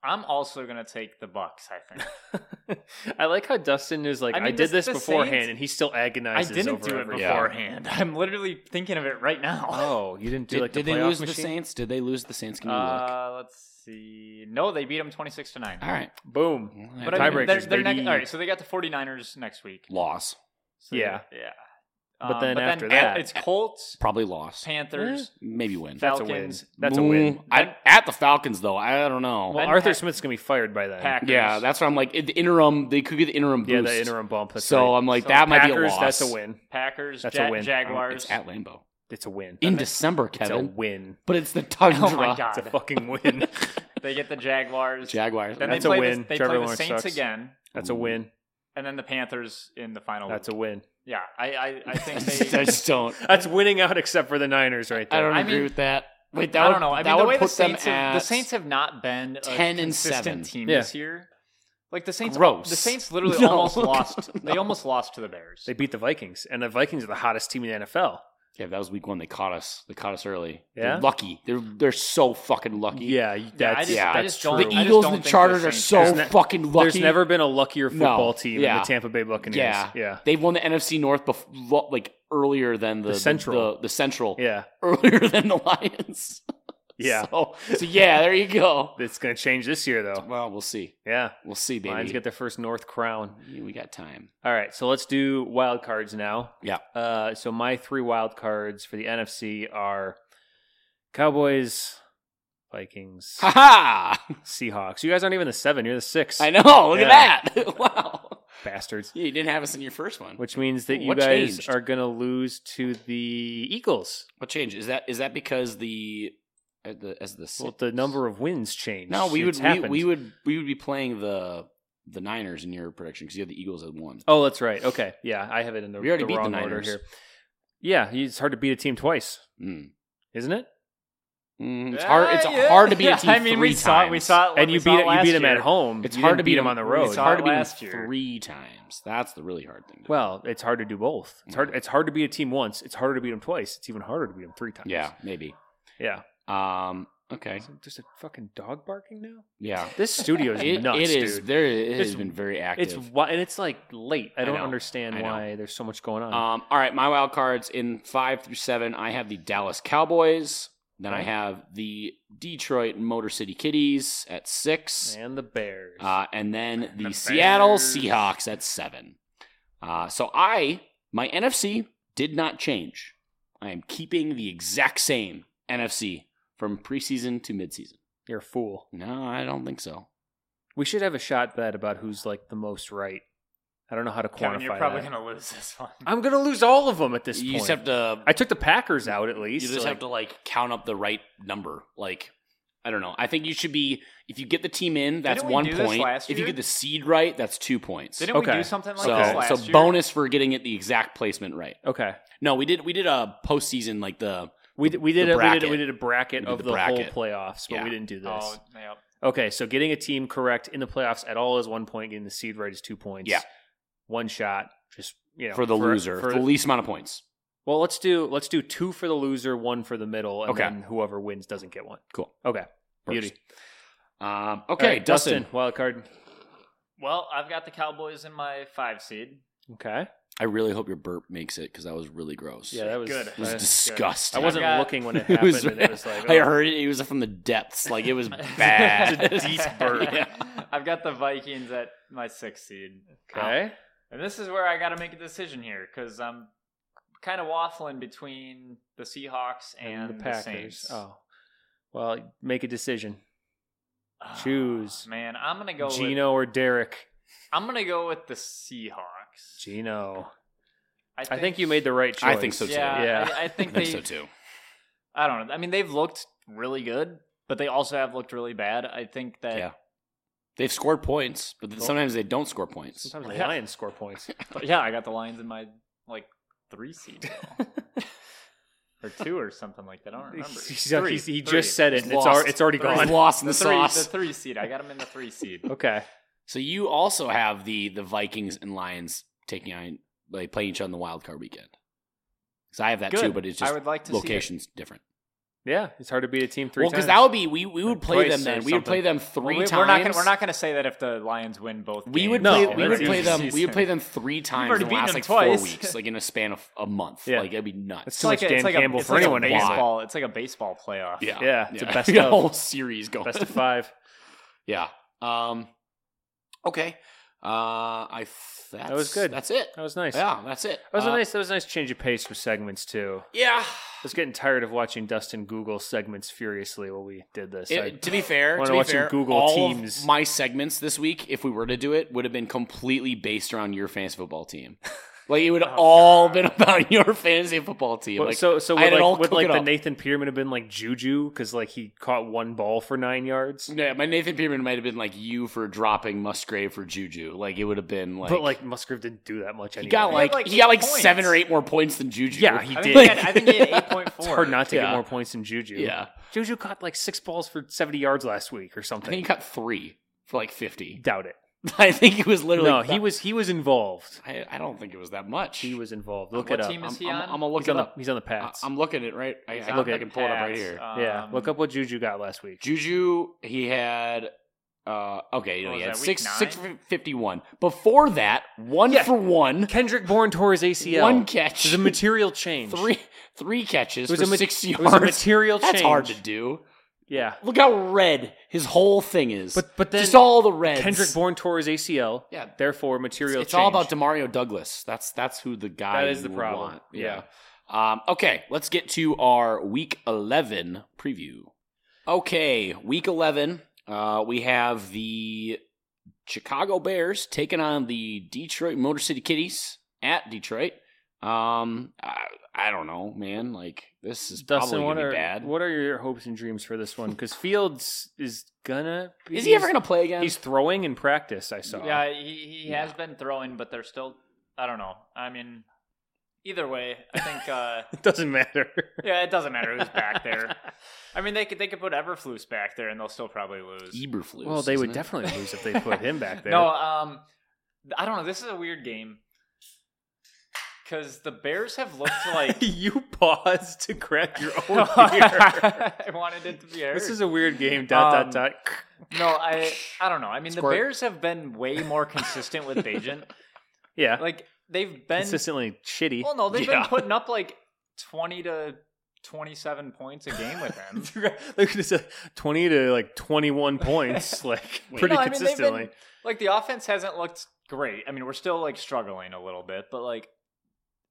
S3: I'm also gonna take the Bucks. I
S2: <laughs>
S3: think
S2: <laughs> I like how Dustin is like I,
S3: I mean,
S2: did this,
S3: this- the
S2: beforehand,
S3: Saints-
S2: and he still
S3: I
S2: agonizes.
S3: didn't
S2: over
S3: do it
S2: everything.
S1: Yeah.
S3: beforehand. <laughs> I'm literally thinking of it right now.
S2: <laughs>
S3: <laughs>
S2: Oh, you didn't do
S1: did,
S2: like
S1: did
S2: the
S1: they
S2: playoff
S1: lose the
S2: machine?
S1: Saints? Did they lose the Saints? Can you look?
S3: Uh, let's see. No, they beat them 26 to 9.
S1: All right,
S2: Boom.
S3: But
S1: Yeah,
S3: I mean, they're,
S2: Tiebreakers,
S3: they're
S2: baby.
S3: next, all right, so they got the 49ers next week.
S1: loss,
S3: So,
S2: Yeah.
S3: Yeah. Um,
S2: But then after that- eh,
S3: it's Colts,
S1: probably loss, Eh,
S3: Panthers.
S1: maybe win.
S2: That's
S3: Falcons,
S2: a win. That's a win.
S1: Mm, I, at the Falcons though, I don't know.
S2: Well,
S3: Then
S2: Arthur
S3: Pack-
S2: Smith's gonna be fired by then.
S3: Packers.
S1: yeah, that's what I'm like. The interim, they could get the interim boost.
S2: Yeah, the interim bump. That's
S1: so
S2: right.
S1: I'm like,
S3: So
S1: that might be a
S2: Packers,
S1: loss.
S2: that's a win.
S3: Packers,
S2: That's
S3: Ja-
S2: a win.
S3: Jaguars.
S1: Oh, It's at Lambeau
S2: It's a win.
S1: in December,
S2: it's a
S1: Kevin.
S2: win.
S1: <laughs> But it's the tundra.
S3: oh my
S2: It's a
S3: god.
S2: fucking <laughs> win.
S3: They get the Jaguars.
S1: <laughs> Jaguars.
S3: then
S2: That's
S3: they
S2: a
S3: play
S2: win.
S3: The, they
S2: Trevor
S3: play the
S2: Lawrence
S3: Saints
S2: sucks.
S3: again,
S2: That's a win.
S3: and then the Panthers in the final.
S2: That's a win.
S3: yeah. I I,
S1: <laughs>
S3: I think
S1: I
S3: <laughs> they.
S1: just don't.
S2: That's winning out except for the Niners right
S1: I
S2: there.
S1: don't
S3: I
S1: agree
S3: mean-
S1: with that. Wait, that
S3: I
S1: would,
S3: don't know. I
S1: that
S3: mean, the
S1: would
S3: way
S1: put
S3: the Saints,
S1: them at
S3: have, the Saints have not been a
S1: 10 and
S3: consistent
S1: 7.
S3: team
S2: Yeah.
S3: this year. Like the Saints,
S1: Gross.
S3: the Saints literally
S1: <laughs> No.
S3: almost lost. They
S1: No.
S3: almost lost to the Bears.
S2: They beat the Vikings, and the Vikings are the hottest team in the NFL.
S1: Yeah, that was week one. They caught us. They caught us early.
S2: Yeah?
S1: They're lucky. They're they're so fucking lucky.
S2: Yeah,
S3: Yeah, I
S2: that's
S3: just,
S1: yeah,
S3: I
S2: that's
S3: just don't.
S1: The
S3: I just
S1: Eagles
S3: don't
S1: and the
S3: think
S1: Chargers are
S3: Saints-
S1: so
S2: There's ne-
S1: fucking lucky.
S2: There's never been a luckier football team than
S1: yeah.
S2: the Tampa Bay Buccaneers.
S1: Yeah.
S2: yeah,
S1: They've won the NFC North before, like earlier than the,
S2: The Central.
S1: the, the Central,
S2: yeah.
S1: <laughs> earlier than the Lions.
S2: Yeah.
S1: So, so yeah, there you go.
S2: It's gonna change this year though.
S1: Well, we'll see.
S2: Yeah,
S1: We'll see, baby.
S2: Lions get their first North crown.
S1: Yeah, we got time.
S2: All right, so let's do wild cards now.
S1: Yeah.
S2: Uh, so my three wild cards for the NFC are Cowboys,
S1: <laughs>
S2: Vikings,
S1: Ha ha!
S2: Seahawks. You guys aren't even the seven; you're the six.
S1: I know. Look
S2: Yeah.
S1: at that. wow.
S2: bastards.
S1: Yeah, you didn't have us in your first one.
S2: Which means that you
S1: What
S2: guys
S1: changed?
S2: are gonna lose to the Eagles.
S1: What change is that? Is that because the uh, the as the
S2: Well, the number of wins changed.
S1: No, we would
S2: It's
S1: we,
S2: happened.
S1: we would we would be playing the the Niners in your prediction because you have the Eagles at one.
S2: Oh, that's right. Okay, yeah, I have it in the,
S1: We already
S2: the
S1: beat the
S2: wrong order
S1: Niners.
S2: here. Yeah, it's hard to beat a team twice,
S1: Mm.
S2: isn't it?
S1: Mm, <laughs> it's
S3: Yeah,
S1: hard. It's
S3: yeah,
S1: hard to beat
S3: yeah. <laughs>
S1: a team
S3: I mean,
S1: three
S3: we
S1: times.
S3: saw it. We saw it.
S2: and
S3: we
S2: you
S3: saw
S2: beat
S3: it
S2: you
S3: last
S2: beat them at
S3: year.
S2: home.
S1: It's
S2: You
S1: hard
S2: didn't
S1: to
S2: beat
S1: beat
S2: them on the
S1: we
S2: road.
S1: It's
S3: saw
S1: hard
S3: it
S1: to beat
S3: last
S1: them
S3: year.
S1: three times. That's the really hard thing. To do.
S2: Well, it's hard to do both. It's hard. It's hard to beat a team once. It's harder to beat them twice. It's even harder to beat them three times.
S1: yeah, maybe.
S2: yeah.
S1: Um, Okay.
S2: Is it just a fucking dog barking now?
S1: Yeah.
S2: This studio
S1: <laughs>
S2: is
S1: It,
S2: nuts,
S1: it is.
S2: dude.
S1: There. It has
S2: It's-
S1: been very active.
S2: It's wi- and it's like late. I
S1: I
S2: don't
S1: know,
S2: understand
S1: I know.
S2: why there's so much going on.
S1: Um, all right, my wild cards in five through seven. I have the Dallas Cowboys. Then I
S2: Okay.
S1: have the Detroit Motor City Kitties at six,
S2: and the Bears.
S1: uh, and then the
S3: The
S1: Seattle
S3: Bears.
S1: Seahawks at seven. Uh, so I my NFC did not change. I am keeping the exact same NFC from preseason to midseason.
S2: You're a fool.
S1: No, I don't think so.
S2: We should have a shot bet about who's like the most right. I don't know how to quantify
S3: Kevin, you're probably
S2: that.
S3: gonna lose this
S1: <laughs>
S3: one.
S2: I'm gonna lose all of them at this
S1: you
S2: point.
S1: just have to
S2: I took the Packers out at least.
S1: You just
S2: like-
S1: have to like count up the right number. Like I don't know. I think you should be if you get the team in, that's
S3: Didn't we
S1: one
S3: do this
S1: point.
S3: last
S1: If you
S3: year?
S1: get the seed right, that's two points.
S3: Didn't we
S2: Okay.
S3: do something like
S1: so
S3: this last
S1: so
S3: year?
S1: bonus for getting it the exact placement right.
S2: Okay,
S1: No, we did we did a postseason like the
S2: we did, we did
S1: the
S2: a, we did
S1: bracket.
S2: we did a bracket
S1: We did
S2: of
S1: the
S2: the,
S1: bracket.
S2: whole playoffs, but
S1: Yeah.
S2: we didn't do this.
S3: Oh, yep.
S2: Okay, so getting a team correct in the playoffs at all is one point. Getting the seed right is two points.
S1: Yeah.
S2: one shot. Just you know,
S1: for the loser for
S2: for-
S1: the least amount of points.
S2: well, let's do let's do two for the loser, one for the middle, and
S1: Okay.
S2: then whoever wins doesn't get one.
S1: Cool.
S2: Okay.
S1: First.
S2: Beauty.
S1: Um, okay,
S2: All right,
S1: Dustin.
S2: wild card.
S3: Well, I've got the Cowboys in my five seed.
S2: Okay.
S1: I really hope your burp makes it because that was really gross.
S2: Yeah, that was
S3: Good.
S1: it was
S2: I-
S3: that's good.
S1: disgusting.
S2: I wasn't
S3: got-
S2: looking when it
S1: <laughs> It
S2: happened.
S1: was-
S2: and it was like,
S1: I
S2: oh.
S1: heard it. It was from the depths. Like it
S3: <laughs>
S1: was bad.
S2: <laughs> It's a deep burp.
S1: <laughs> Yeah.
S3: I've got the Vikings at my sixth seed. Um,
S2: Okay.
S3: And this is where I got to make a decision here because I'm kind of waffling between the Seahawks and, the, Saints.
S2: oh. Well, make a decision.
S3: Ah,
S2: choose.
S3: man, I'm gonna go. With,
S2: Gino or Derek?
S3: I'm gonna go with the Seahawks.
S2: Gino. I think you made the right
S1: I
S2: choice.
S1: think so too.
S3: Yeah,
S2: Yeah. <laughs>
S3: I, I think
S1: I
S3: they.
S1: think so too.
S3: I don't know. I mean, they've looked really good, but they also have looked really bad. I think that.
S1: Yeah. They've scored points, but then
S2: Cool.
S1: sometimes they don't score points.
S2: Sometimes the
S3: Yeah.
S2: Lions score points.
S3: But yeah, I got the Lions in my like
S2: <laughs>
S3: three seed now. or two or something like that. I don't remember.
S2: He's- he's-
S3: Three,
S2: he's- he
S3: three.
S2: just said it.
S1: He's
S2: And it's, al-
S1: lost.
S2: it's already
S3: Three.
S1: He's
S2: gone.
S1: lost in
S3: <laughs> the
S1: the,
S3: three,
S1: sauce.
S3: the three seed. I got him in the three seed.
S2: Okay.
S1: so you also have the the Vikings and Lions taking on like playing each other on the wild card weekend. Because I have that too,
S3: Good.
S1: but it's
S3: I
S1: just
S3: would like to see it.
S1: locations different.
S2: Yeah, it's hard to beat a team three
S1: well,
S2: times.
S1: because that would be we, we would
S2: Or
S1: play them
S2: twice or
S1: then. We would play them
S2: something.
S1: 3
S3: Well, we,
S1: times.
S3: We're not gonna, we're not going to say that if the Lions win both.
S1: We would
S3: games.
S1: play.
S2: No,
S1: we
S2: that's
S1: would play
S2: easy.
S1: them. We would play them three times
S3: already
S1: in the last
S3: beaten
S1: like
S3: them
S1: four
S3: twice.
S1: weeks, like in a span of a month.
S2: Yeah.
S1: Like that'd be nuts.
S2: That's too much
S3: a-
S2: Dan
S3: like
S2: Campbell
S3: a, it's
S2: for
S3: like
S2: anyone
S3: A
S2: to
S1: watch.
S3: baseball, it's like a baseball playoff.
S1: yeah,
S2: yeah, it's
S1: <laughs>
S2: a best
S1: Got a
S2: of.
S1: whole series going. <laughs>
S2: Best of five.
S1: Yeah. Um. Okay. Uh. I. f- That's,
S2: was good.
S1: That's it.
S2: That was nice.
S1: Yeah. That's it.
S2: That was
S1: Uh,
S2: a nice. That was a nice change of pace for segments too.
S1: Yeah.
S2: I was getting tired of watching Dustin Google segments furiously while we did this.
S1: It-
S2: I-
S1: to be fair,
S2: wanna
S1: to be
S2: watch him
S1: fair,
S2: Google
S1: all
S2: teams.
S1: of my segments this week, if we were to do it, would have been completely based around your fantasy football
S2: <laughs>
S1: team. Like it would have all been about <laughs> your fantasy football team.
S2: Well,
S1: Like,
S2: Oh, so so
S1: I had
S2: would
S1: it all
S2: like, would
S1: cooked
S2: like the
S1: up.
S2: Nathan Peterman have been like Juju because like he caught one ball for nine yards,
S1: Yeah, my Nathan Peterman might have been like you for dropping Musgrave for Juju. Like it would have been like,
S2: but like Musgrave didn't do that much.
S1: he
S2: Anyway.
S1: got
S3: had,
S1: like,
S3: like,
S1: he got
S3: eight
S1: like seven
S3: points.
S1: or eight more points than Juju.
S2: Yeah, he
S3: I
S2: did.
S3: think, he had, I think
S1: <laughs>
S3: he had eight
S2: <laughs>
S3: point four.
S2: it's hard not to
S1: Yeah.
S2: get more points than Juju.
S1: yeah.
S2: Juju caught like six balls for seventy yards last week
S1: I
S2: or
S1: think
S2: something.
S1: he got three for like fifty. <laughs>
S2: Doubt it.
S1: I think it was literally
S2: no, he was he was involved.
S1: I, I don't think it was that much.
S2: He was involved. Look
S3: What
S2: it up.
S3: team
S1: I'm,
S3: is he
S1: I'm,
S3: on?
S1: I'm gonna look
S2: he's
S1: it
S2: on the
S1: up.
S2: he's on the
S1: I,
S2: Pats.
S1: I'm looking at it right. I, I,
S3: He's
S1: think
S3: on
S1: I
S3: the
S1: can pull it up right
S3: Pats.
S1: here.
S3: Um,
S2: yeah, look up what Juju got last week.
S1: Juju, he had. Uh, okay, he
S3: What was
S1: had
S3: that, week
S1: six
S3: nine?
S1: six fifty one. Before that, one
S2: Yeah.
S1: for one,
S2: Kendrick Bourne tore his ACL.
S1: one catch,
S2: There's a material <laughs>
S1: <laughs>
S2: change.
S1: three <laughs> three catches
S2: It was
S1: for
S2: a ma-
S1: six
S2: It
S1: yards.
S2: was a material
S1: <laughs>
S2: change.
S1: That's hard to do.
S2: Yeah.
S1: Look how red his whole thing is.
S2: But- but then
S1: just all the reds.
S2: Kendrick Bourne tore his ACL.
S1: Yeah.
S2: Therefore, material.
S1: It's all
S2: change.
S1: about Demario Douglas. That's that's who the guy
S2: That is
S1: you
S2: the
S1: would
S2: problem.
S1: want. Um, okay, let's get to our week eleven preview. Okay, week eleven. Uh, we have the Chicago Bears taking on the Detroit Motor City Kitties at Detroit. Um, I, I don't know, man. Like this is
S2: Dustin,
S1: probably
S2: what
S1: gonna
S2: are
S1: be bad.
S2: what are your hopes and dreams for this one? Because Fields is gonna. Be,
S1: is he ever gonna play again?
S2: He's throwing in practice. I saw.
S3: Yeah, he, he
S1: Yeah.
S3: has been throwing, but they're still. I don't know. I mean, either way, I think. Uh,
S2: <laughs> It doesn't matter.
S3: yeah, it doesn't matter
S2: <laughs>
S3: who's back there. I mean, they could they could put Everflus back there, and they'll still probably lose.
S1: Eberflus.
S2: well, they
S1: isn't
S2: would
S1: it?
S2: definitely lose if they <laughs> put him back there.
S3: No, um, I don't know. This is a weird game because the Bears have
S2: <laughs>
S3: looked like.
S2: you paused to crack your
S3: <laughs>
S2: <laughs> own beer.
S3: I wanted it to be aired.
S2: this is a weird game. Dot dot
S3: Um,
S2: dot.
S3: no, I I don't know. I mean,
S2: Squirt.
S3: the Bears have been way more consistent with Bajan.
S2: <laughs> Yeah,
S3: Like they've been.
S2: consistently shitty.
S3: Well, no, they've
S2: yeah.
S3: been putting up like twenty to twenty-seven points a
S2: <laughs>
S3: game with him.
S2: Look at this, uh, twenty to like <laughs> twenty-one points, like pretty
S3: No, I mean, they've been-
S2: consistently.
S3: like the offense hasn't looked great. I mean, we're still like struggling a little bit, but like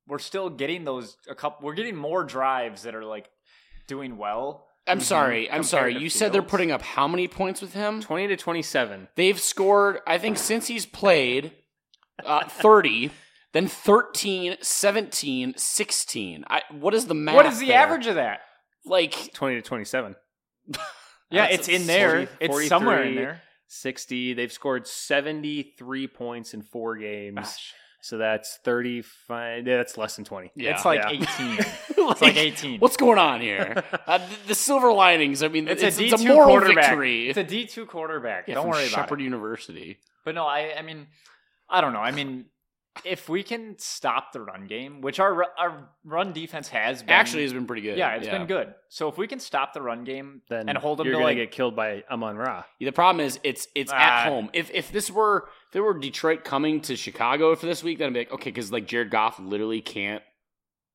S3: we're still getting those a couple. We're getting more drives that are like doing well.
S1: I'm
S2: <laughs>
S3: Mhm.
S1: sorry. I'm
S3: Compared
S1: sorry.
S3: to
S1: You said they're
S3: Fields.
S1: putting up how many points with him?
S2: Twenty to twenty-seven.
S1: They've scored, I think, since he's played, uh, 30, then 13, 17, 16. I, what is the math?
S3: What is the
S1: there?
S3: average of that?
S1: Like,
S2: Twenty to twenty-seven.
S3: Yeah,
S1: That's
S3: it's
S1: a
S3: in
S2: 40
S3: there. it's somewhere in
S2: 43.
S3: there.
S2: 60. They've scored 73 points in four games. So that's 35. Yeah, that's less than 20.
S1: yeah.
S3: it's like
S2: yeah.
S3: <laughs> eighteen. It's like eighteen.
S1: What's going on
S3: <laughs>
S1: here? Uh, th- the silver linings. I mean,
S3: It's
S1: it's,
S3: a
S1: it's a
S3: D2
S1: moral
S3: quarterback.
S1: victory.
S3: it's a D two quarterback.
S1: Yeah,
S3: Don't
S1: from
S3: worry about
S1: Shepherd
S3: it.
S1: University.
S3: But no, I I mean, I don't know. I mean, if we can stop the run game, which our ru- our run defense has been
S1: Actually, has been pretty good.
S3: yeah, it's been good. So if we can stop the run game
S2: Then
S3: and hold them
S2: you're
S3: to
S2: gonna
S3: like
S2: get killed by Amon Ra.
S1: The problem is, it's it's at
S3: Ah.
S1: home. If if this were if there were Detroit coming to Chicago for this week, then I'd be like, okay, because like Jared Goff literally can't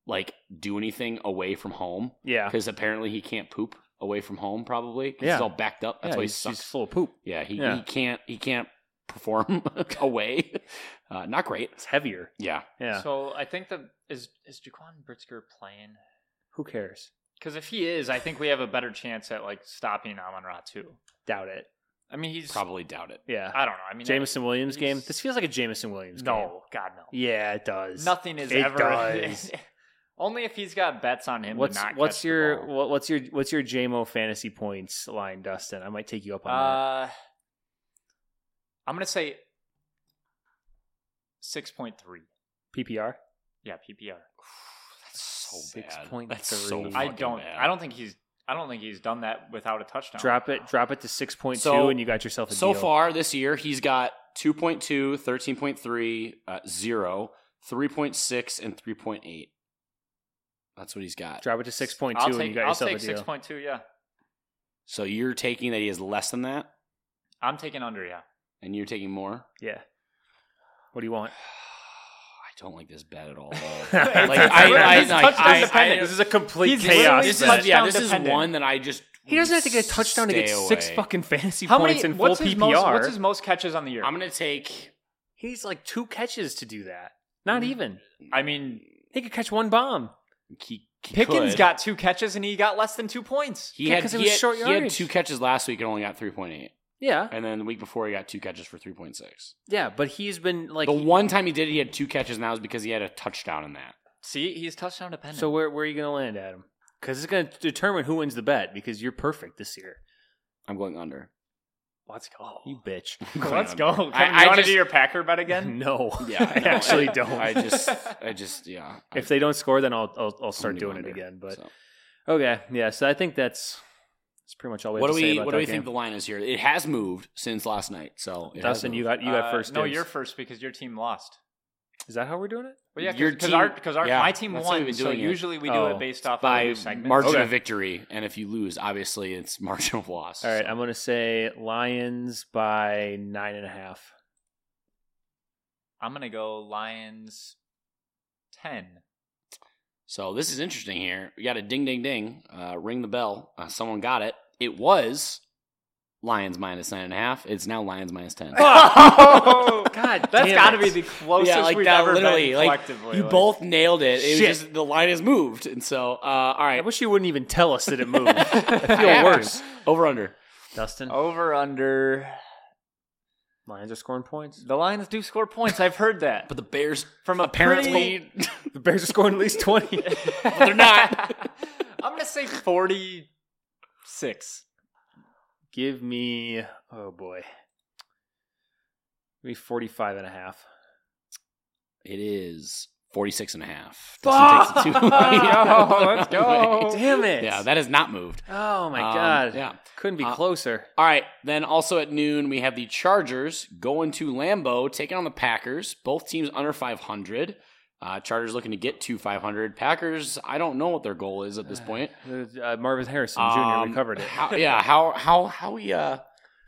S1: like do anything away from home
S2: Yeah.
S1: because apparently he can't poop away from home. Probably 'cause
S2: Yeah.
S1: he's all backed up. That's
S2: yeah,
S1: why he
S2: he's,
S1: sucks.
S2: he's full of poop.
S1: yeah, he,
S2: yeah.
S1: he can't he can't perform <laughs>
S2: <laughs>
S1: away. Uh, not great.
S2: It's heavier.
S1: Yeah,
S2: Yeah.
S3: So I think the is is Jaquan Britzker playing?
S2: Who cares?
S3: Because if he is, I think we have a better chance at like stopping Amon Ra too.
S2: Doubt it.
S3: I mean, he's
S1: probably doubt it. <sighs>
S2: Yeah.
S3: I don't know. I mean,
S2: Jameson Williams game.
S3: he's-
S2: This feels like a Jameson Williams game.
S3: No, God no.
S2: Yeah, it does.
S3: Nothing is
S2: It
S3: ever.
S2: does.
S3: <laughs> Only if he's got bets on him. to
S2: What's
S3: not catch
S2: what's
S3: the
S2: your
S3: ball.
S2: what, what's your what's your JMO fantasy points line, Dustin? I might take you up on that.
S3: Uh, I'm gonna say six point three.
S2: PPR.
S3: Yeah, PPR.
S1: That's so
S2: Six
S1: bad.
S2: point
S1: That's
S2: three.
S1: so
S3: I
S1: fucking
S3: don't.
S1: bad.
S3: I don't think he's. I don't think he's done that without a touchdown.
S2: Drop it. Drop it to six point two,
S1: So-
S2: and you got yourself a
S1: So
S2: deal.
S1: far this year, he's got 2.2, 13.3, uh, 0, 3.6, and 3.8. That's what he's got.
S2: Drop it to six point
S3: I'll
S2: two, and
S3: take,
S2: you got
S3: I'll
S2: yourself
S3: take
S2: a deal.
S3: six point two. Yeah,
S1: So you're taking that he is less than that,
S3: I'm taking under. Yeah,
S1: and you're taking more?
S2: yeah. What do you want?
S1: I don't like this bet at
S2: <laughs>
S1: all. Like,
S2: Like,
S1: I- I-
S3: This is
S1: I-
S3: touchdown
S1: I-
S3: dependent.
S2: this is a complete
S3: He's
S2: chaos.
S3: literally
S1: this
S2: bet.
S1: is, yeah,
S3: touchdown
S1: this is
S3: dependent.
S1: one that I just.
S2: he doesn't have to get a touchdown to get
S1: stay
S2: six
S1: away.
S2: fucking fantasy
S3: how
S2: points
S3: many?
S2: in full
S3: What's his
S2: PPR.
S3: most? What's his most catches on the year?
S1: I'm going to take.
S2: he needs like two catches to do that. Not even.
S3: I mean,
S2: He could catch one bomb.
S1: He, he
S3: Pickens
S1: could.
S3: got two catches and he got less than two points.
S1: He
S2: Yeah,
S1: had,
S2: 'cause it
S1: he,
S2: was
S1: had,
S2: short
S1: he had
S2: yardage.
S1: two catches last week and only got 3.8.
S2: Yeah,
S1: And then the week before, he got two catches for 3.6.
S2: yeah, but he's been like.
S1: the one time he did it, he had two catches, and that was because he had a touchdown in that.
S3: See, he's touchdown dependent.
S2: so where where are you going to land, Adam? Because it's going to determine who wins the bet. Because you're perfect this year.
S1: I'm going under.
S3: let's go. <laughs>
S2: You <laughs> bitch.
S3: Let's go. Come,
S1: I- I
S3: you want to
S1: just-
S3: do your Packer bet again?
S2: <laughs> no.
S1: Yeah,
S2: I
S1: no,
S2: actually
S1: I-
S2: don't.
S1: I just, I just, yeah.
S2: if they don't score, then I'll I'll, I'll
S1: I-
S2: start
S1: I'm
S2: doing
S1: under,
S2: it again. But
S1: so.
S2: okay, yeah. So I think that's that's pretty much all we have
S1: what do
S2: to say
S1: we,
S2: about
S1: what
S2: that
S1: do we
S2: game.
S1: think the line is here? It has moved since last night. So it has
S2: Dustin,
S1: moved.
S2: you got you got
S3: Uh,
S2: first.
S3: No,
S2: dibs.
S3: you're first because your team lost.
S2: Is that how we're doing it?
S3: Well, yeah,
S1: Your
S3: because
S1: team-
S3: our because our
S1: yeah,
S3: my team
S1: that's how we've
S3: won.
S1: been
S3: So
S1: doing it.
S3: usually we do
S2: Oh,
S3: it based off of
S1: by
S3: the segments.
S1: margin
S2: Okay.
S1: of victory, and if you lose, obviously it's <laughs> margin of loss.
S2: All right,
S1: so.
S2: I'm gonna say Lions by nine and a half.
S3: I'm gonna go Lions ten.
S1: So this is interesting here. We got a ding, ding, ding. Uh, ring the bell. Uh, someone got it. It was Lions minus nine and a half. It's now Lions minus ten.
S3: <laughs>
S2: <laughs>
S3: Oh!
S2: God,
S3: That's
S2: damn
S3: got to
S2: it.
S3: be the closest
S1: yeah, like
S3: we've
S1: that.
S3: ever
S1: Literally,
S3: been
S1: like
S3: collectively.
S1: you
S2: <laughs>
S3: like-
S1: both nailed it. It was
S2: Shit.
S1: just the line has moved, and so uh, all
S2: I
S1: right.
S2: wish you wouldn't even tell us that it <laughs> moved. I
S1: I
S2: feel
S1: have
S2: worse.
S1: to. Over under.
S2: Dustin,
S3: over under.
S2: Lions are scoring points.
S3: The Lions do score points. I've heard that
S1: But the Bears
S3: from a
S1: apparently
S2: The Bears are scoring at least twenty. <laughs>
S3: pretty-
S1: <laughs> they're <laughs> not.
S3: <laughs> I'm gonna say forty-six.
S2: Give me oh boy. Give me 45 and a <laughs> half.
S1: it is 46 and a
S2: <laughs>
S1: half.
S2: Fuck!
S1: Dustin takes it two- <laughs>
S2: No,
S3: let's go.
S2: <laughs> Damn it.
S1: Yeah, that has not moved.
S2: Oh my
S1: Um,
S2: god.
S1: yeah.
S2: Couldn't be
S1: Uh,
S2: closer.
S1: All right. Then also at noon, we have the Chargers going to Lambeau, taking on the Packers. Both teams under 500. Uh, Chargers looking to get to 500. Packers, I don't know what their goal is at this point.
S2: There's, Uh, Marvin Harrison Jr.
S1: Um,
S2: We covered it. <laughs>
S1: How, yeah, how how how we uh,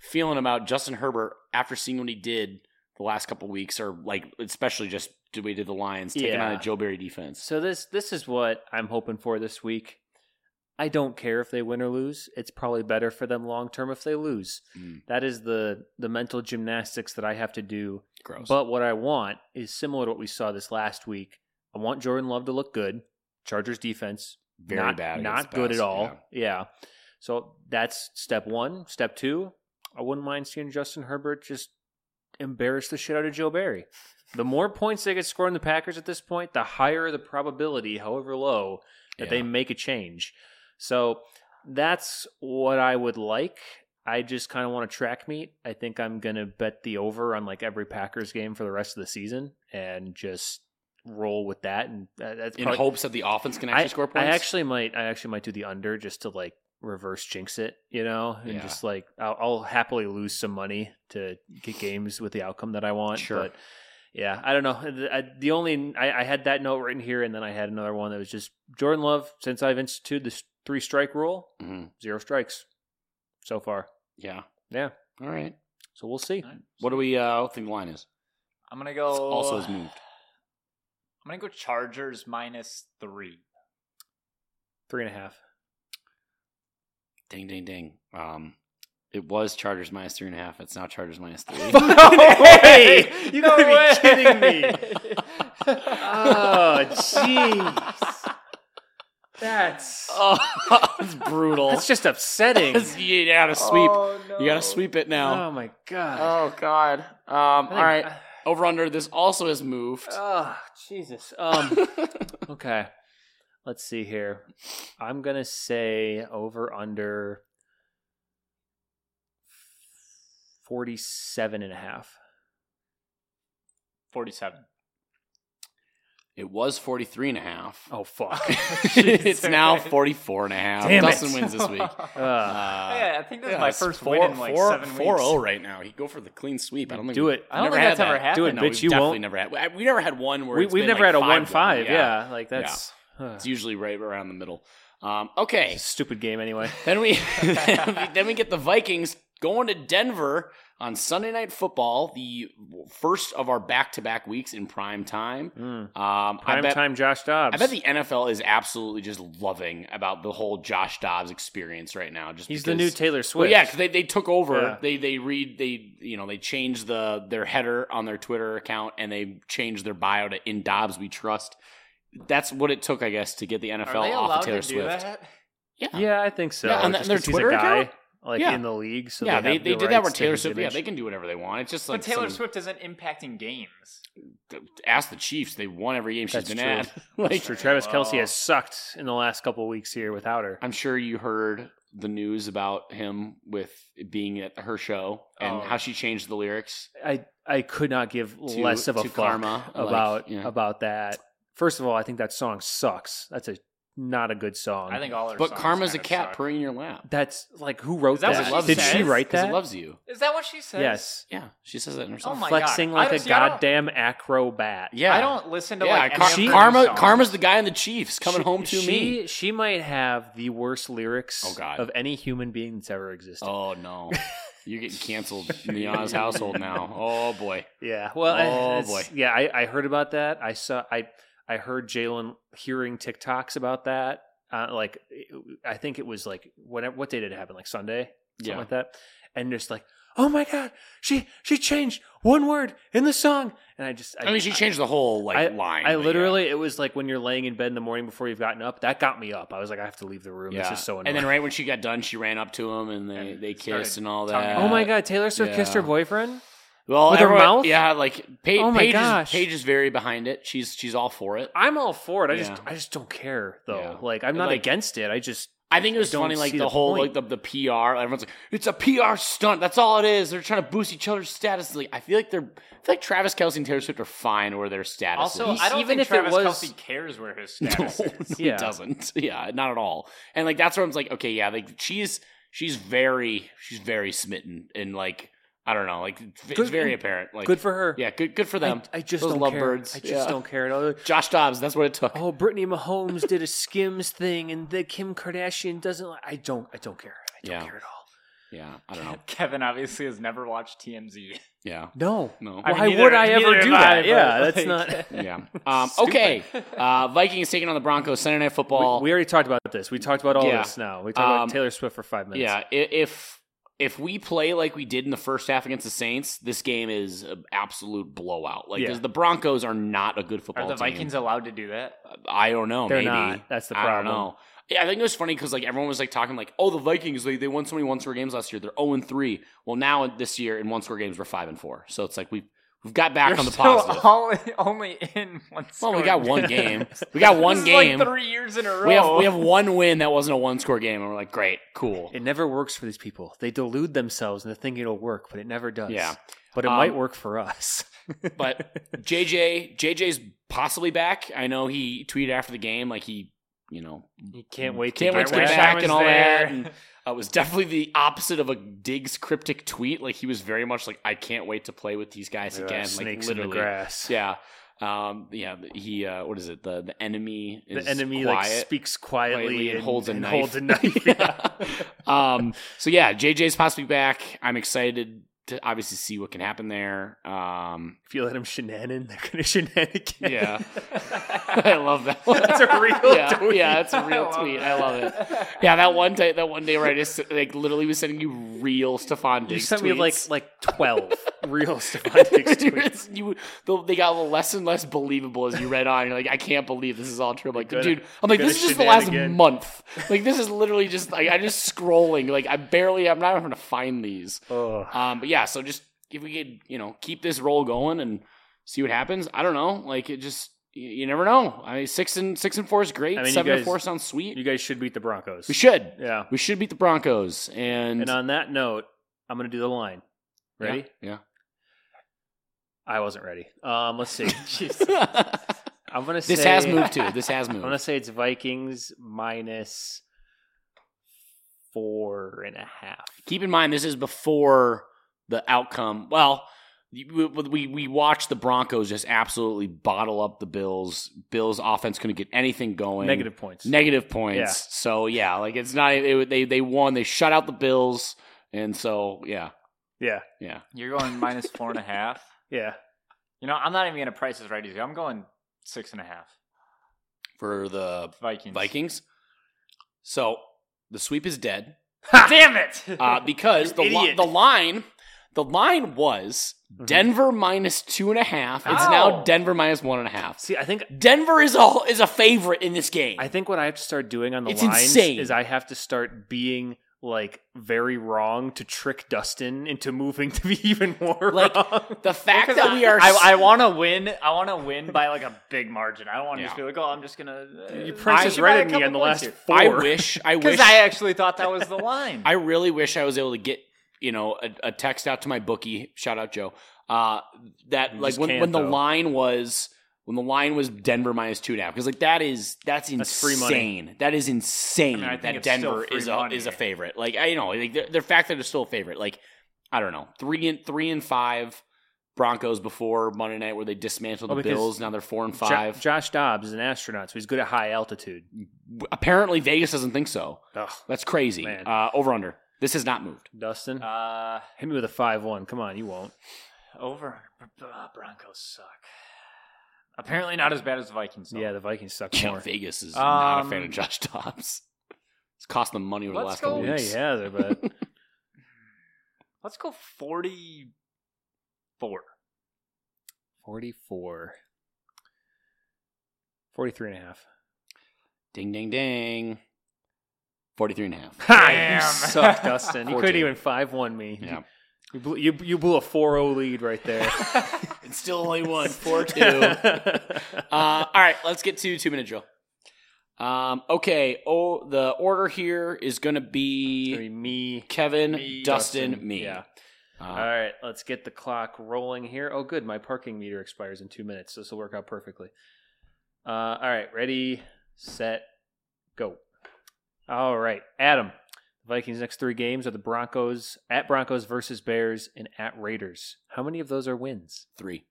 S1: feeling about Justin Herbert after seeing what he did the last couple weeks, or like especially just the way did the Lions taking
S2: Yeah.
S1: on a Joe Barry defense.
S2: So this this is what I'm hoping for this week. I don't care if they win or lose. It's probably better for them long term if they lose.
S1: Mm.
S2: That is the the mental gymnastics that I have to do.
S1: Gross.
S2: But what I want is similar to what we saw this last week. I want Jordan Love to look good. Chargers defense
S1: Very
S2: not,
S1: bad. against
S2: Not
S1: the
S2: good
S1: pass,
S2: at all. Yeah. So that's step one. Step two, I wouldn't mind seeing Justin Herbert just embarrass the shit out of Joe Barry. The more points they get scored in the Packers at this point, the higher the probability, however low, that
S1: Yeah.
S2: they make a change. So that's what I would like. I just kind of want to track meet. I think I'm going to bet the over on like every Packers game for the rest of the season and just roll with that. And that- that's
S1: in
S2: probably,
S1: hopes that the offense can actually
S2: I,
S1: score points.
S2: I actually might. I actually might do the under just to like reverse jinx it, you know, and
S1: Yeah.
S2: just like I'll, I'll happily lose some money to get games with the outcome that I want.
S1: Sure.
S2: But yeah, I don't know. Uh, The, I, the only I, I had that note written here, and then I had another one that was just Jordan Love. Since I've instituted this three strike rule,
S1: Mhm.
S2: zero strikes so far.
S1: yeah,
S2: Yeah.
S1: All right,
S2: So we'll see.
S1: what do we uh, think the line is?
S3: I'm gonna go.
S1: Also has moved.
S3: I'm gonna go Chargers minus
S1: <laughs>
S3: three.
S2: Three and a half. <laughs>
S1: Ding, ding, ding. Um, it was Chargers minus three and a half. It's now Chargers minus
S2: <laughs>
S1: three.
S2: way! <laughs>
S3: You
S2: gotta be
S3: way.
S2: kidding
S3: <laughs>
S2: me. Oh, jeez. That's
S1: <laughs> oh, it's brutal.
S2: that's just upsetting.
S1: you gotta <laughs> sweep.
S3: Oh, no.
S1: You gotta sweep it now.
S2: Oh my god.
S1: Oh God. Um, all
S2: I
S1: right.
S2: think-
S1: Over under. This also has moved.
S2: Oh, Jesus. Um, okay. Let's see here. I'm going to say over under 47 and a half.
S3: Forty-seven.
S1: <laughs> it was 43 and a half.
S2: Oh, <laughs> fuck.
S1: <laughs> it's now 44 and a half.
S2: Damn it.
S1: Uh, Dustin wins this
S2: <laughs>
S3: <laughs>
S1: week.
S2: Uh,
S1: Uh,
S3: yeah, I think that's
S1: yeah,
S3: my
S1: it's
S3: first
S1: four,
S3: win in like
S1: four,
S3: seven weeks.
S1: 4-0 right now. He go for the clean sweep. I don't think
S2: do
S1: we-
S2: it.
S3: I don't
S1: Never
S3: think
S1: had
S3: that's ever
S1: that.
S3: happened.
S2: Do it,
S1: No,
S2: bitch.
S1: we've
S2: you
S1: definitely
S2: won't.
S1: never had. We, we never had one where
S2: We,
S1: it's
S2: we've
S1: been,
S2: never
S1: like,
S2: had a 1
S1: 5-1.
S2: 5. Yeah. Like, that's huh.
S1: It's usually right around the middle. Um, okay.
S2: stupid
S1: <laughs>
S2: game anyway.
S1: Then we then we get the Vikings going to Denver on Sunday Night Football, the first of our back to back weeks in prime time.
S2: Mm.
S1: Um, I
S2: Prime
S1: bet
S2: time Josh Dobbs.
S1: I bet the NFL is absolutely just loving about the whole Josh Dobbs experience right now. Just
S2: He's the
S1: because,
S2: new Taylor
S1: Well,
S2: Swift.
S1: yeah, 'cause they, they took over.
S2: Yeah.
S1: They they read they you know they changed the their header on their Twitter account and they changed their bio to "In Dobbs We Trust." That's what it took, I guess, to get the NFL
S3: Are they allowed
S1: off of Taylor
S3: to do
S1: Swift.
S3: that?
S1: Yeah,
S2: Yeah, I think so.
S1: Yeah, on the-
S2: just
S1: their
S2: 'cause he's a
S1: Twitter
S2: guy,
S1: account?
S2: like
S1: Yeah.
S2: in the league. So
S1: yeah, they,
S2: have
S1: they
S2: the
S1: did that
S2: rights
S1: with
S2: to
S1: Taylor
S2: his
S1: Swift. Yeah,
S2: image.
S1: they can do whatever they want. It's just like
S3: but Taylor
S1: some-
S3: Swift isn't impacting games.
S1: Ask the Chiefs; they won every game she's
S2: That's
S1: been
S2: true. <laughs>
S1: at.
S2: That's
S1: like,
S2: true. Travis
S3: Wow.
S2: Kelsey has sucked in the last couple of weeks here without her.
S1: I'm sure you heard the news about him with being at her show and
S3: Oh.
S1: how she changed the lyrics.
S2: I I could not give
S1: To-
S2: less of a
S1: to
S2: fuck
S1: karma, like,
S2: about
S1: yeah.
S2: about that. First of all, I think that song sucks. That's a not a good song.
S3: I think all her
S1: But
S3: songs
S1: karma's a
S3: kinda
S1: cat
S3: suck.
S1: purring in your lap.
S2: that's like who wrote
S3: Is that what
S2: that?
S3: she
S1: loves
S2: Did
S1: you.
S2: she
S3: says?
S2: write
S1: 'Cause
S2: that?
S1: it loves you.
S3: Is that what she says?
S2: yes.
S1: Yeah, she says that in her
S3: Oh
S1: song.
S3: my
S2: Flexing
S3: god! I
S2: like
S3: don't
S2: a
S3: see- I don't-
S2: goddamn acro bat.
S1: Yeah,
S3: I don't listen to
S1: yeah,
S3: like
S1: Kar-
S2: She-
S3: any of her
S1: karma.
S3: songs.
S1: Karma's the guy in the Chiefs coming
S2: She-
S1: home to
S2: she,
S1: me.
S2: She might have the worst lyrics
S1: Oh, God.
S2: of any human being that's ever existed.
S1: Oh
S2: <laughs>
S1: no, you're getting canceled in the Oz household now. Oh boy.
S2: Yeah. Well, I-
S1: Oh,
S2: it's-
S1: boy.
S2: Yeah, I, I heard about that. I saw. I I heard Jalen hearing TikToks about that. Uh, like, I think it was like whatever. What day did it happen? Like Sunday, something
S1: Yeah.
S2: like that. And just like, oh my god, she she changed one word in the song, and I just I,
S1: I mean, she changed the whole like
S2: I-
S1: line.
S2: I
S1: but
S2: literally, it was like when you're laying in bed in the morning before you've gotten up. That got me up. I was like, I have to leave the room.
S1: yeah.
S2: This is so
S1: and
S2: annoying.
S1: then right when she got done, she ran up to him and they,
S3: And
S1: they
S3: started
S1: kissed and all
S3: tongue-
S1: that.
S2: oh my god, Taylor Swift kissed her
S1: Uh, yeah.
S2: boyfriend.
S1: Well,
S2: With her
S1: everyone-
S2: mouth?
S1: Yeah, like Paige.
S2: Oh my
S1: Paige,
S2: gosh.
S1: Is, Paige is very behind it. She's she's all for it.
S2: I'm all for it. I
S1: Yeah.
S2: just I just don't care though.
S1: Yeah.
S2: Like I'm
S1: But,
S2: not
S1: like-
S2: against it. I just
S1: I think it was
S2: don't
S1: funny, like
S2: see
S1: the,
S2: the
S1: whole
S2: point.
S1: like the, the PR. Everyone's like, it's a PR stunt. That's all it is. They're trying to boost each other's status. Like I feel like they're, I feel like Travis Kelsey and Taylor Swift are fine where their status
S3: Also,
S1: is.
S3: I don't
S2: E- Even
S3: think
S2: if it
S3: Travis
S2: was-
S3: Kelsey cares where
S2: <laughs>
S3: his
S1: <laughs>
S3: status <laughs>
S1: no,
S3: is.
S1: he
S2: Yeah.
S1: doesn't. Yeah, not at all. And like that's where I'm like, okay, yeah, like she's she's very she's very smitten and like I don't know. Like it's
S2: Good-
S1: very apparent. Like
S2: Good for her.
S1: yeah, good good for them.
S2: I, I just
S1: Those
S2: don't care.
S1: lovebirds.
S2: I just
S1: Yeah.
S2: don't care at all.
S1: Josh Dobbs. That's what it took.
S2: Oh, Brittany Mahomes did a Skims thing, and the Kim Kardashian doesn't. Like, I don't. I don't care. I don't
S1: Yeah.
S2: care at all.
S1: Yeah, I don't know.
S3: Kevin obviously has never watched TmZ.
S1: Yeah,
S2: No.
S1: no.
S3: I mean,
S2: Why
S3: neither-
S2: would I
S3: neither
S2: ever do
S3: am I,
S2: that?
S3: but,
S2: yeah, that's
S3: like-
S2: not. <laughs>
S1: Yeah. Um, okay. Uh, Vikings taking on the Broncos Sunday Night Football.
S2: We, we already talked about this. We talked about all
S1: Yeah.
S2: this now. We talked
S1: Um,
S2: about Taylor Swift for five minutes.
S1: Yeah, i- if if we play like we did in the first half against the Saints, this game is an absolute blowout. Like
S2: Yeah.
S1: 'cause the Broncos are not a good football
S3: Are the
S1: team.
S3: Vikings allowed to do that?
S1: I don't know.
S2: They're
S1: maybe
S2: not. That's the
S1: I don't
S2: problem.
S1: know. Yeah, I think it was funny because like everyone was like talking like, oh, the Vikings they, they won so many one score games last year. They're zero and three. Well, now this year in one score games we're five and four. So it's like we have we've got back
S3: You're
S1: on the
S3: still <laughs>
S1: positive.
S3: all- only in one.
S1: well, we
S3: score.
S1: got
S3: <laughs>
S1: one game. We got one
S3: This is
S1: game.
S3: like three years in a row.
S1: we have we have one win that wasn't a one score game, and we're like, great, cool.
S2: It never works for these people. They delude themselves into thinking it'll work, but it never does.
S1: Yeah.
S2: But it
S1: Um,
S2: might work for us.
S1: But
S2: <laughs>
S1: JJ, JJ's possibly back. I know he tweeted after the game, like he, you know,
S2: You can't wait
S1: can't
S2: to
S1: wait
S2: get
S1: to get
S2: back.
S1: back
S3: was
S1: and all
S3: there.
S1: that. And uh, it was definitely the opposite of a Diggs cryptic tweet. Like he was very much like, I can't wait to play with these guys
S2: Ugh,
S1: again. Like
S2: snakes in the
S1: literally,
S2: grass.
S1: yeah, um, yeah. He, uh, what is it? The the enemy
S2: The
S1: is
S2: enemy
S1: quiet.
S2: like speaks quietly,
S1: quietly and holds a
S2: and
S1: knife.
S2: Holds a
S1: <laughs>
S2: knife.
S1: Yeah. <laughs> um, so yeah, JJ's possibly back. I'm excited to obviously see what can happen there. Um,
S2: <laughs> if you let them shenanan, they're gonna <laughs> shenanigan.
S1: yeah, <laughs> I love that. One.
S2: That's a real
S1: yeah,
S2: tweet.
S1: yeah, it's a real
S3: I love
S1: tweet. I love it. Yeah, that one day, that one day where I just like literally was sending you real Stefan
S2: You
S1: Diggs.
S2: sent
S1: tweets.
S2: me like
S1: <laughs>
S2: like twelve real Stefan Diggs tweets.
S1: It's- you- though they got less and less believable as you read on. You're like, I can't believe this is all true. I'm like,
S2: You're gonna-
S1: dude, I'm like,
S2: you're
S1: this is
S2: gonna
S1: just the last
S2: shenanigan.
S1: month. Like, this is literally just like I'm just scrolling. Like, I barely, I'm not even to find these.
S2: Ugh.
S1: Um, but yeah, so just if we could, you know, keep this roll going and see what happens. I don't know. Like, it just you, you never know. I mean, six and six and four is great.
S2: I mean, you
S1: Seven and
S2: guys-
S1: four sounds sweet.
S2: You guys should beat the Broncos.
S1: we should.
S2: Yeah.
S1: We should beat the Broncos. And,
S2: And on that note, I'm gonna do the line. Ready? <laughs>
S1: Yeah. <laughs>
S2: I wasn't ready. Um,
S1: <laughs>
S2: let's see.
S1: yeah.
S2: I'm gonna say
S1: this has moved too. This has
S2: <laughs> I'm
S1: moved.
S2: gonna say it's Vikings minus four and a half.
S1: keep in mind this is before the outcome. Well, we we, we watched the Broncos just absolutely bottle up the Bills. Bills offense couldn't get anything going.
S2: Negative points.
S1: negative points.
S2: Yeah.
S1: So yeah, like it's not it, they they won. They shut out the Bills, and so yeah,
S2: yeah.
S1: yeah.
S3: You're going minus four and a half.
S2: Yeah.
S3: You know, I'm not even gonna price this right easy. I'm going six and a half.
S1: For the
S3: Vikings.
S1: Vikings, so the sweep is dead
S3: <laughs> Damn it!
S1: uh, because the li-
S2: Idiot.
S1: the line the line was
S2: Mhm.
S1: Denver minus two and a half. It's
S3: Mm-hmm. Ow.
S1: now Denver minus one and a half.
S2: See, I think
S1: Denver is a is a favorite in this game.
S2: I think what I have to start doing on the
S1: It's
S2: lines
S1: insane.
S2: is I have to start being like very wrong to trick Dustin into moving to be <laughs> even more
S1: Like,
S2: wrong.
S1: the fact
S3: Because
S1: that we are
S3: I, I want to win. I want to win by like a big margin. I don't want to just be
S1: Yeah.
S3: like, oh, I'm just gonna. Uh,
S2: You
S1: I-
S2: Princess
S1: she
S2: read me on the last four.
S1: I wish
S3: <laughs>
S1: I
S3: Because
S1: wish
S3: I
S1: I,
S3: actually thought
S2: <laughs>
S3: that was the line.
S1: really wish I was able to get you know a, a text out to my bookie. Shout out Joe. Uh, that
S2: You
S1: like
S2: just
S1: when
S2: can't,
S1: when the
S2: though.
S1: line was when the line was Denver minus two and a half because like that is that's insane.
S2: That's free money.
S1: That is insane.
S3: I mean, I think
S1: that
S3: it's still
S1: Denver
S3: free
S1: is a
S3: money.
S1: is a favorite. Like I you know like the, the fact that it's still a favorite. Like I don't know three and three and five. Broncos before Monday night where they dismantled
S2: Well,
S1: the
S2: Oh, because
S1: Bills. Now they're four and
S2: Jo-
S1: five.
S2: Josh Dobbs is an astronaut, so he's good at high altitude.
S1: Apparently Vegas doesn't think so.
S2: Ugh.
S1: That's crazy.
S2: Man.
S1: Uh, over under. This has not moved.
S2: Dustin,
S3: uh,
S2: hit me with a five-one. Come on, you won't.
S3: over. Uh, Broncos suck. Apparently not as bad as the Vikings. Though.
S2: Yeah, the Vikings suck
S1: <laughs> Yeah,
S2: more.
S1: Vegas is not a
S3: Um,
S1: fan of Josh <laughs> Dobbs. It's cost them money over the
S3: Let's
S1: last
S3: go-
S1: couple
S2: Yeah,
S1: weeks.
S2: yeah, they're but
S3: Let's go forty-four.
S2: forty-four. 43 and a
S1: <laughs>
S2: half.
S1: Ding, ding, ding. 43 and a
S2: <laughs>
S1: half.
S2: Ha!
S3: Damn.
S2: You suck,
S1: <laughs>
S2: Dustin. You
S1: 14.
S2: couldn't even 5 1 me. <laughs>
S1: Yeah.
S2: You, blew, you, you blew a 4 0 lead right there.
S1: It's still only <laughs> one. 4
S2: <laughs>
S1: 2. <laughs> uh, all right, let's get to two minute drill. Um, okay. Oh, the order here is going to
S2: I
S1: be
S2: mean, me.
S1: Kevin,
S3: Me,
S1: Dustin,
S2: Dustin,
S1: me.
S2: yeah.
S1: Uh,
S2: All
S3: Ah.
S2: right, let's get the clock rolling here. Oh, good. My parking meter expires in two minutes. So this will work out perfectly. Uh, all right, ready, set, go. All right, Adam. Vikings' next three games are the Broncos, at Broncos versus Bears, and at Raiders. How many of those are wins?
S1: Three.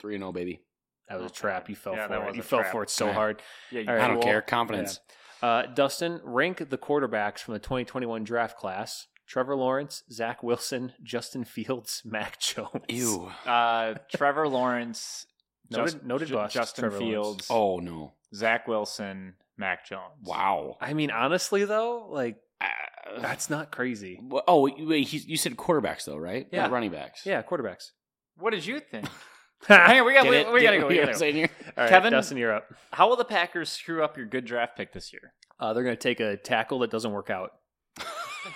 S1: Three and oh, baby.
S2: That was a
S3: Okay.
S2: trap. You fell
S3: Yeah,
S2: for
S3: that
S2: it.
S3: was
S2: You
S3: a
S2: fell
S3: trap.
S2: for it so
S1: Yeah.
S2: hard.
S3: Yeah, you
S2: All right.
S1: I don't
S3: fool.
S1: care. Confidence.
S2: Uh, Dustin, rank the quarterbacks from the 2021 draft class Trevor Lawrence, Zach Wilson, <laughs> Justin Fields, Mac Jones.
S1: Ew.
S3: Uh, Trevor Lawrence,
S2: <laughs> Noted,
S3: Just-
S2: noted
S3: Ju-
S2: bust,
S3: Justin
S2: Trevor Lawrence.
S3: Fields.
S1: Oh no.
S3: Zach Wilson, Mac Jones.
S1: Wow.
S2: I mean, honestly, though, like,
S1: Uh,
S2: that's not crazy.
S1: Well, Oh, you- wait, he- you said quarterbacks though, right?
S2: Yeah.
S1: Not running backs.
S2: Yeah, <laughs> quarterbacks.
S3: What did you
S2: <laughs>
S3: think? Hang on, we got
S1: Get
S3: we,
S1: it?
S3: we
S1: Get
S3: gotta
S1: it? You
S3: go. We
S1: know
S3: gotta
S1: what I'm
S3: go.
S1: saying here?
S2: All right,
S3: Kevin-
S2: Dustin, you're up.
S3: How will the Packers screw up your good draft pick this year?
S2: Uh, they're going to take a tackle that doesn't work out. <laughs>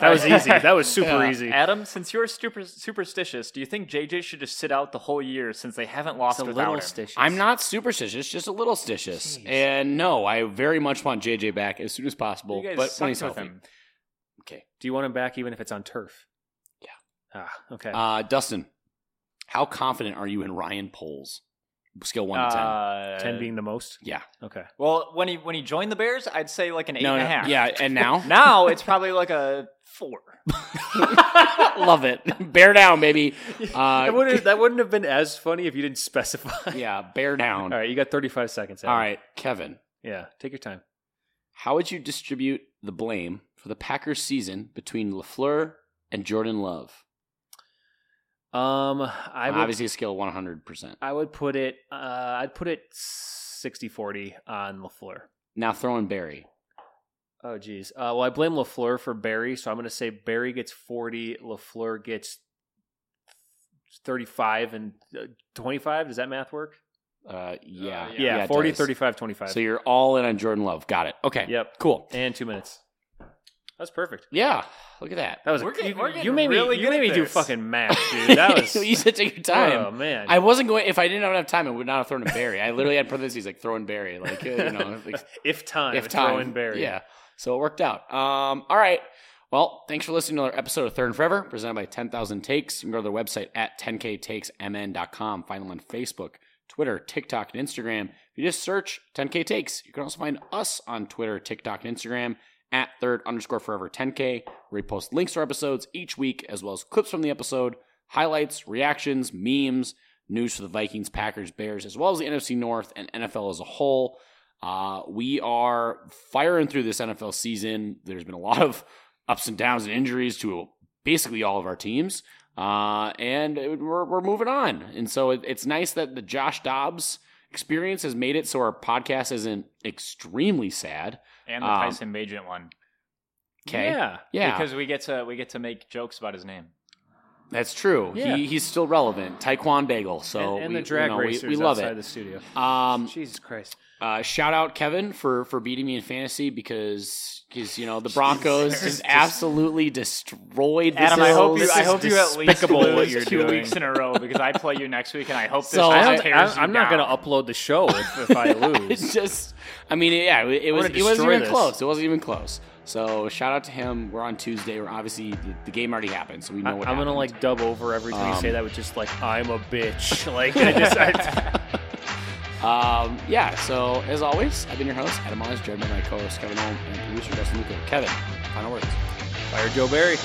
S2: That was easy. That was super
S1: Yeah.
S2: easy.
S3: Adam, since you're super, superstitious, do you think JJ should just sit out the whole year since they haven't lost
S4: It's a
S3: without
S4: little
S3: him?
S4: stitches.
S1: I'm not superstitious, just a little stitious.
S2: Jeez.
S1: And no, I very much want JJ back as soon as
S3: You
S1: possible.
S3: guys
S1: But
S3: sucked
S1: when he's
S3: with
S1: healthy.
S3: him.
S1: Okay.
S2: Do you want him back even if it's on turf?
S1: Yeah.
S2: Ah, okay.
S1: Uh, Dustin, how confident are you in Ryan Poles? Scale one to ten.
S3: Uh,
S2: 10 being the most?
S1: Yeah.
S2: <laughs> Okay.
S3: well, when he when he joined the Bears, I'd say like an eight
S1: No,
S3: and a
S1: no,
S3: half.
S1: yeah, and
S3: <laughs>
S1: now
S3: Now it's probably like a four.
S1: <laughs> love it. <laughs> Bear down,
S3: <laughs>
S1: baby. Uh,
S2: that, wouldn't, that wouldn't have been as funny if you didn't specify. <laughs>
S1: Yeah, bear
S2: All
S1: down.
S2: right, you got 35 seconds. Adam.
S1: All right, Kevin.
S2: Yeah, take your time.
S1: How would you distribute the blame for the Packers season between LaFleur and Jordan Love?
S2: Um, I would,
S1: Obviously, a scale of 100%.
S2: I would put it, uh, I'd put it 60 40 on LaFleur.
S1: Now throw in Barry.
S2: Oh, geez. Uh, well, I blame LaFleur for Barry, so I'm going to say Barry gets 40, LaFleur gets 35 and uh, 25. Does that math work?
S1: Uh, yeah.
S3: Uh, yeah.
S2: Yeah,
S1: it
S2: 40,
S1: does.
S2: 35, 25.
S1: So you're all in on Jordan Love. Got it. Okay.
S2: Yep.
S1: Cool.
S2: and two minutes. That's perfect.
S1: Yeah. Look at that.
S2: That
S1: <laughs>
S2: was
S3: We're
S2: a,
S3: getting-
S2: you,
S3: we're getting
S2: you made me
S3: really
S2: you
S3: good
S2: made
S3: at
S2: me do
S3: this.
S2: fucking math, dude. That
S1: <laughs>
S2: was
S1: you said take your time.
S2: Oh man.
S1: I wasn't going. If I didn't have enough time, I would not have thrown in Barry. I literally had parentheses like throwing Barry, like uh,
S2: <laughs>
S1: you know, like,
S2: if time,
S1: if time.
S2: throw in Barry.
S1: Yeah. So it worked out. Um, all right. Well, thanks for listening to another episode of Third and Forever, presented by 10,000 Takes. You can go to their website at 10ktakesmn.com. Find them on Facebook, Twitter, TikTok, and Instagram. If you just search 10K Takes, you can also find us on Twitter, TikTok, and Instagram at third underscore forever 10K, where we post links to our episodes each week, as well as clips from the episode, highlights, reactions, memes, news for the Vikings, Packers, Bears, as well as the NFC North and NFL as a whole. Uh, we are firing through this NFL season. There's been a lot of ups and downs and injuries to basically all of our teams. Uh, and it- we're, we're moving on. And so it, it's nice that the Josh Dobbs experience has made it so our podcast isn't extremely sad.
S3: And the
S1: Um,
S3: Tyson Bagent one.
S1: Okay.
S2: Yeah.
S1: Yeah,
S3: Because we get to we get to make jokes about his name.
S1: that's true.
S2: Yeah.
S1: He, he's still relevant. Taekwon Bagel. So
S2: and and
S1: we,
S2: the drag
S1: you know, we-
S2: racers
S1: we, love
S2: outside
S1: it.
S2: the studio.
S1: Um,
S2: Jesus Christ.
S1: Uh, shout out Kevin for for beating me in fantasy because because you know
S2: <laughs>
S1: the Broncos just absolutely destroyed.
S3: Adam,
S1: the
S3: I hope
S1: Bills. <laughs>
S3: you I hope you at least
S2: despicable what
S3: lose
S2: you're
S3: two
S2: doing.
S3: weeks in a row because I play you next week and
S1: <laughs>
S3: I hope this
S1: So, Oh,
S3: just
S1: I
S2: I
S1: don't-
S3: tears you
S2: am not
S3: down.
S2: going to upload the show if,
S1: <laughs>
S2: if I
S1: It's
S2: lose.
S1: just, I mean, yeah, it, it was
S2: wanna
S1: it wasn't
S2: destroy
S1: even
S2: this.
S1: close. It wasn't even close. So shout out to him. We're on Tuesday. We're obviously the, the game already happened, so we know
S2: I, am
S1: what
S2: going to
S1: happened.
S2: like dub over every time you
S1: Um,
S2: say that with just like, I'm a bitch. <laughs> Like, I just, I,
S1: Um, yeah. So as always, I've been your host, Adam Oz, joined by my co-host Kevin Holm and producer Justin Luca. Kevin, final words.
S2: fire Joe Barry.